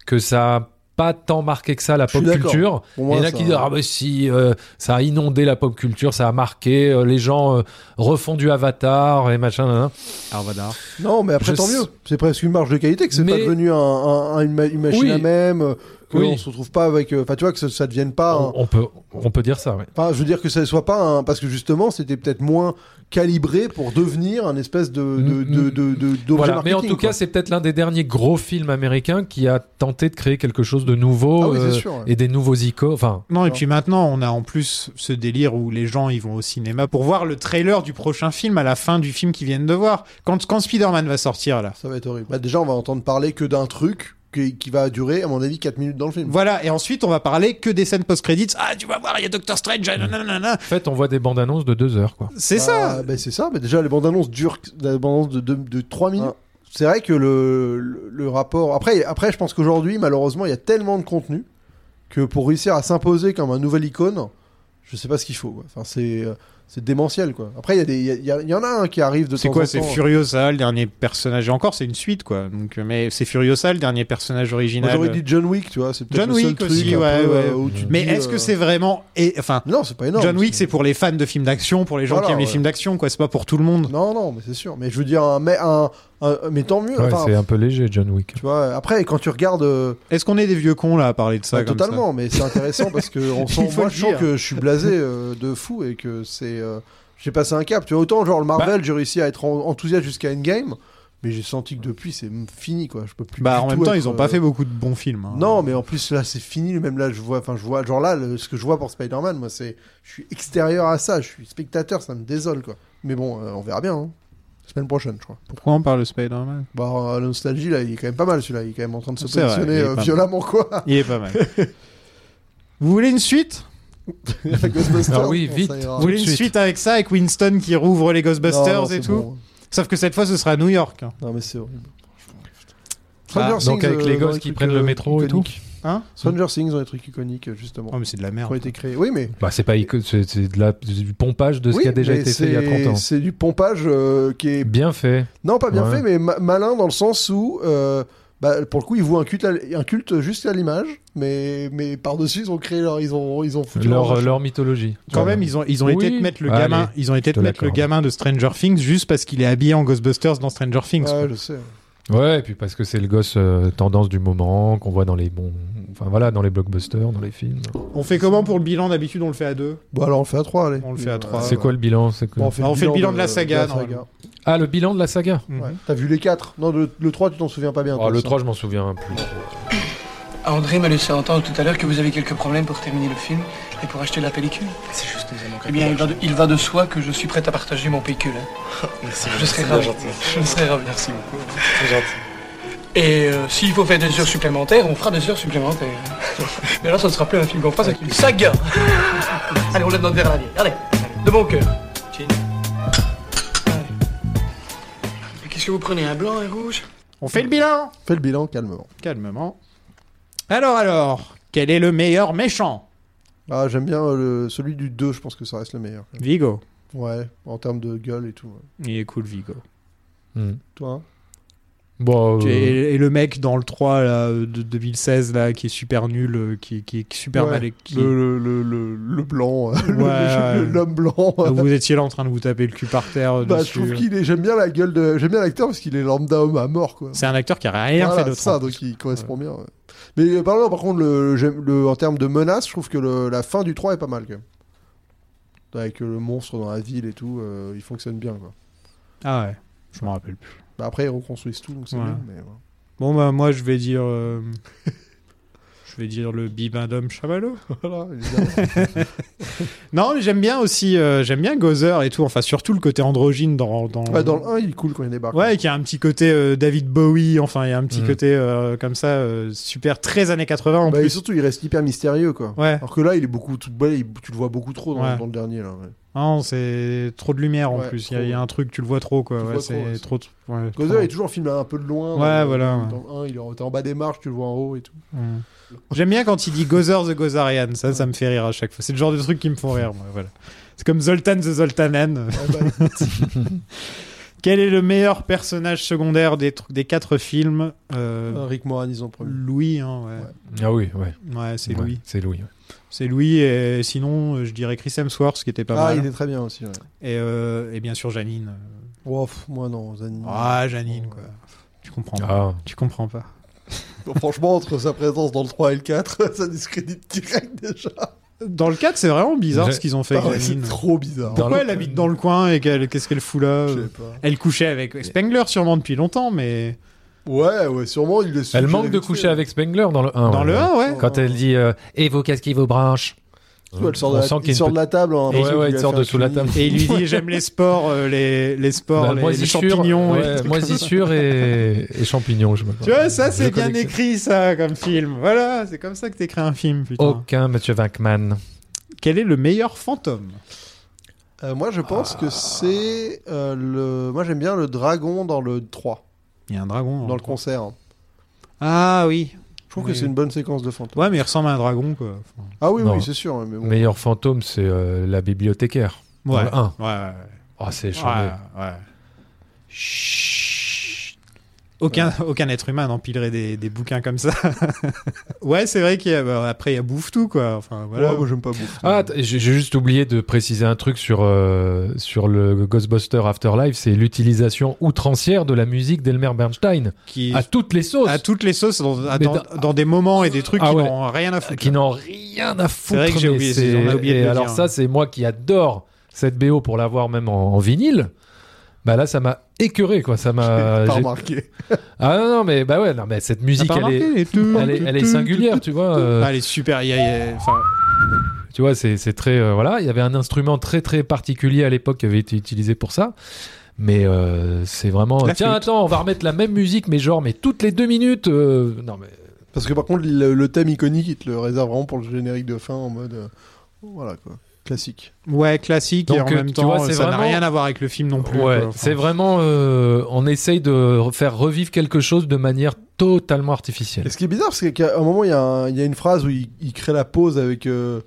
que ça. a pas tant marqué que ça la Je suis pop d'accord. culture Pour moi, et là ça- qui disent ah bah si euh, ça a inondé la pop culture ça a marqué euh, les gens euh, refont du avatar et machin nan, nan. Arvadar. Non, mais après, Je tant sais- mieux. C'est presque une marge de qualité, que c'est Mais- pas devenu un, un- un- une, ma- une machine Oui. à même, euh, que Oui. Oh. on se retrouve pas avec. euh, Enfin, tu vois, que ça, ça devienne pas. un- on, on peut on peut dire ça ouais. Enfin, je veux dire que ça soit pas un. Parce que justement, c'était peut-être moins calibré pour devenir un espèce de. de, de, de, de- d'objet Mm, Voilà, mais en marketing, tout quoi. cas, c'est peut-être l'un des derniers gros films américains qui a tenté de créer quelque chose de nouveau Ah oui, c'est euh, sûr, ouais. et des nouveaux icônes. Enfin, Non, et Non. puis maintenant, on a en plus ce délire où les gens ils vont au cinéma pour voir le trailer du prochain film à la fin du film qu'ils viennent de voir. Quand, quand Spider-Man va sortir là. Ça va être horrible. Bah, déjà, on va entendre parler que d'un truc qui, qui va durer, à mon avis, 4 minutes dans le film. Voilà, et ensuite on va parler que des scènes post-crédits. Ah, tu vas voir, il y a Doctor Strange. ah, nanana. en fait, on voit des bandes annonces de deux heures, quoi. C'est Bah, ça. bah, C'est ça. Mais déjà, les bandes annonces durent la bande annonce de, de, 3 Ah. minutes. C'est vrai que le, le, le rapport. Après, après, je pense qu'aujourd'hui, malheureusement, il y a tellement de contenu que pour réussir à s'imposer comme un nouvel icône, je sais pas ce qu'il faut. quoi. Enfin, c'est. euh, C'est démentiel quoi. Après il y, a des- il y, a- il y a- il y en a un qui arrive de C'est temps quoi en C'est temps. Furiosa, le dernier personnage. Et encore, c'est une suite quoi. Donc, mais c'est Furiosa, le dernier personnage Moi, original. J'aurais dit John Wick, tu vois, c'est peut-être John le seul Wick truc aussi, un ouais, peu, ouais. euh, où tu mais dis, est-ce que euh, c'est vraiment et enfin Non, c'est pas énorme. John Wick, c'est pour les fans de films d'action, pour les gens Voilà, qui aiment les ouais. films d'action, quoi. C'est pas pour tout le monde. Non, non, mais c'est sûr. Mais je veux dire, un, mais, un, un- mais tant mieux. Ouais, Euh, enfin, c'est un peu léger, John Wick. tu vois, après, quand tu regardes. euh, Est-ce qu'on est des vieux cons là à parler de ça Bah, comme ça totalement, mais c'est intéressant parce que on sent, Il faut moi, le je sens dire. que je suis blasé euh, de fou et que c'est. euh, j'ai passé un cap. Tu vois, autant genre le Bah Marvel, j'ai réussi à être en- enthousiaste jusqu'à Endgame, mais j'ai senti que depuis, c'est m- fini quoi. Je peux plus. Bah du en tout même temps, être, ils ont pas euh, fait beaucoup de bons films. hein. Non, mais en plus là, c'est fini. Même là, je vois. Enfin, je vois. Genre là, le- ce que je vois pour Spider-Man, moi, c'est. Je suis extérieur à ça. Je suis spectateur. Ça me désole quoi. Mais bon, euh, on verra bien. hein. Semaine prochaine, je crois. Pourquoi on parle de Spider-Man Bah, euh, la nostalgie, là, il est quand même pas mal celui-là. Il est quand même en train de se C'est vrai, il positionner est euh, pas mal. violemment, quoi. Il est pas mal. Vous voulez une suite Ah, Avec Ghostbusters. Ah oui, bon, vite. ça ira. Vous voulez une suite. suite. avec ça, avec Winston qui rouvre les Non, Ghostbusters non, et c'est tout bon. Sauf que cette fois, ce sera à New York. hein. Non, mais c'est horrible. Ah, Stranger Bah, donc Things, avec les euh, dans gosses qui trucs, prennent le euh, métro et tout. Mmh. iconiques. Hein Stranger Things ont des trucs iconiques, euh, justement. Oh, mais c'est de la qui ont merde. été créés. Oui, mais. Bah, c'est pas ico- c'est c'est de la- c'est du pompage de ce oui, qui a déjà mais été fait il y c'est- a 30 ans. C'est du pompage euh, qui est. Bien fait. Non, pas bien Ouais. fait, mais ma- malin dans le sens où. euh, bah, pour le coup, ils vouent un culte, à l- un culte juste à l'image, mais, mais par-dessus, ils ont créé leur. Ils ont, ils ont foutu Leur, euh, leur- leur mythologie. Quand même, ils ont, ils ont Oui. Bah, été te mettre le Allez, gamin. ils ont été te te mettre le l'accorde. gamin de Stranger Things juste parce qu'il est habillé en Ghostbusters dans Stranger Things. Ouais, quoi. je sais. Ouais, et puis parce que c'est le gosse euh, tendance du moment qu'on voit dans les bons. Enfin voilà, dans les blockbusters, dans les films. On fait comment pour le bilan D'habitude, on le fait à deux. Bon, alors on le fait à trois, allez. On le fait à trois. Ah, c'est ouais. quoi le bilan C'est quoi Bon, On fait le bilan de la saga, de normalement. Ah, le bilan de la saga Ouais. T'as vu les quatre Non, le, 3, tu t'en souviens pas bien. Ah, toi, Le ça. 3, je m'en souviens plus. André m'a laissé entendre tout à l'heure que vous avez quelques problèmes pour terminer le film et pour acheter la pellicule. C'est juste que nous avons Eh bien, il va, de, il va de soi que je suis prêt à partager mon pécule. hein. Merci, je merci, serai c'est ravi. gentil. Je serai ravi. Merci beaucoup. C'est très gentil. Et euh, s'il faut faire des heures supplémentaires, on fera des heures supplémentaires. Mais là, ça ne sera plus un film qu'on fera, c'est une saga. Allez, on lève notre verre à la vieille. Allez, de bon cœur. Chin. Allez. Et Qu'est-ce que vous prenez Un blanc, un rouge On fait le bilan Fais le bilan calmement. Calmement. Alors, alors, quel est le meilleur méchant Ah, j'aime bien euh, le- celui du 2, je pense que ça reste le meilleur. Vigo. Ouais, en termes de gueule et tout. ouais. Il est cool, Vigo. Hmm. Toi, hein Bon, euh, Et, et le mec dans le 3 là, de 2016, là, qui est super nul, euh, qui, qui est super Ouais, mal écrit. qui- le, le, le, le- le blanc, euh, le- Ouais. le- l'homme blanc. hein. Ah, Vous étiez là en train de vous taper le cul par terre. euh, Bah, je dessus. trouve qu'il est. J'aime bien la gueule de. J'aime bien l'acteur parce qu'il est lambda homme à mort, quoi. C'est un acteur qui a rien Voilà, fait d'autre. ça, hein. donc il correspond bien. ouais. Mais euh, par, contre, par contre, le, j'aime- le- en termes de menace, je trouve que le- la fin du 3 est pas mal, quand même. Avec euh, le monstre dans la ville et tout, euh, il fonctionne bien, quoi. Ah ouais, je m'en rappelle plus. Bah, après, ils reconstruisent tout, donc c'est Ouais. bien. Mais, euh, ouais. Bon, bah, moi, je vais dire. euh, je vais dire le Bibindum Chamallow. Voilà, évidemment. Non, mais j'aime bien aussi. euh, j'aime bien Gozer et tout. Enfin, surtout le côté androgyne dans. dans... Ouais, Bah, dans le 1, il est cool quand il débarque. Ouais, qui a un petit côté euh, David Bowie, enfin, il y a un petit Mm. côté euh, comme ça, euh, super, très années 80 en Bah, et plus. surtout, il reste hyper mystérieux, quoi. Ouais. Alors que là, il est beaucoup. Tout, bah, il- tu le vois beaucoup trop dans, Ouais. dans le dernier, là. ouais. Non, c'est trop de lumière en Ouais, plus. Il y a- trop, il y, a un truc, tu le vois trop, quoi. Tu le Ouais, vois c'est trop, trop. trop- ouais, Gozer trop- est toujours en film un peu de loin. Ouais, dans le- voilà, ouais. Dans le 1, il est en, t'es en bas des marches, tu le vois en haut et tout. Mm. J'aime bien quand il dit Gozer the Gozarian. Ça, ça me fait rire à chaque fois. C'est le genre de truc qui me font rire, moi. Voilà. C'est comme Zoltan the Zoltanan. Ah bah, Quel est le meilleur personnage secondaire des, tr- des quatre films Euh, Rick Moranis en Ah, premier. Louis, hein, ouais. ah oui, ouais. Ouais, c'est Ouais, Louis. C'est Louis. ouais. C'est Louis, et sinon, euh, je dirais Chris Hemsworth, qui était pas ah, mal. il est très bien aussi. Ouais. Et, euh, et bien sûr, Janine. Oh, pff, moi non, Zanini. Ah, Janine, quoi. Oh. Tu comprends pas. Ah. Tu comprends pas. Bon, Oh, franchement, entre sa présence dans le 3 et le 4, ça discrédite direct déjà. Dans le 4, c'est vraiment bizarre Je- ce qu'ils ont fait Ah ouais, avec c'est Janine. trop bizarre. Dans- Pourquoi elle habite dans le coin et qu'elle- qu'est-ce qu'elle fout là Je euh sais pas. Elle couchait avec Spengler sûrement depuis longtemps, mais Ouais, ouais, sûrement il est Elle manque de coucher avec Spengler dans le 1. dans le 1, ouais. Quand elle dit euh, Et vos casques qui vos branches Elle sort de, On la, sent il qu'il y a sort une de la table. hein, Ouais, parce qu'il ouais, lui il a sort fait de un sous la cuni. table. Et il lui dit j'aime les sports, euh, les, les sports, La les- les, moisissure, champignons. et Bah, ouais, tout. moisissure et, et champignons, je me Tu vois, ça c'est Je bien collectionne. écrit ça comme film. Voilà, c'est comme ça que t'écris un film, putain. Aucun Mathieu Winkman. Quel est le meilleur fantôme Euh, moi, je pense Ah. que c'est euh, le. Moi, j'aime bien le dragon dans le 3, Il y a un dragon. dans hein. le concert. hein. Ah oui. Je trouve Oui. que c'est une bonne séquence de fantôme. Ouais, mais il ressemble à un dragon quoi. Enfin, Ah oui, Non. oui, c'est sûr. Mais bon. Meilleur fantôme, c'est euh, la bibliothécaire. Dans Ouais. le 1. Ouais, ouais, ouais. Oh, c'est chaud. Ouais, ouais. Chut. Aucun, aucun être humain n'empilerait des, des bouquins comme ça. ouais, c'est vrai qu'il y a, bah, après, il y a bouffe tout, quoi. Enfin, voilà. Ouais, moi, j'aime pas beaucoup. Ah, att- j'ai j'ai juste oublié de préciser un truc sur, euh, sur le Ghostbuster Afterlife, c'est l'utilisation outrancière de la musique d'Elmer Bernstein qui, à toutes les sauces, à toutes les sauces, dans, à- Ah, Mais dans, dans- dans des moments et des trucs Ah qui ouais. n'ont rien à foutre. qui n'ont rien à foutre. vrai que j'ai mais oublié, c'est- on a oublié de et le alors dire. ça, c'est moi qui adore cette BO pour l'avoir même en, en vinyle. Bah là, ça m'a écœuré quoi. Ça m'a. pas j'ai- remarqué. Ah non, non, mais bah ouais, non, mais cette musique, T'as pas elle est, remarqué, les- elle est, elle est singulière, tu vois. euh, Ah, elle est super. il y a- il y a- enfin, Tu vois, c'est c'est très. euh, voilà, il y avait un instrument très très particulier à l'époque qui avait été utilisé pour ça. Mais euh, c'est vraiment. La Tiens, flûte. attends, on va remettre la même musique, mais genre, mais toutes les deux minutes. euh, Non, mais. Parce que par contre, le, le thème iconique, il te le réserve vraiment pour le générique de fin en mode. euh, voilà quoi. Classique. ouais, classique et Donc, en euh, même tu temps, vois, ça c'est n'a vraiment- rien à voir avec le film non plus. ouais, quoi. Enfin, c'est vraiment. euh, on essaye de re- faire revivre quelque chose de manière totalement artificielle. Et ce qui est bizarre, c'est qu'à un moment, il y, a un- il y a une phrase où il, il crée la pause avec. euh,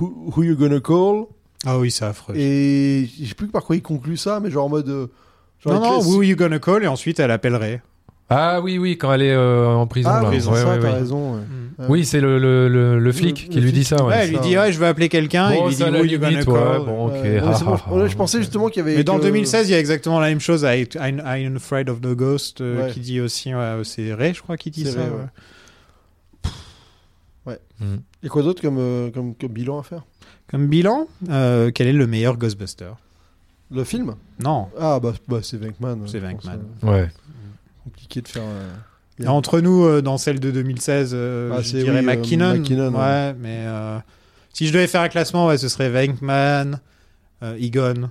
who, who you gonna call Ah oui, c'est affreux. Et je sais plus par quoi il conclut ça, mais genre en mode. euh, genre Non, il crée- non, who you gonna call et ensuite elle appellerait. Ah oui, oui, quand elle est euh, en prison. Ah, là. oui, Ouais, ça, t'as ouais, ouais. raison. ouais. Oui, c'est le, le, le- le flic qui le lui dit flic. Ouais, ça. Ah Ouais. elle lui ça, dit, ouais. ouais, je veux appeler quelqu'un. Bon, il lui dit, ça, à la who you gonna limite, call. ouais, bon, ok. Ouais, ouais, c'est bon, ah, je- ah, ouais, je ah. pensais justement qu'il y avait. Mais dans que- 2016, il y a exactement la même chose avec I I'm Afraid of the Ghost euh, Ouais. qui dit aussi, ouais, c'est Ray, je crois, qui dit C'est ça. Ray, ouais. ouais. Mm. Il y a quoi d'autre comme, euh, comme, comme bilan à faire Comme bilan, euh, quel est le meilleur Ghostbuster Le film Non, Ah, bah, bah, c'est Venkman. C'est je pense, Venkman. euh, Ouais. compliqué de faire. euh, Et entre nous, euh, dans celle de 2016, euh, Ah, je c'est- dirais oui, euh, McKinnon. McKinnon, ouais, ouais. mais euh, si je devais faire un classement, ouais, ce serait Venkman, euh, Egon.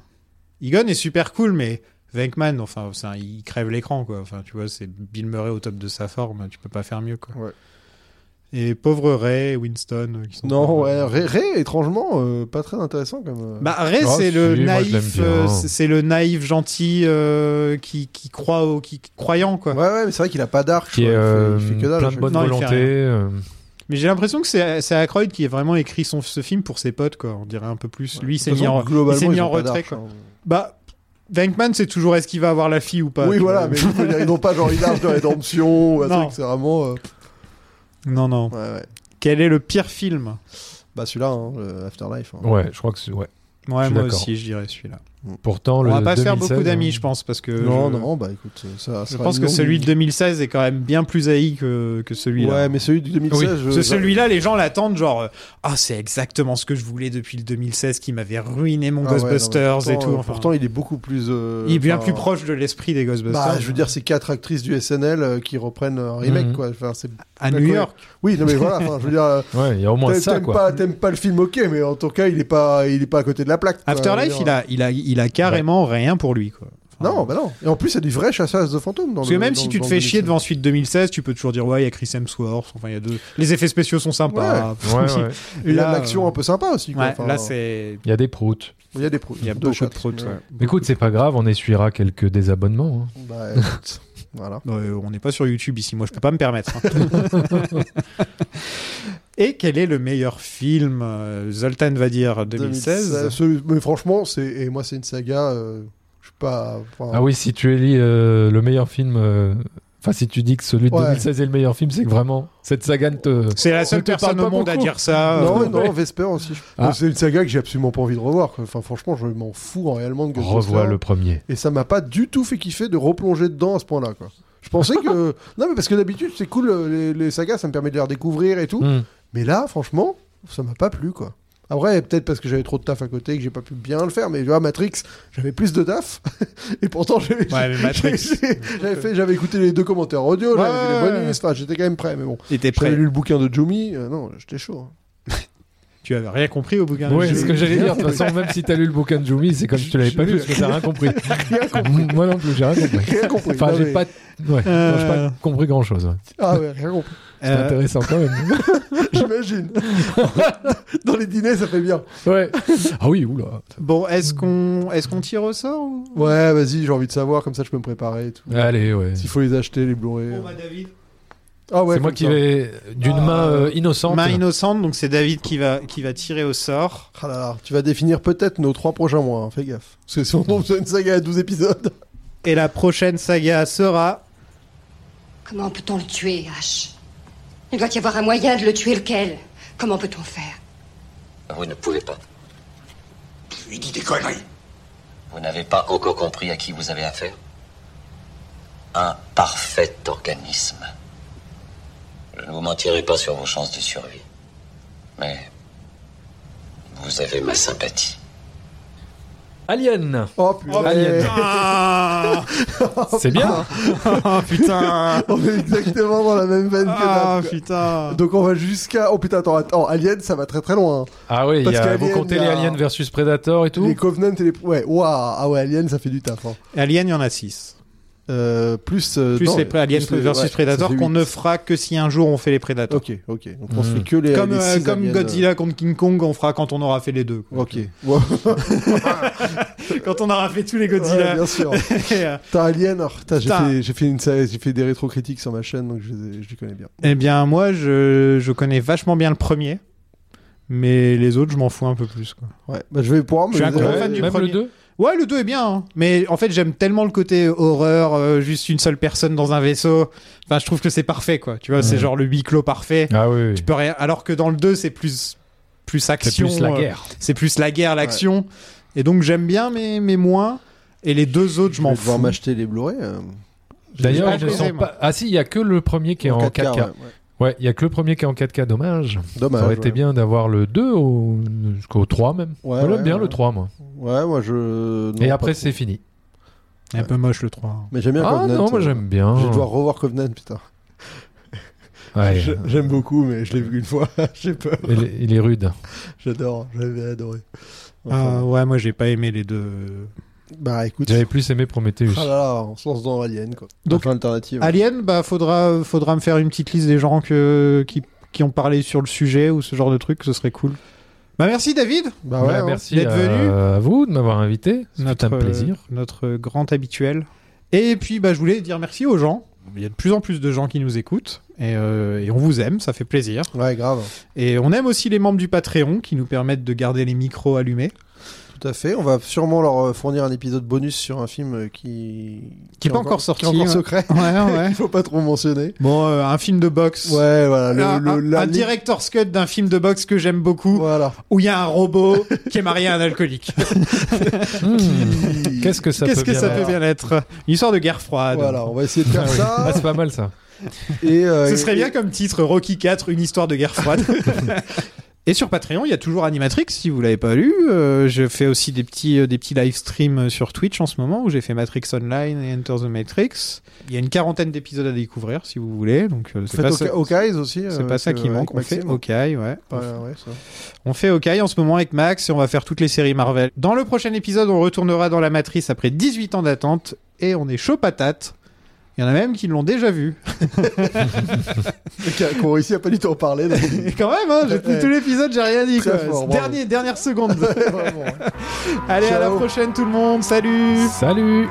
Egon est super cool, mais Venkman, enfin, c'est un- il crève l'écran, quoi. Enfin, tu vois, c'est Bill Murray au top de sa forme. Tu peux pas faire mieux, quoi. Et pauvre Ray, Winston, euh, qui sont Non, pas- ouais, Ray, Ray, étrangement, euh, pas très intéressant comme. euh. Bah, Ray, Ah, c'est si, le moi, je l'aime naïf, bien. euh, c'est c'est le naïf gentil euh, qui, qui croit au, qui, qui- croyant quoi. Ouais, ouais, mais c'est vrai qu'il a pas d'arc. Qui est euh, plein de bonne Non, il fait volonté. rien. euh, Mais j'ai l'impression que c'est c'est Aykroyd qui a vraiment écrit son, ce film pour ses potes quoi. On dirait un peu plus. Lui, il s'est De toute mis en, façon, globalement, il s'est ils mis ont en pas retrait d'arc, quoi. hein. Bah, Venkman, c'est toujours est-ce qu'il va avoir la fille ou pas. oui, tu voilà, vois. mais je veux dire, ils n'ont pas genre une arche de rédemption ou un Non. truc, c'est vraiment. euh, Non, non. Quel est le pire film Bah, celui-là, hein, le Afterlife. hein. euh, Ouais, je crois que c'est. Ouais. Je Ouais, suis moi d'accord. aussi, je dirais celui-là. On Pourtant, Oh, le. va pas se faire 2016, beaucoup d'amis, hein. je pense, parce que Non, euh, je, non, bah écoute, ça. je pense que celui de 2016 est quand même bien plus haï que, que celui-là. Ouais, mais euh, celui de 2016, je- Parce je- que celui-là, les gens l'attendent genre euh, ah c'est exactement ce que je voulais depuis le 2016 qui m'avait ruiné mon Ah ouais, non, mais Ghostbusters et pourtant, tout. euh, enfin. Pourtant, il est beaucoup plus. euh, Il est bien enfin, plus proche de l'esprit des Ghostbusters. Bah, je veux dire, c'est quatre actrices du SNL euh, qui reprennent un remake, Mhm. quoi. Enfin, c'est- À la New cohé- York. Oui, non, mais voilà, enfin, je veux dire. euh, Ouais, il y a au moins t'a- ça, t'aimes quoi. Pas, t'aimes pas le film, ok, mais en tout cas, il est pas, il est pas à côté de la plaque. quoi. Afterlife, Je veux il dire, a, il a, il a carrément rien pour lui quoi. Non, bah non. Et en plus, il y a du vrai chassasse de fantômes. Dans Parce que le- même dans- si tu te dans fais le- chier devant suite 2016, tu peux toujours dire ouais il y a Chris Hemsworth. Enfin il y a deux. Les effets spéciaux sont sympas. Ouais. Ouais, ouais. Et il y a Là, euh, de l'action un peu sympa aussi. Quoi. ouais, Enfin, là c'est. Il y a des proutes. Il y a des proutes. Il y a Deux beaucoup de chattes, proutes. mais- ouais. Écoute, c'est pas grave, on essuiera quelques désabonnements. hein. Bah, écoute, voilà. Non, euh, on n'est pas sur YouTube ici, moi je peux pas me permettre. hein. Et quel est le meilleur film euh, Zoltan va dire 2016. 2016, absolu- Mais franchement, c'est et moi, c'est une saga. euh, je suis pas. enfin, Ah oui, si tu élis euh, le meilleur film. euh, Enfin, si tu dis que celui de Ouais. 2016 est le meilleur film, c'est que vraiment, cette saga ne te. C'est la seule ne te parle personne pas au monde à beaucoup. dire ça. Non, euh, non, Vesper aussi. je- Ah. Ah. C'est une saga que j'ai absolument pas envie de revoir. quoi. Enfin, franchement, je m'en fous en réellement de Ghostbusters. Revois le premier. Et ça m'a pas du tout fait kiffer de replonger dedans à ce point-là, quoi. Je pensais que... non, mais parce que d'habitude, c'est cool, euh, les, les sagas, ça me permet de les redécouvrir et Mm. tout. Hmm. Mais là, franchement, ça m'a pas plu, quoi. Après, peut-être parce que j'avais trop de taf à côté et que j'ai pas pu bien le faire, mais tu vois, Matrix, j'avais plus de taf, et pourtant j'avais Ouais, mais Matrix. j'ai- j'avais fait- j'avais écouté les deux commentaires audio, j'avais Ouais, vu les ouais, bonus, enfin j'étais quand même prêt, mais bon. T'étais prêt. J'avais lu le bouquin de Jumi, euh, non, j'étais chaud. hein. Tu avais rien compris au bouquin. Ouais, J'ai- c'est ce que j'allais dire. De toute compris. façon, même si t'as lu le bouquin de Jumi, c'est comme si tu l'avais pas lu parce que t'as rien compris. Moi non plus, j'ai rien compris. Rien compris. Enfin, non, j'ai mais- pas. Ouais, Euh. non, j'ai pas compris grand chose. Ah ouais, rien compris. C'est Euh, intéressant quand même. J'imagine. Dans les dîners, ça fait bien. Ouais. Ah oui, oula. Bon, est-ce qu'on est-ce qu'on tire au sort ou... Ouais, vas-y, j'ai envie de savoir, comme ça je peux me préparer et tout. Allez, ouais. S'il faut les acheter, les Blu-ray. euh. David. Ah ouais, c'est moi comme qui ça. Ah. vais d'une main euh, innocente. Main innocente, donc c'est David qui va qui va tirer au sort. Ah là là, tu vas définir peut-être nos trois prochains mois, hein, fais gaffe. Parce que si on tombe sur une saga à 12 épisodes. Et la prochaine saga sera. Comment peut-on le tuer, H Il doit y avoir un moyen de le tuer, lequel Comment peut-on faire Ah, Vous ne pouvez pas. Il dit des conneries. Vous n'avez pas encore compris à qui vous avez affaire Un parfait organisme. Je ne vous mentirai pas sur vos chances de survie. Mais vous avez ma sympathie. Alien. Oh putain. Alien. Ah C'est bien. Ah, putain on est exactement dans la même veine que Ah Nat, quoi. putain Donc on va jusqu'à. Oh putain, attends, attends, Alien, ça va très très loin. hein. Ah oui, il Parce y a, qu'Alien, vous il comptez y a- les Aliens versus Predator et tout Les Covenant et les. Ouais, waouh, ah ouais, Alien, ça fait du taf. hein. Alien, il y en a 6. Euh, plus. euh, Plus non, les pré- Alien plus les- versus ouais, ça Predator fait qu'on huit. ne fera que si un jour on fait les Predators. Ok, ok. Donc on se fait que les. Comme, les euh, six comme Aliens, euh, Godzilla contre King Kong, on fera quand on aura fait les deux. quoi. Ok. Wow. Quand on aura fait tous les Godzilla. Ouais, bien sûr. Et, euh, T'as Alien, alors, putain, j'ai Putain. fait, j'ai fait une série- j'ai fait des rétrocritiques sur ma chaîne, donc je, les ai- je les connais bien. eh bien, moi, je, je connais vachement bien le premier, mais les autres, je m'en fous un peu plus. Quoi. Ouais, bah, je vais pouvoir me. Je suis un les- gros Ouais, fan du Même premier. le 2 Ouais, le 2 est bien, hein. mais en fait, j'aime tellement le côté horreur, euh, juste une seule personne dans un vaisseau. Enfin, je trouve que c'est parfait, quoi. Tu vois, c'est genre le huis clos parfait. Ah oui. oui. Tu peux rien- Alors que dans le 2, c'est plus, plus C'est action. plus la euh, guerre. c'est plus la guerre, l'action. Et donc, j'aime bien, mais, mais moins. Et les deux autres, je Je vais m'en devoir fous. m'acheter les Blu-ray. euh, D'ailleurs, pas ils ne posé, sont moi. pas. Ah si, il y a que le premier qui est en 4K. ouais, ouais. Bah, Ouais, il y a que le premier qui est en 4K, dommage. Dommage. Ça aurait été ouais. bien d'avoir le 2 au- jusqu'au 3 même. Ouais, Moi, j'aime ouais, bien ouais. le 3 moi. Ouais, moi je. non, Et pas après trop. c'est fini. Un peu moche, le 3. Mais j'aime bien Ah Covenant. non, moi euh, j'aime bien. Je vais devoir revoir Covenant, putain. Ouais. Je- J'aime beaucoup, mais je l'ai vu une fois. J'ai peur. Il est- il est rude. J'adore, j'avais adoré. Ah, ouais, moi j'ai pas aimé les deux. Bah écoute. J'avais plus aimé Prometheus. Ah là là, on se lance dans Alien, quoi. Donc, Enfin, alternative. Alien, bah faudra, faudra me faire une petite liste des gens que, qui, qui ont parlé sur le sujet ou ce genre de truc, ce serait cool. Bah merci David bah Bah, hein. merci d'être à, venu. à vous de m'avoir invité. C'est un notre, plaisir. euh, notre grand habituel. Et puis, bah, je voulais dire merci aux gens. Il y a de plus en plus de gens qui nous écoutent et, euh, et on vous aime, ça fait plaisir. Ouais, grave. Et on aime aussi les membres du Patreon qui nous permettent de garder les micros allumés. Tout à fait. On va sûrement leur euh, fournir un épisode bonus sur un film euh, qui Qui est pas encore sorti, hein. qui est encore ouais. secret. Ouais, ouais. Il faut pas trop mentionner. Bon, euh, un film de boxe. Ouais, voilà. Le, un, le- Ah, un- la- un director's cut d'un film de boxe que j'aime beaucoup. Voilà. Où il y a un robot qui est marié à un alcoolique. Mmh. Qu'est-ce que ça Qu'est-ce peut que bien ça être peut bien être Une histoire de guerre froide. Voilà, on va essayer de faire ça. Ah, C'est pas mal ça. Et, euh, Ce serait et- bien comme titre Rocky 4, une histoire de guerre froide. Et sur Patreon, il y a toujours Animatrix, si vous l'avez pas lu. Euh, je fais aussi des petits, euh, des petits live streams euh, sur Twitch en ce moment, où j'ai fait Matrix Online et Enter the Matrix. Il y a une quarantaine d'épisodes à découvrir, si vous voulez. Donc, euh, c'est Faites pas, Oka- ça, Hawkeyes aussi. c'est euh, pas ça avec, qui euh, manque. avec On fait Maxime. Hawkeye, ouais. Ouais, ouais, ça. On fait Hawkeye en ce moment avec Max et on va faire toutes les séries Marvel. Dans le prochain épisode, on retournera dans la matrice après 18 ans d'attente et on est chaud patate. Il y en a même qui l'ont déjà vu. Qui a- Qu'on réussit à pas du tout en parler. donc. Et quand même, hein, j'ai- tout l'épisode, j'ai rien dit. Très Quoi. fort, bravo. Dernier, dernière seconde. Vraiment, ouais. Allez, à la Ciao. Ah. prochaine tout le monde. Salut Salut